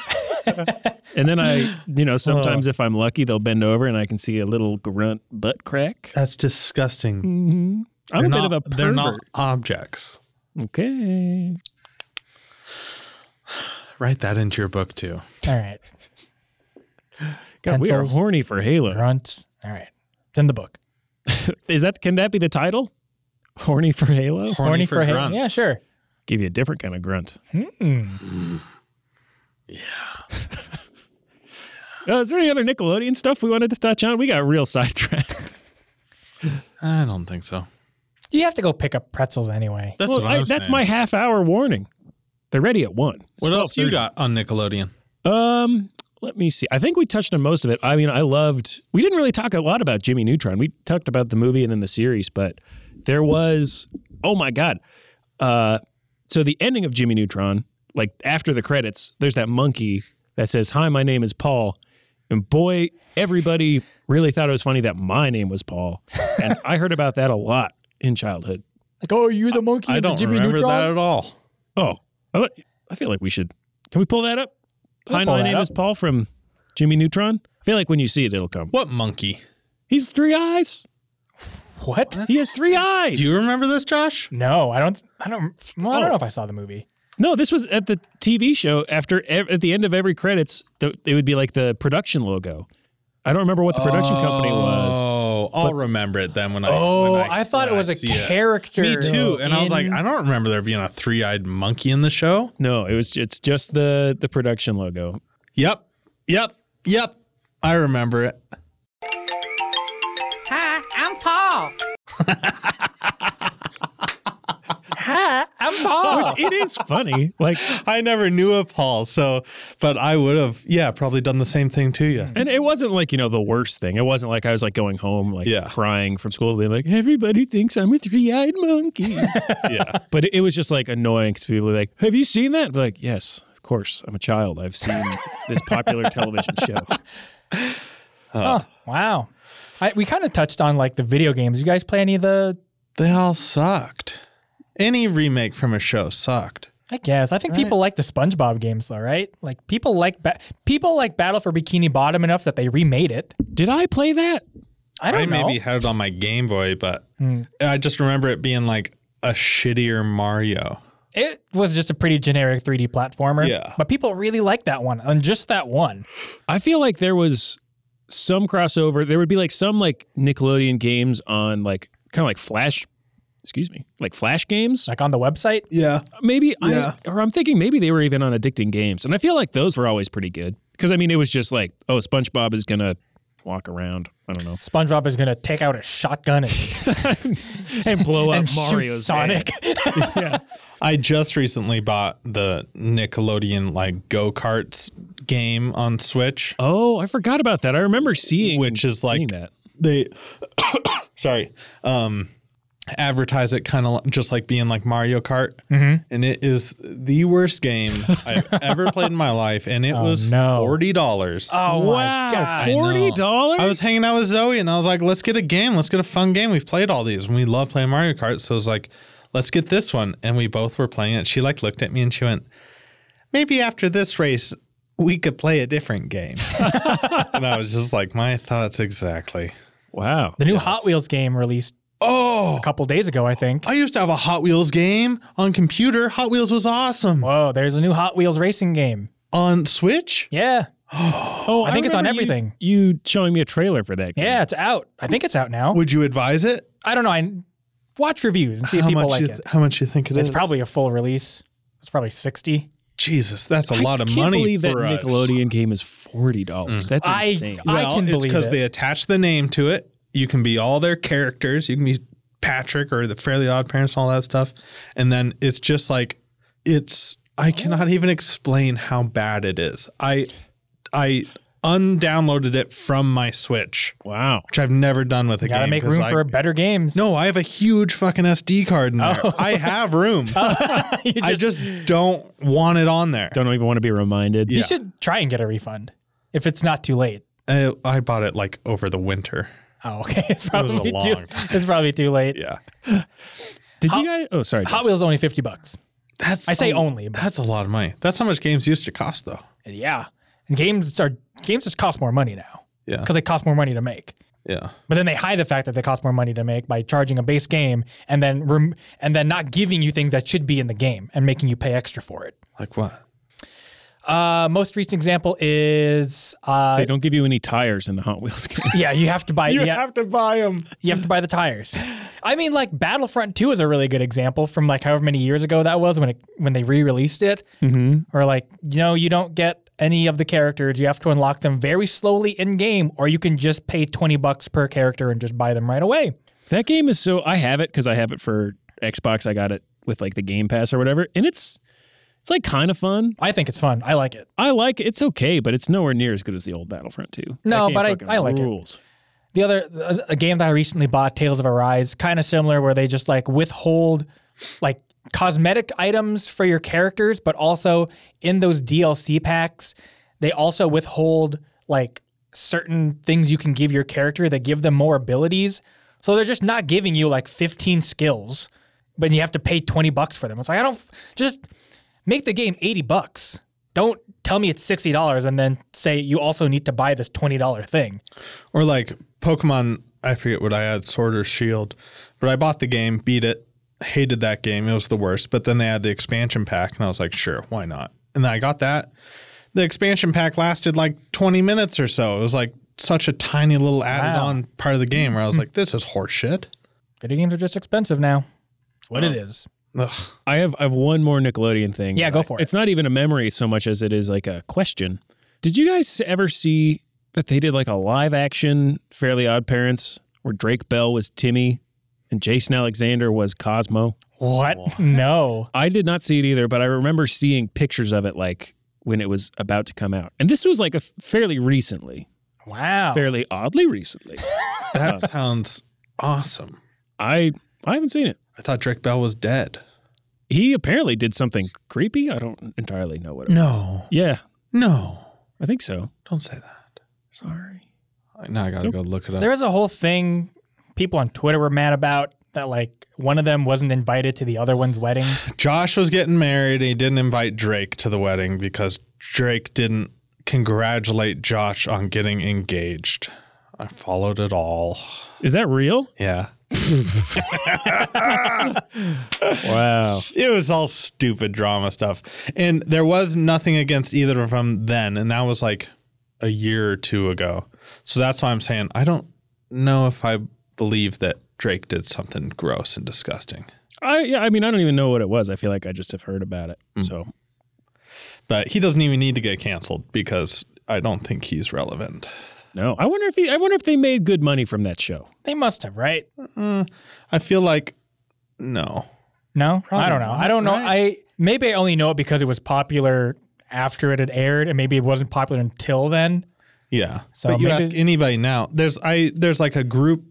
Speaker 3: and then I, you know,
Speaker 1: Oh.
Speaker 3: sometimes if I'm lucky, they'll bend over and I can see a little grunt butt crack.
Speaker 1: That's disgusting.
Speaker 3: I'm a
Speaker 1: They're
Speaker 3: bit
Speaker 1: not,
Speaker 3: of a
Speaker 1: they're not
Speaker 3: pervert.
Speaker 1: objects.
Speaker 3: Okay.
Speaker 1: Write that into your book too.
Speaker 2: All right.
Speaker 3: God, we are
Speaker 2: Pencils.
Speaker 3: horny for Halo.
Speaker 2: Grunts. All right. It's in the book.
Speaker 3: Is that can that be the title? Horny for Halo?
Speaker 1: Horny for
Speaker 2: him.
Speaker 1: grunts.
Speaker 2: Yeah, sure. Hmm.
Speaker 3: Give you a different kind of grunt. Yeah. Uh, is there any other Nickelodeon stuff we wanted to touch on? We got real sidetracked.
Speaker 1: I don't think so.
Speaker 2: You have to go pick up pretzels anyway.
Speaker 1: That's
Speaker 3: Well,
Speaker 1: what
Speaker 3: I-
Speaker 1: I'm
Speaker 3: that's
Speaker 1: saying.
Speaker 3: my half hour warning. They're ready at one. It's
Speaker 1: What else you
Speaker 3: 12:30.
Speaker 1: got on Nickelodeon?
Speaker 3: Um, let me see. I think we touched on most of it. I mean, I loved. We didn't really talk a lot about Jimmy Neutron. We talked about the movie and then the series, but there was. Oh my god! Uh, so the ending of Jimmy Neutron, like after the credits, there's that monkey that says, "Hi, my name is Paul," and boy, everybody really thought it was funny that my name was Paul, and I heard about that a lot in childhood.
Speaker 2: Like, oh, you're the monkey
Speaker 1: I
Speaker 2: and the
Speaker 1: don't
Speaker 2: Jimmy
Speaker 1: remember
Speaker 2: Neutron.
Speaker 1: that at all.
Speaker 3: Oh, I li- I feel like we should. Can we pull that up?
Speaker 2: We'll
Speaker 3: Hi,
Speaker 2: pull
Speaker 3: my
Speaker 2: that
Speaker 3: name
Speaker 2: up.
Speaker 3: is Paul from Jimmy Neutron. I feel like when you see it, it'll come.
Speaker 1: What monkey?
Speaker 3: He's three eyes.
Speaker 2: What?
Speaker 3: He has three eyes.
Speaker 1: Do you remember this, Josh?
Speaker 2: No, I don't. I don't. Well, I don't
Speaker 3: Oh.
Speaker 2: know if I saw the movie.
Speaker 3: no, this was at the TV show. After ev- at the end of every credits, the, it would be like the production logo. I don't remember what the production company was.
Speaker 1: Oh, I'll remember it then when I.
Speaker 2: Oh,
Speaker 1: when
Speaker 2: I, thought it
Speaker 1: when I
Speaker 2: was
Speaker 1: see
Speaker 2: a character.
Speaker 1: Me too. And I was like,
Speaker 2: in-
Speaker 1: I don't remember there being a three-eyed monkey in the show.
Speaker 3: No, it was. It's just the the production logo.
Speaker 1: Yep, yep, yep. I remember it.
Speaker 5: Hi, I'm Paul.
Speaker 2: Hi, I'm Paul.
Speaker 3: It is funny. Like,
Speaker 1: I never knew of Paul, so but I would have, yeah, probably done the same thing to you.
Speaker 3: and it wasn't like you know the worst thing. It wasn't like I was like going home like
Speaker 1: Yeah.
Speaker 3: crying from school, being like everybody thinks I'm a three eyed monkey.
Speaker 1: yeah,
Speaker 3: but it was just like annoying because people were like, "Have you seen that?" I'd be like, yes, of course. I'm a child. I've seen this popular television show.
Speaker 2: Huh, wow. I, we kind of touched on like the video games. You guys play any of the?
Speaker 1: they all sucked. Any remake from a show sucked.
Speaker 2: I guess I think people like the SpongeBob games, though, right? Like people like ba- people like Battle for Bikini Bottom enough that they remade it.
Speaker 3: Did I play that?
Speaker 2: I don't
Speaker 1: I
Speaker 2: know. Hmm.
Speaker 1: maybe had it on my Game Boy, but I just remember it being like a shittier Mario.
Speaker 2: It was just a pretty generic 3D platformer.
Speaker 1: Yeah.
Speaker 2: But people really liked that one, and just that one.
Speaker 3: I feel like there was some crossover. There would be like some like Nickelodeon games on like kind of like Flash, excuse me, like Flash games.
Speaker 2: Like on the website,
Speaker 1: Yeah,
Speaker 3: Maybe
Speaker 1: Yeah.
Speaker 3: I or I'm thinking maybe they were even on addicting games, and I feel like those were always pretty good because I mean it was just like oh SpongeBob is gonna walk around I don't know
Speaker 2: SpongeBob is going to take out a shotgun and,
Speaker 3: and blow up
Speaker 2: and shoot
Speaker 3: Mario's head.
Speaker 2: Sonic.
Speaker 1: I just recently bought the Nickelodeon like go karts game on Switch,
Speaker 3: Oh, I forgot about that. I remember seeing
Speaker 1: which is like
Speaker 3: seeing that.
Speaker 1: they. sorry, um, advertise it kind of just like being like Mario Kart,
Speaker 2: Mm-hmm.
Speaker 1: and it is the worst game I've ever played in my life, and it was
Speaker 2: Oh, no.
Speaker 1: forty dollars.
Speaker 2: Oh
Speaker 3: wow,
Speaker 2: my god!
Speaker 3: forty
Speaker 2: I know.
Speaker 3: dollars.
Speaker 1: I was hanging out with Zoe, and I was like, "Let's get a game. Let's get a fun game. We've played all these, and we love playing Mario Kart." So I was like, "Let's get this one," and we both were playing it. She like looked at me and she went, "Maybe after this race." We could play a different game. and I was just like, my thoughts exactly.
Speaker 3: Wow.
Speaker 2: The new Hot Wheels game released
Speaker 1: Oh,
Speaker 2: a couple days ago, I think.
Speaker 1: I used to have a Hot Wheels game on computer. Hot Wheels was awesome.
Speaker 2: Whoa, there's a new Hot Wheels racing game.
Speaker 1: On Switch?
Speaker 2: Yeah,
Speaker 3: Oh,
Speaker 2: I think it's on
Speaker 3: remember you-
Speaker 2: everything.
Speaker 3: You, showing me a trailer for that? Game.
Speaker 2: yeah, it's out. I think it's out now.
Speaker 1: Would you advise it?
Speaker 2: I don't know. I watch reviews and see if people
Speaker 1: much
Speaker 2: like
Speaker 1: you
Speaker 2: it.
Speaker 1: th- How much you think it
Speaker 2: it's
Speaker 1: is?
Speaker 2: probably a full release. It's probably sixty.
Speaker 1: Jesus, that's a
Speaker 3: I
Speaker 1: lot of
Speaker 3: can't
Speaker 1: money
Speaker 3: believe
Speaker 1: for uh, Mm.
Speaker 3: that
Speaker 1: a-
Speaker 3: Nickelodeon game is forty dollars. That's
Speaker 2: I-
Speaker 3: insane.
Speaker 2: I-
Speaker 1: Well,
Speaker 2: can
Speaker 1: it's
Speaker 2: believe
Speaker 1: because
Speaker 2: it.
Speaker 1: they attach the name to it. You can be all their characters. You can be Patrick or the Fairly Odd Parents and all that stuff. And then it's just like it's. I cannot even explain how bad it is. I I undownloaded it from my Switch,
Speaker 3: wow.
Speaker 1: which I've never done with a
Speaker 2: Gotta
Speaker 1: game.
Speaker 2: make
Speaker 1: 'cause
Speaker 2: room
Speaker 1: I-
Speaker 2: for better games.
Speaker 1: No, I have a huge fucking SD card in there. I have room.
Speaker 2: Oh. you
Speaker 1: I just don't want it on there.
Speaker 3: Don't even want to be reminded.
Speaker 2: you
Speaker 1: Yeah.
Speaker 2: should try and get a refund if it's not too late.
Speaker 1: I, Uh, I bought it like over the winter.
Speaker 2: Oh, okay. It's
Speaker 1: was a
Speaker 2: probably too.
Speaker 1: long time.
Speaker 2: It's probably too late.
Speaker 1: Yeah,
Speaker 3: Did you guys? Oh, sorry.
Speaker 2: Hot Wheels only fifty bucks.
Speaker 1: that's
Speaker 2: I say
Speaker 1: a-
Speaker 2: only, but
Speaker 1: That's a lot of money. That's how much games used to cost, though.
Speaker 2: yeah. And games are games just cost more money now
Speaker 1: Yeah,
Speaker 2: because they cost more money to make.
Speaker 1: yeah.
Speaker 2: But then they hide the fact that they cost more money to make by charging a base game and then rem- and then not giving you things that should be in the game and making you pay extra for it.
Speaker 1: Like what?
Speaker 2: Uh, most recent example is uh,
Speaker 3: They don't give you any tires in the Hot Wheels game.
Speaker 2: yeah, you have to buy you, have,
Speaker 1: to buy them.
Speaker 2: you have to buy the tires. I mean, like Battlefront Two is a really good example from like however many years ago that was when it when they re released it, mm-hmm. or like you know you don't get any of the characters you have to unlock them very slowly in game or you can just pay 20 bucks per character and just buy them right away
Speaker 3: That game is so I have it because I have it for Xbox. I got it with like the Game Pass or whatever, and it's it's like kind of fun.
Speaker 2: i think it's fun i like it
Speaker 3: I like it's okay, but it's nowhere near as good as the old Battlefront two.
Speaker 2: No, but I- I like it.
Speaker 3: rules.
Speaker 2: The other a- a game that I recently bought, Tales of Arise, kind of similar, where they just like withhold like cosmetic items for your characters, but also in those DLC packs, they also withhold like certain things you can give your character that give them more abilities. So they're just not giving you like 15 skills, but you have to pay 20 bucks for them. It's like I don't just make the game 80 bucks. Don't tell me it's $60 and then say you also need to buy this $20 thing.
Speaker 1: Or like Pokemon. I forget what I had, Sword or Shield, but I bought the game, beat it, hated that game. It was the worst. But then they had the expansion pack, and I was like, sure, why not? And then I got that. The expansion pack lasted like 20 minutes or so. It was like such a tiny little added on part of the game where I was like, this is horseshit.
Speaker 2: Video games are just expensive now. It's what it is.
Speaker 1: Ugh.
Speaker 3: I have I have one more Nickelodeon thing.
Speaker 2: Yeah, go for it.
Speaker 3: It's not even a memory so much as it is like a question. Did you guys ever see that they did like a live action Fairly Odd Parents where Drake Bell was Timmy and Jason Alexander was Cosmo?
Speaker 2: What? No.
Speaker 3: I did not see it either, but I remember seeing pictures of it like when it was about to come out. And this was like a fairly recently,
Speaker 2: Wow.
Speaker 3: fairly oddly recently.
Speaker 1: That sounds awesome.
Speaker 3: I I haven't seen it.
Speaker 1: I thought Drake Bell was dead.
Speaker 3: He apparently did something creepy. I don't entirely know what it was.
Speaker 1: No,
Speaker 3: Yeah,
Speaker 1: no,
Speaker 3: I think so.
Speaker 1: don't say that.
Speaker 3: Sorry.
Speaker 1: Now I gotta go look it up.
Speaker 2: There was a whole thing people on Twitter were mad about that like one of them wasn't invited to the other one's wedding.
Speaker 1: Josh was getting married and he didn't invite Drake to the wedding because Drake didn't congratulate Josh on getting engaged. I followed it all.
Speaker 3: Is that real?
Speaker 1: Yeah.
Speaker 3: Wow.
Speaker 1: It was all stupid drama stuff. And there was nothing against either of them then. And that was like a year or two ago. So that's why I'm saying I don't know if I believe that Drake did something gross and disgusting.
Speaker 3: I yeah, I mean, I don't even know what it was. I feel like I just have heard about it. So
Speaker 1: But he doesn't even need to get canceled because I don't think he's relevant.
Speaker 3: no, I wonder if he, I wonder if they made good money from that show.
Speaker 2: They must have, right?
Speaker 1: I feel like no.
Speaker 2: No? I don't know. I don't know. I maybe I only know it because it was popular after it had aired and maybe it wasn't popular until then.
Speaker 1: Yeah.
Speaker 2: So
Speaker 1: but you
Speaker 2: maybe-
Speaker 1: ask anybody now, there's I there's like a group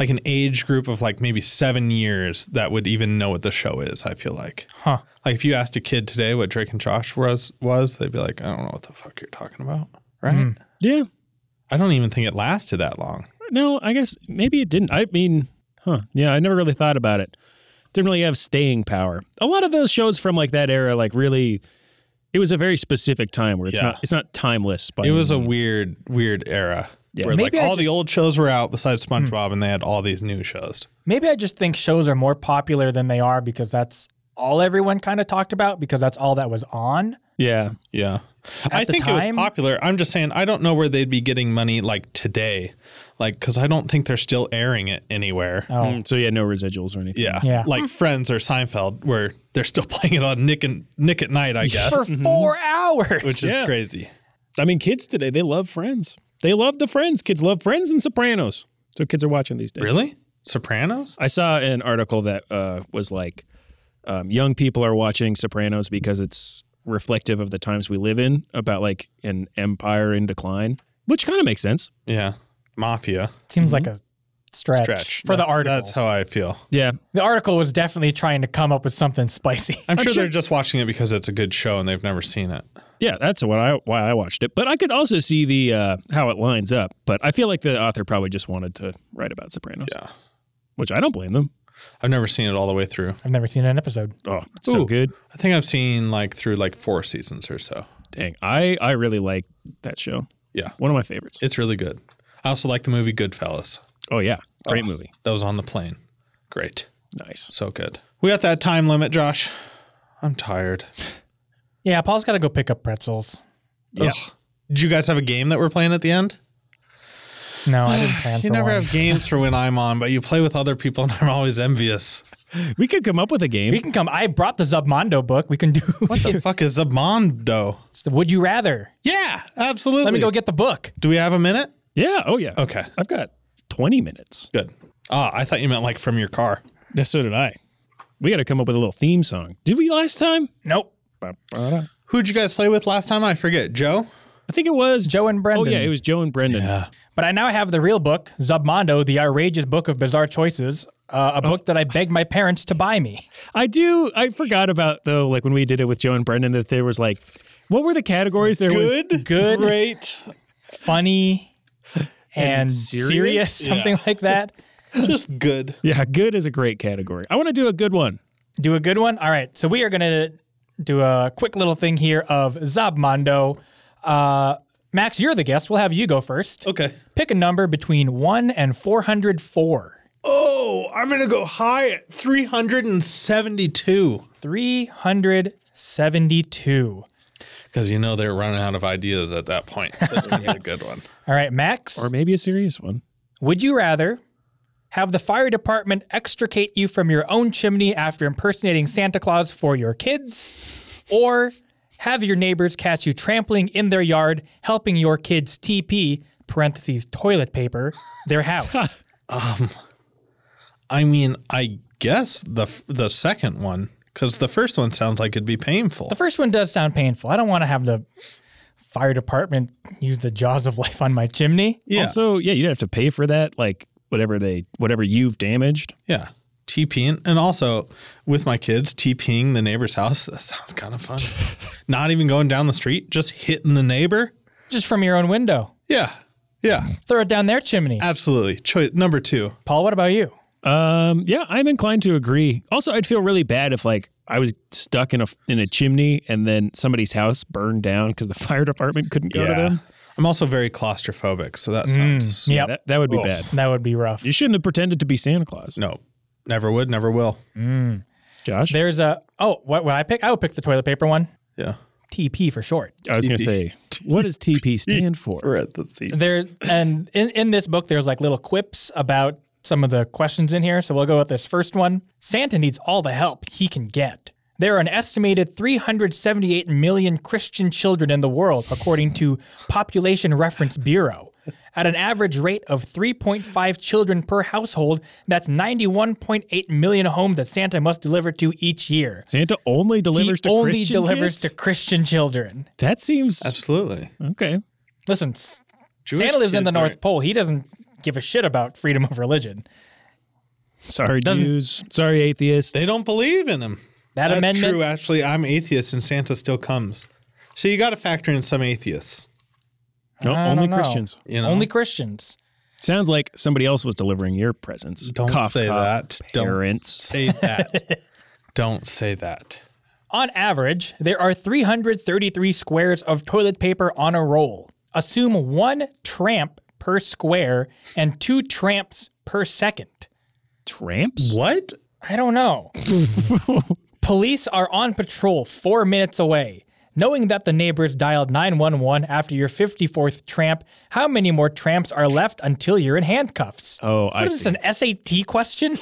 Speaker 1: like an age group of like maybe seven years that would even know what the show is. I feel like,
Speaker 2: Huh.
Speaker 1: like if you asked a kid today what Drake and Josh was was, they'd be like, I don't know what the fuck you're talking about, right?
Speaker 2: Mm-hmm.
Speaker 3: Yeah.
Speaker 1: I don't even think it lasted that long.
Speaker 3: No, I guess maybe it didn't. I mean, huh. Yeah, I never really thought about it. Didn't really have staying power. A lot of those shows from like that era, like really, it was a very specific time where it's
Speaker 1: Yeah.
Speaker 3: not it's not timeless. By
Speaker 1: It was a
Speaker 3: any means.
Speaker 1: weird, weird era
Speaker 3: Yeah.
Speaker 1: where
Speaker 2: Maybe
Speaker 1: like
Speaker 2: I
Speaker 1: all the
Speaker 2: just- Hmm.
Speaker 1: old shows were out besides SpongeBob, and they had all these new shows.
Speaker 2: Maybe I just think shows are more popular than they are because that's all everyone kind of talked about because that's all that was on.
Speaker 3: Yeah.
Speaker 1: Yeah. I
Speaker 2: the
Speaker 1: think it was
Speaker 2: time?
Speaker 1: popular. I'm just saying, I don't know where they'd be getting money like today, like, because I don't think they're still airing it anywhere.
Speaker 2: Oh,
Speaker 3: Mm, So yeah, no residuals or anything.
Speaker 1: yeah.
Speaker 2: Yeah.
Speaker 1: Like Friends or Seinfeld, where they're still playing it on Nick and Nick at Night, I guess,
Speaker 2: for four hours.
Speaker 1: which is
Speaker 3: Yeah.
Speaker 1: crazy.
Speaker 3: I mean, kids today they love Friends. They love the Friends. Kids love Friends and Sopranos. So kids are watching these days.
Speaker 1: Really? Sopranos?
Speaker 3: I saw an article that uh, was like, um, young people are watching Sopranos because it's reflective of the times we live in about like an empire in decline, which kind of makes sense.
Speaker 1: Yeah. Mafia
Speaker 2: Seems like a stretch,
Speaker 1: Mm-hmm. stretch
Speaker 2: for the
Speaker 1: That's-
Speaker 2: article.
Speaker 1: That's how I feel.
Speaker 3: Yeah,
Speaker 2: the article was definitely trying to come up with something spicy.
Speaker 1: I'm, sure, they're just watching it because it's a good show and they've never seen it.
Speaker 3: yeah, that's what I why I watched it. But I could also see the uh, how it lines up. But I feel like the author probably just wanted to write about Sopranos,
Speaker 1: Yeah.
Speaker 3: which I don't blame them.
Speaker 1: I've never seen it all the way through.
Speaker 2: I've never seen an episode.
Speaker 3: Oh, it's so
Speaker 1: Ooh.
Speaker 3: good.
Speaker 1: I think I've seen like through like four seasons or so.
Speaker 3: Dang, I I really like that show.
Speaker 1: Yeah.
Speaker 3: One of my favorites.
Speaker 1: It's really good. I also like the movie Goodfellas.
Speaker 3: Oh yeah, great movie.
Speaker 1: That was on the plane. Great.
Speaker 3: Nice.
Speaker 1: So good. We got that time limit, Josh. I'm tired.
Speaker 2: Yeah, Paul's got to go pick up pretzels.
Speaker 3: Yeah.
Speaker 1: Ugh. Did you guys have a game that we're playing at the end?
Speaker 2: No, I didn't plan
Speaker 1: You
Speaker 2: for
Speaker 1: never
Speaker 2: one.
Speaker 1: have games for when I'm on, but you play with other people and I'm always envious.
Speaker 3: We could come up with a game.
Speaker 2: we can come. I brought the Zubmondo book. We can do.
Speaker 1: What the fuck is a mondo?
Speaker 2: It's the Would you rather?
Speaker 1: Yeah, absolutely.
Speaker 2: Let me go get the book.
Speaker 1: Do we have a minute?
Speaker 3: yeah. Oh yeah.
Speaker 1: Okay.
Speaker 3: I've got 20 minutes.
Speaker 1: Good. Ah, I thought you meant like from your car.
Speaker 3: Yeah, so did I. We got to come up with a little theme song. Did we last time?
Speaker 2: Nope.
Speaker 3: Ba-ba-da.
Speaker 1: Who'd you guys play with last time? I forget. Joe?
Speaker 3: I think it was
Speaker 2: Joe and
Speaker 3: Oh
Speaker 2: Brendan.
Speaker 3: yeah, it was Joe and Brendan.
Speaker 2: But I now have the real book, Zubmondo, The Outrageous Book of Bizarre Choices, uh,
Speaker 1: Oh.
Speaker 2: a book that I begged my parents to buy me.
Speaker 3: I do. I forgot about though, like when we did it with Joe and Brendan, that there was like, what were the categories? There was
Speaker 1: good, great.
Speaker 2: Funny and, serious?
Speaker 3: serious?
Speaker 2: something
Speaker 1: Yeah.
Speaker 2: like that.
Speaker 1: Just good.
Speaker 3: yeah, good is a great category. I want to do a good one.
Speaker 2: Do a good one. All right. So we are going to do a quick little thing here of Zubmondo. Uh, Max, you're the guest. We'll have you go first.
Speaker 1: Okay.
Speaker 2: Pick a number between 1 and 404.
Speaker 1: Oh, I'm gonna go high at 372.
Speaker 2: 372.
Speaker 1: Because you know they're running out of ideas at that point. So it's gonna be a good one.
Speaker 2: All right, Max.
Speaker 3: Or maybe a serious one.
Speaker 2: Would you rather have the fire department extricate you from your own chimney after impersonating Santa Claus for your kids, or have your neighbors catch you trampling in their yard, helping your kids TP (parentheses toilet paper) their house?
Speaker 1: I mean, I guess the f- the second one, because the first one sounds like it'd be painful.
Speaker 2: the first one does sound painful. I don't want to have the fire department use the jaws of life on my chimney.
Speaker 1: yeah,
Speaker 3: Also, yeah, you'd have to pay for that, like whatever they, whatever you've damaged.
Speaker 1: yeah. TPing, and also with my kids TPing the neighbor's house. That sounds kind of fun. Not even going down the street, just hitting the neighbor.
Speaker 2: Just from your own window,
Speaker 1: Yeah, yeah,
Speaker 2: throw it down their chimney.
Speaker 1: absolutely. Choice number two.
Speaker 2: Paul, what about you?
Speaker 3: Um, yeah, I'm inclined to agree. Also, I'd feel really bad if like I was stuck in a in a chimney and then somebody's house burned down because the fire department couldn't go to them.
Speaker 1: I'm also very claustrophobic, so
Speaker 2: Mm,
Speaker 1: that sounds
Speaker 2: Yep,
Speaker 3: That, that would be
Speaker 1: Oh.
Speaker 3: bad.
Speaker 2: that would be rough.
Speaker 3: You shouldn't have pretended to be Santa Claus,
Speaker 1: no, never would, never will.
Speaker 2: Mm.
Speaker 3: Josh.
Speaker 2: There's a oh, what would I pick? I would pick the toilet paper one.
Speaker 1: Yeah,
Speaker 2: TP for short.
Speaker 3: I was going to
Speaker 1: TP.
Speaker 3: say, what does TP stand for?
Speaker 1: at the seat.
Speaker 2: There and in, in this book there's like little quips about some of the questions in here. So we'll go with this first one. Santa needs all the help he can get. There are an estimated 378 million Christian children in the world, according to Population Reference Bureau. At an average rate of 3.5 children per household, that's 91.8 million homes that Santa must deliver to each year.
Speaker 3: Santa only delivers
Speaker 2: he
Speaker 3: to
Speaker 2: only
Speaker 3: Christian
Speaker 2: delivers
Speaker 3: kids?
Speaker 2: to Christian children.
Speaker 3: That seems
Speaker 1: Absolutely.
Speaker 3: okay.
Speaker 2: Listen, s-
Speaker 1: Jewish
Speaker 2: Santa lives in the
Speaker 1: kids are-
Speaker 2: North Pole. He doesn't give a shit about freedom of religion.
Speaker 3: Sorry,
Speaker 2: Doesn't-
Speaker 3: Jews. Sorry, atheists.
Speaker 1: They don't believe in them.
Speaker 2: That
Speaker 1: That's
Speaker 2: amendment.
Speaker 1: true. Actually, I'm atheist, and Santa still comes. So you got to factor in some atheists.
Speaker 3: No,
Speaker 2: I
Speaker 3: only
Speaker 2: don't know.
Speaker 3: Christians.
Speaker 1: You know,
Speaker 2: Only Christians.
Speaker 3: Sounds like somebody else was delivering your presents.
Speaker 1: don't
Speaker 3: Cough,
Speaker 1: say
Speaker 3: cough,
Speaker 1: that. Don't
Speaker 3: Parents.
Speaker 1: say that. don't say that.
Speaker 2: On average, there are 333 squares of toilet paper on a roll. Assume one tramp per square and two tramps per second.
Speaker 3: Tramps?
Speaker 1: What?
Speaker 2: I don't know. Police are on patrol four minutes away. Knowing that the neighbors dialed 911 after your 54th tramp, how many more tramps are left until you're in handcuffs?
Speaker 3: Oh, I
Speaker 2: What is
Speaker 3: see.
Speaker 2: this, an SAT question?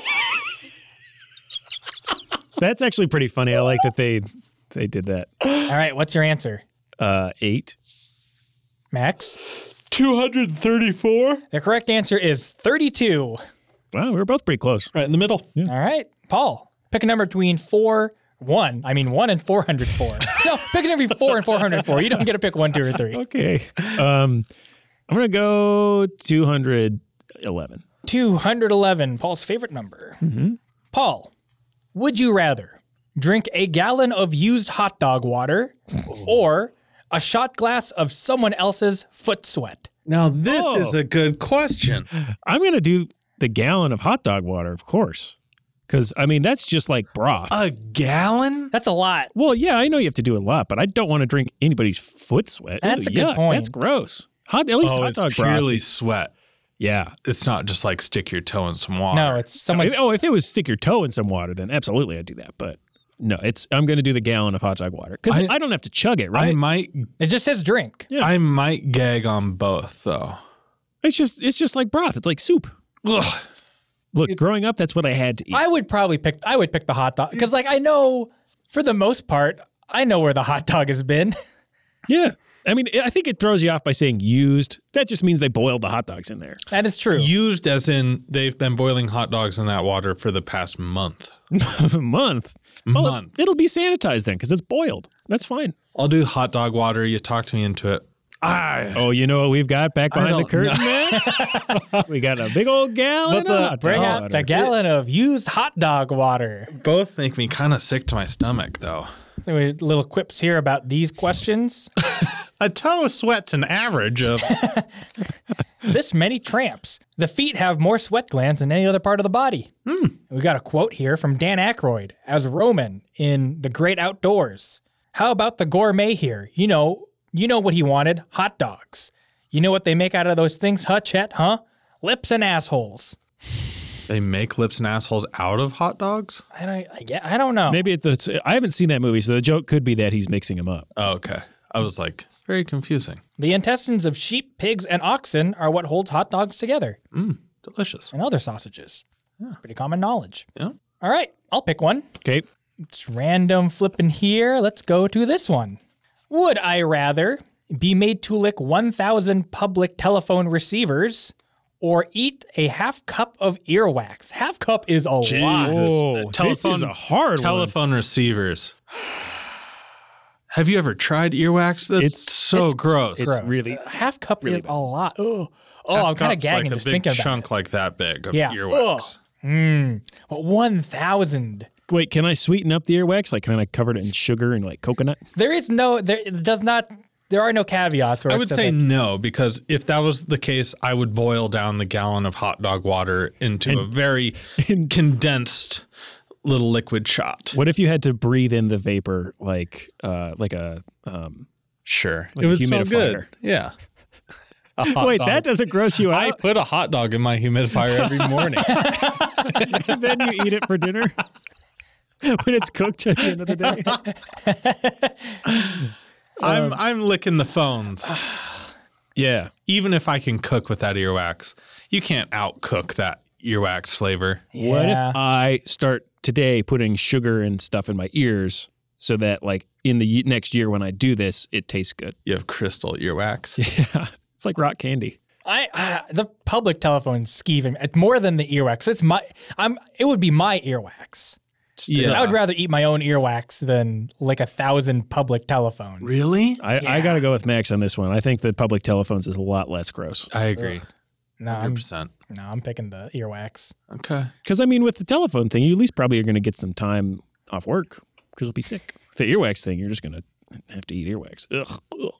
Speaker 3: That's actually pretty funny. I like that they they did that.
Speaker 2: All right, what's your answer,
Speaker 3: Uh, eight.
Speaker 2: Max?
Speaker 1: Two hundred thirty-four.
Speaker 2: The correct answer is 32.
Speaker 3: Wow, we were both pretty close.
Speaker 1: Right in the middle.
Speaker 2: All right, Paul, pick a number between four, one. I mean, one and four hundred four. no, pick a number between four and four hundred four. You don't get to pick one, two, or three.
Speaker 3: Okay. Um, I'm gonna go 211.
Speaker 2: Two hundred eleven, Paul's favorite number.
Speaker 3: Mm-hmm.
Speaker 2: Paul, would you rather drink a gallon of used hot dog water
Speaker 3: Oh.
Speaker 2: or a shot glass of someone else's foot sweat?
Speaker 1: Now this
Speaker 3: Oh.
Speaker 1: is a good question.
Speaker 3: I'm gonna do the gallon of hot dog water, of course, because I mean that's just like broth.
Speaker 2: Uh,
Speaker 1: A gallon?
Speaker 2: That's a lot.
Speaker 3: well, yeah, I know you have to do a lot, but I don't want to drink anybody's foot sweat.
Speaker 2: That's
Speaker 3: Ew,
Speaker 2: a good
Speaker 3: yuck,
Speaker 2: point.
Speaker 3: That's gross. Hot, at least
Speaker 1: Oh,
Speaker 3: hot dog broth.
Speaker 1: sweat.
Speaker 3: Yeah.
Speaker 1: It's not just like stick your toe in some water.
Speaker 2: No, it's someone's.
Speaker 3: oh, if it was stick your toe in some water, then absolutely I'd do that. But no, it's I'm gonna do the gallon of hot dog water because
Speaker 1: I-
Speaker 3: I, don't have to chug it,
Speaker 1: I
Speaker 3: right?
Speaker 1: might
Speaker 2: It just says drink.
Speaker 3: Yeah.
Speaker 1: I might gag on both though.
Speaker 3: it's just it's just like broth. It's like soup.
Speaker 1: Ugh.
Speaker 3: Look, growing up, that's what I had to eat.
Speaker 2: I would probably pick. I would pick the hot dog because, like, I know for the most part, I know where the hot dog has been.
Speaker 3: yeah. I mean, I think it throws you off by saying used. That just means they boiled the hot dogs in there.
Speaker 2: That is true.
Speaker 1: Used as in they've been boiling hot dogs in that water for the past month.
Speaker 3: a month. Well,
Speaker 1: Month.
Speaker 3: it'll be sanitized then because it's boiled. That's fine.
Speaker 1: I'll do hot dog water. You talked me into it. I
Speaker 3: Oh, you know what we've got back
Speaker 1: I
Speaker 3: behind the
Speaker 1: don't know.
Speaker 3: curtain, man? we got a big old gallon
Speaker 1: But the-
Speaker 3: of hot
Speaker 2: Bring
Speaker 3: dog
Speaker 2: out
Speaker 3: water.
Speaker 2: the gallon of used hot dog water.
Speaker 1: both make me kind of sick to my stomach though.
Speaker 2: There were little quips here about these questions.
Speaker 1: A toe sweats an average of
Speaker 2: this many tramps. The feet have more sweat glands than any other part of the body. We got a quote here from Dan Aykroyd as Roman in The Great Outdoors. How about the gourmet here? You know, you know what he wanted: hot dogs. You know what they make out of those things, huh, Chet? Huh? Lips and assholes.
Speaker 1: they make lips and assholes out of hot dogs.
Speaker 2: I don't. I, get, I don't know.
Speaker 3: Maybe at the, I haven't seen that movie, so the joke could be that he's mixing them up.
Speaker 1: Oh, okay, I was like very confusing.
Speaker 2: The intestines of sheep, pigs, and oxen are what holds hot dogs together.
Speaker 1: Delicious.
Speaker 2: and other sausages. Pretty common knowledge.
Speaker 1: Yeah.
Speaker 2: All right, I'll pick one.
Speaker 3: Okay.
Speaker 2: It's random flipping here. Let's go to this one. Would I rather be made to lick 1,000 public telephone receivers or eat a half cup of earwax? Half cup is a lot.
Speaker 1: Jesus.
Speaker 3: Oh,
Speaker 1: Uh,
Speaker 3: this is a hard
Speaker 1: telephone receivers. Have you ever tried earwax? That's
Speaker 3: It's-
Speaker 1: so
Speaker 2: it's
Speaker 1: gross.
Speaker 3: one.
Speaker 2: Gross.
Speaker 3: It's really.
Speaker 2: A half cup
Speaker 3: really
Speaker 2: is a lot. Ugh. Oh, I'm kind of
Speaker 1: Cup's
Speaker 2: gagging
Speaker 1: like
Speaker 2: just
Speaker 1: a big
Speaker 2: thinking
Speaker 1: chunk
Speaker 2: about
Speaker 1: like that big of
Speaker 2: Yeah.
Speaker 1: earwax.
Speaker 2: it. Mm. But 1,000.
Speaker 3: Wait, can I sweeten up the earwax? Like, can I cover it in sugar and like coconut?
Speaker 2: There is no, there it does not, there are no caveats. Where
Speaker 1: I
Speaker 2: it
Speaker 1: would
Speaker 2: says,
Speaker 1: say
Speaker 2: like,
Speaker 1: no because if that was the case, I would boil down the gallon of hot dog water into a very condensed little liquid shot.
Speaker 3: What if you had to breathe in the vapor like uh like a um
Speaker 1: Sure,
Speaker 3: Like
Speaker 1: it
Speaker 3: a
Speaker 1: was so
Speaker 3: humidifier.
Speaker 1: good. Yeah. A hot
Speaker 3: Wait,
Speaker 1: dog.
Speaker 3: that doesn't gross you
Speaker 1: I
Speaker 3: out.
Speaker 1: put a hot dog in my humidifier every morning.
Speaker 3: then you eat it for dinner when it's cooked at the end of the day. Um,
Speaker 1: I'm I'm licking the phones.
Speaker 3: Yeah.
Speaker 1: Even if I can cook with that earwax, you can't outcook that earwax flavor.
Speaker 3: What if
Speaker 2: yeah.
Speaker 3: I start today putting sugar and stuff in my ears so that like in the ye- next year when I do this, it tastes good.
Speaker 1: You have crystal earwax.
Speaker 3: Yeah. It's like rock candy.
Speaker 2: I uh, the public telephone skeeving it's more than the earwax. It's my I'm it would be my earwax.
Speaker 3: uh,
Speaker 1: Yeah.
Speaker 2: I would rather eat my own earwax than like a thousand public telephones.
Speaker 1: Really?
Speaker 3: I, I gotta go with Max on this one. I think the public telephones is a lot less gross.
Speaker 1: I agree.
Speaker 2: No, I'm,
Speaker 1: 100%.
Speaker 2: no, I'm picking the earwax.
Speaker 1: Okay.
Speaker 3: Because I mean, with the telephone thing, you at least probably are going to get some time off work because you'll be sick. The earwax thing, you're just going to have to eat earwax. Ugh.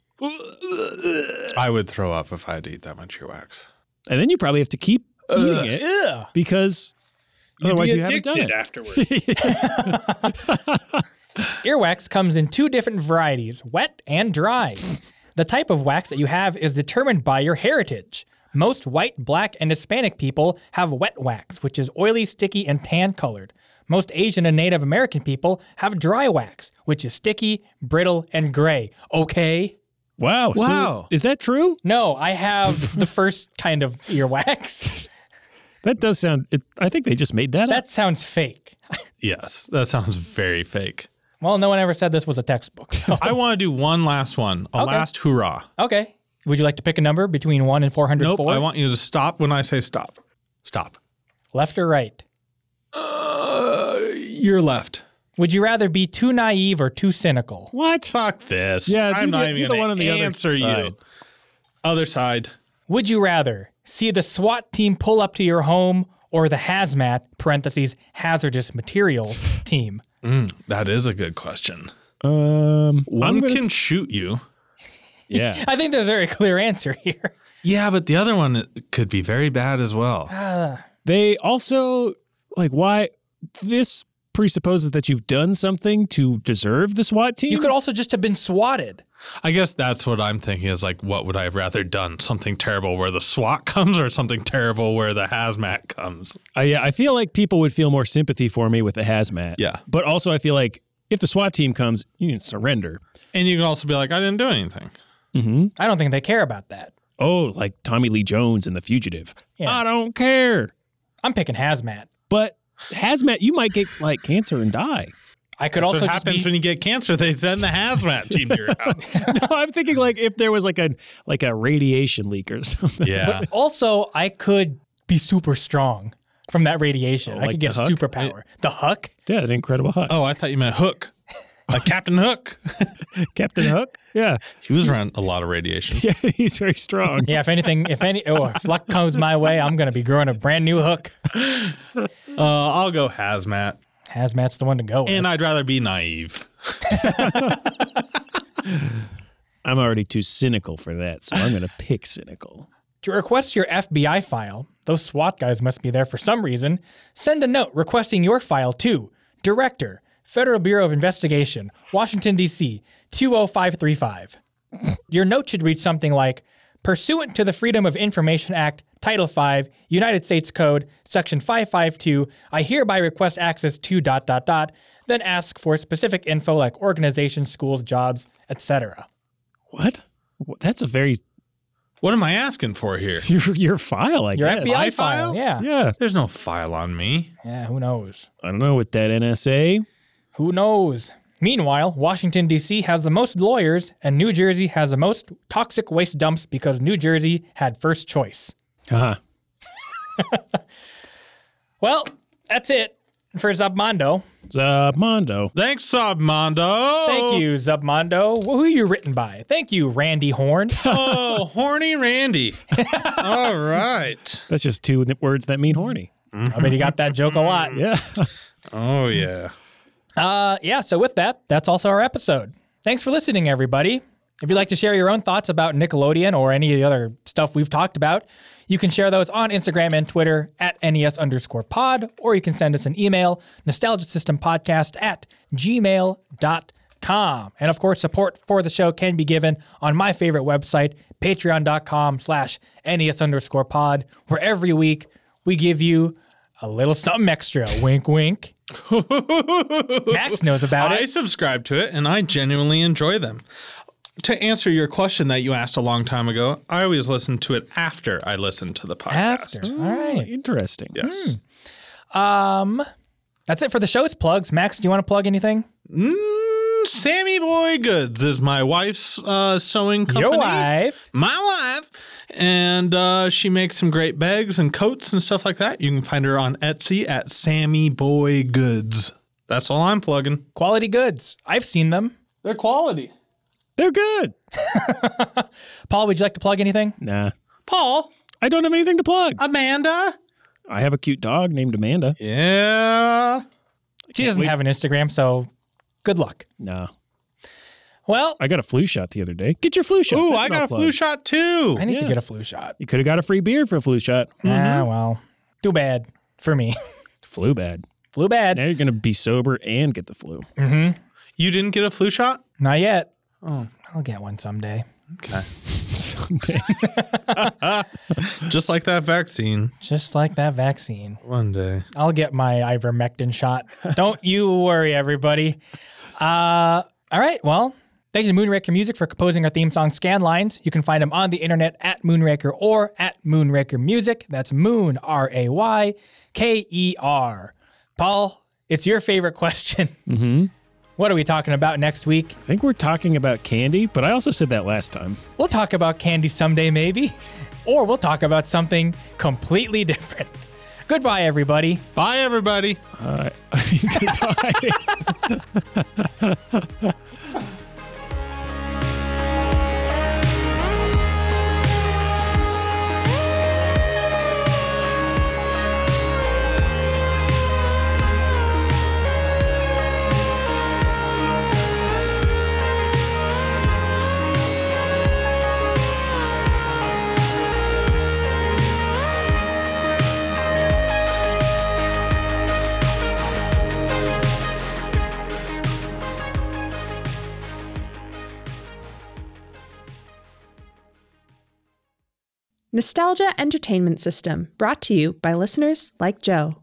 Speaker 1: I would throw up if I had to eat that much earwax.
Speaker 3: And then you probably have to keep eating it
Speaker 2: Ugh.
Speaker 3: because otherwise you haven't done
Speaker 5: addicted
Speaker 3: it.
Speaker 5: afterwards.
Speaker 2: Earwax comes in two different varieties, wet and dry. the type of wax that you have is determined by your heritage. Most white, black, and Hispanic people have wet wax, which is oily, sticky, and tan colored. Most Asian and Native American people have dry wax, which is sticky, brittle, and gray. Okay?
Speaker 3: Wow. so
Speaker 1: Wow.
Speaker 3: is that true?
Speaker 2: No, I have the first kind of earwax.
Speaker 3: That does sound. It, I think they just made that, up.
Speaker 2: that sounds fake.
Speaker 1: Yes, that sounds very fake.
Speaker 2: Well, no one ever said this was a textbook. so-
Speaker 1: I want to do one last one, a last hurrah.
Speaker 2: okay. Would you like to pick a number between 1 and 404?
Speaker 1: Nope, I want you to stop when I say stop. Stop.
Speaker 2: Left or right?
Speaker 1: Uh, you're left.
Speaker 2: Would you rather be too naive or too cynical?
Speaker 3: What?
Speaker 1: Fuck this.
Speaker 3: Yeah, do
Speaker 1: I'm
Speaker 3: the-
Speaker 1: not
Speaker 3: do
Speaker 1: even
Speaker 3: the
Speaker 1: gonna
Speaker 3: one on the other
Speaker 1: answer
Speaker 3: side.
Speaker 1: you. Other side.
Speaker 2: Would you rather see the SWAT team pull up to your home or the hazmat (parentheses hazardous materials) team?
Speaker 1: That is a good question.
Speaker 3: Um,
Speaker 1: One
Speaker 3: I'm gonna
Speaker 1: can
Speaker 3: s-
Speaker 1: shoot you.
Speaker 3: yeah.
Speaker 2: I think there's a very clear answer here.
Speaker 1: Yeah, but the other one could be very bad as well.
Speaker 3: They also like why this presupposes that you've done something to deserve the SWAT team.
Speaker 2: You could also just have been swatted.
Speaker 1: I guess that's what I'm thinking is like, what would I have rather done? Something terrible where the SWAT comes or something terrible where the hazmat comes?
Speaker 3: I, yeah, I feel like people would feel more sympathy for me with the hazmat.
Speaker 1: Yeah.
Speaker 3: But also, I feel like if the SWAT team comes, you can surrender.
Speaker 1: And you can also be like, I didn't do anything.
Speaker 2: I don't think they care about that.
Speaker 3: Oh, like Tommy Lee Jones in The Fugitive.
Speaker 2: Yeah.
Speaker 3: I don't care.
Speaker 2: I'm picking hazmat.
Speaker 3: But hazmat, you might get like cancer and die.
Speaker 2: I could
Speaker 1: That's
Speaker 2: also
Speaker 1: what
Speaker 2: just
Speaker 1: happens
Speaker 2: be,
Speaker 1: when you get cancer. They send the hazmat team to your house.
Speaker 3: No, I'm thinking like if there was like a like a radiation leak or something.
Speaker 1: Yeah.
Speaker 2: also I could be super strong from that radiation. I
Speaker 3: Oh, like
Speaker 2: could get
Speaker 3: the
Speaker 2: a
Speaker 3: Huck?
Speaker 2: superpower. the Huck?
Speaker 3: Yeah, an incredible hook.
Speaker 1: Oh, I thought you meant Hook. Like Captain Hook.
Speaker 3: Captain Hook. Yeah,
Speaker 1: He was around a lot of radiation.
Speaker 3: yeah, he's very strong.
Speaker 2: Yeah, if anything, if any, oh, if luck comes my way, I'm gonna be growing a brand new hook.
Speaker 1: Uh, I'll go hazmat.
Speaker 2: Hazmat's the one to go with.
Speaker 1: And I'd rather be naive.
Speaker 3: I'm already too cynical for that, so I'm gonna pick cynical.
Speaker 2: To request your FBI file, those SWAT guys must be there for some reason. Send a note requesting your file to Director, Federal Bureau of Investigation, Washington, D.C., 20535. Your note should read something like Pursuant to the Freedom of Information Act, Title 5, United States Code, Section 552, I hereby request access to dot dot dot, then ask for specific info like organizations, schools, jobs, etc.
Speaker 3: What? Wh- That's a very
Speaker 1: What am I asking for here?
Speaker 3: your, your file. I
Speaker 2: Your
Speaker 3: guess.
Speaker 2: FBI
Speaker 1: file?
Speaker 2: file? Yeah.
Speaker 3: Yeah.
Speaker 1: There's no file on me.
Speaker 2: Yeah, who knows?
Speaker 3: I don't know with that NSA.
Speaker 2: Who knows? Meanwhile, Washington, D.C. has the most lawyers, and New Jersey has the most toxic waste dumps because New Jersey had first choice.
Speaker 3: Uh-huh.
Speaker 2: Well, that's it for Zubmondo.
Speaker 3: It's uh, Mondo.
Speaker 1: Thanks, Submondo.
Speaker 2: Thank you, Zubmondo. Who are you written by? Thank you, Randy Horn.
Speaker 1: Oh, horny Randy. All right.
Speaker 3: That's just two n- words that mean horny.
Speaker 2: I bet he got that joke a lot.
Speaker 3: Yeah.
Speaker 1: Oh, yeah.
Speaker 2: Uh, yeah, so with that, that's also our episode. Thanks for listening, everybody. If you'd like to share your own thoughts about Nickelodeon or any of the other stuff we've talked about, you can share those on Instagram and Twitter at NES underscore pod, or you can send us an email, nostalgiasystempodcast at gmail.com. And of course, support for the show can be given on my favorite website, patreon.com slash NES underscore pod, where every week we give you a little something extra. wink, wink. Max knows about
Speaker 1: I
Speaker 2: it.
Speaker 1: subscribe to it and I genuinely enjoy them. To answer your question that you asked a long time ago, I always listen to it after I listen to the podcast.
Speaker 2: After. All right.
Speaker 3: Interesting. Hmm.
Speaker 1: Yes.
Speaker 2: That's it for the show's plugs. Max, do you want to plug anything?
Speaker 1: Sammy Boy Goods is my wife's uh, sewing company.
Speaker 2: Your wife.
Speaker 1: My wife. And uh, she makes some great bags and coats and stuff like that. You can find her on Etsy at Sammy Boy Goods. That's all I'm plugging.
Speaker 2: Quality goods. I've seen them.
Speaker 1: They're quality.
Speaker 3: They're good.
Speaker 2: Paul, would you like to plug anything?
Speaker 3: Nah.
Speaker 1: Paul,
Speaker 3: I I don't have anything to
Speaker 1: Uh,
Speaker 3: plug.
Speaker 1: Amanda.
Speaker 3: I have a cute dog named Amanda.
Speaker 1: Yeah.
Speaker 2: She doesn't
Speaker 3: wait.
Speaker 2: have an Instagram, so good luck.
Speaker 3: No,
Speaker 2: Well,
Speaker 3: I got a flu shot the other day. Get your flu shot.
Speaker 1: Ooh,
Speaker 3: That's
Speaker 1: I
Speaker 3: what
Speaker 1: got
Speaker 3: I'll
Speaker 1: a
Speaker 3: plug.
Speaker 1: flu shot too.
Speaker 2: I need to
Speaker 3: yeah.
Speaker 2: get a flu shot.
Speaker 3: You could have got a free beer for a flu shot.
Speaker 2: Ah, well, too bad for me.
Speaker 3: Flu bad.
Speaker 2: Flu bad.
Speaker 3: Now you're gonna be sober and get the flu.
Speaker 2: Mm-hmm.
Speaker 1: You didn't get a flu shot?
Speaker 2: Not yet.
Speaker 1: Oh.
Speaker 2: I'll get one someday.
Speaker 3: Someday.
Speaker 1: Just like that vaccine.
Speaker 2: Just like that vaccine.
Speaker 1: One day.
Speaker 2: I'll get my ivermectin shot. Don't you worry, everybody. Uh, all right. Well, thank you to Moonraker Music for composing our theme song Scanlines. You can find them on the internet at Moonraker or at Moonraker Music. That's Moon R A Y K E R. Paul, it's your favorite question.
Speaker 3: mm-hmm.
Speaker 2: What are we talking about next week?
Speaker 3: I think we're talking about candy, but I also said that last time.
Speaker 2: We'll talk about candy someday, maybe, or we'll talk about something completely different. Goodbye, everybody.
Speaker 1: Bye, everybody.
Speaker 3: Uh, goodbye.
Speaker 5: Nostalgia Entertainment System, brought to you by listeners like Joe.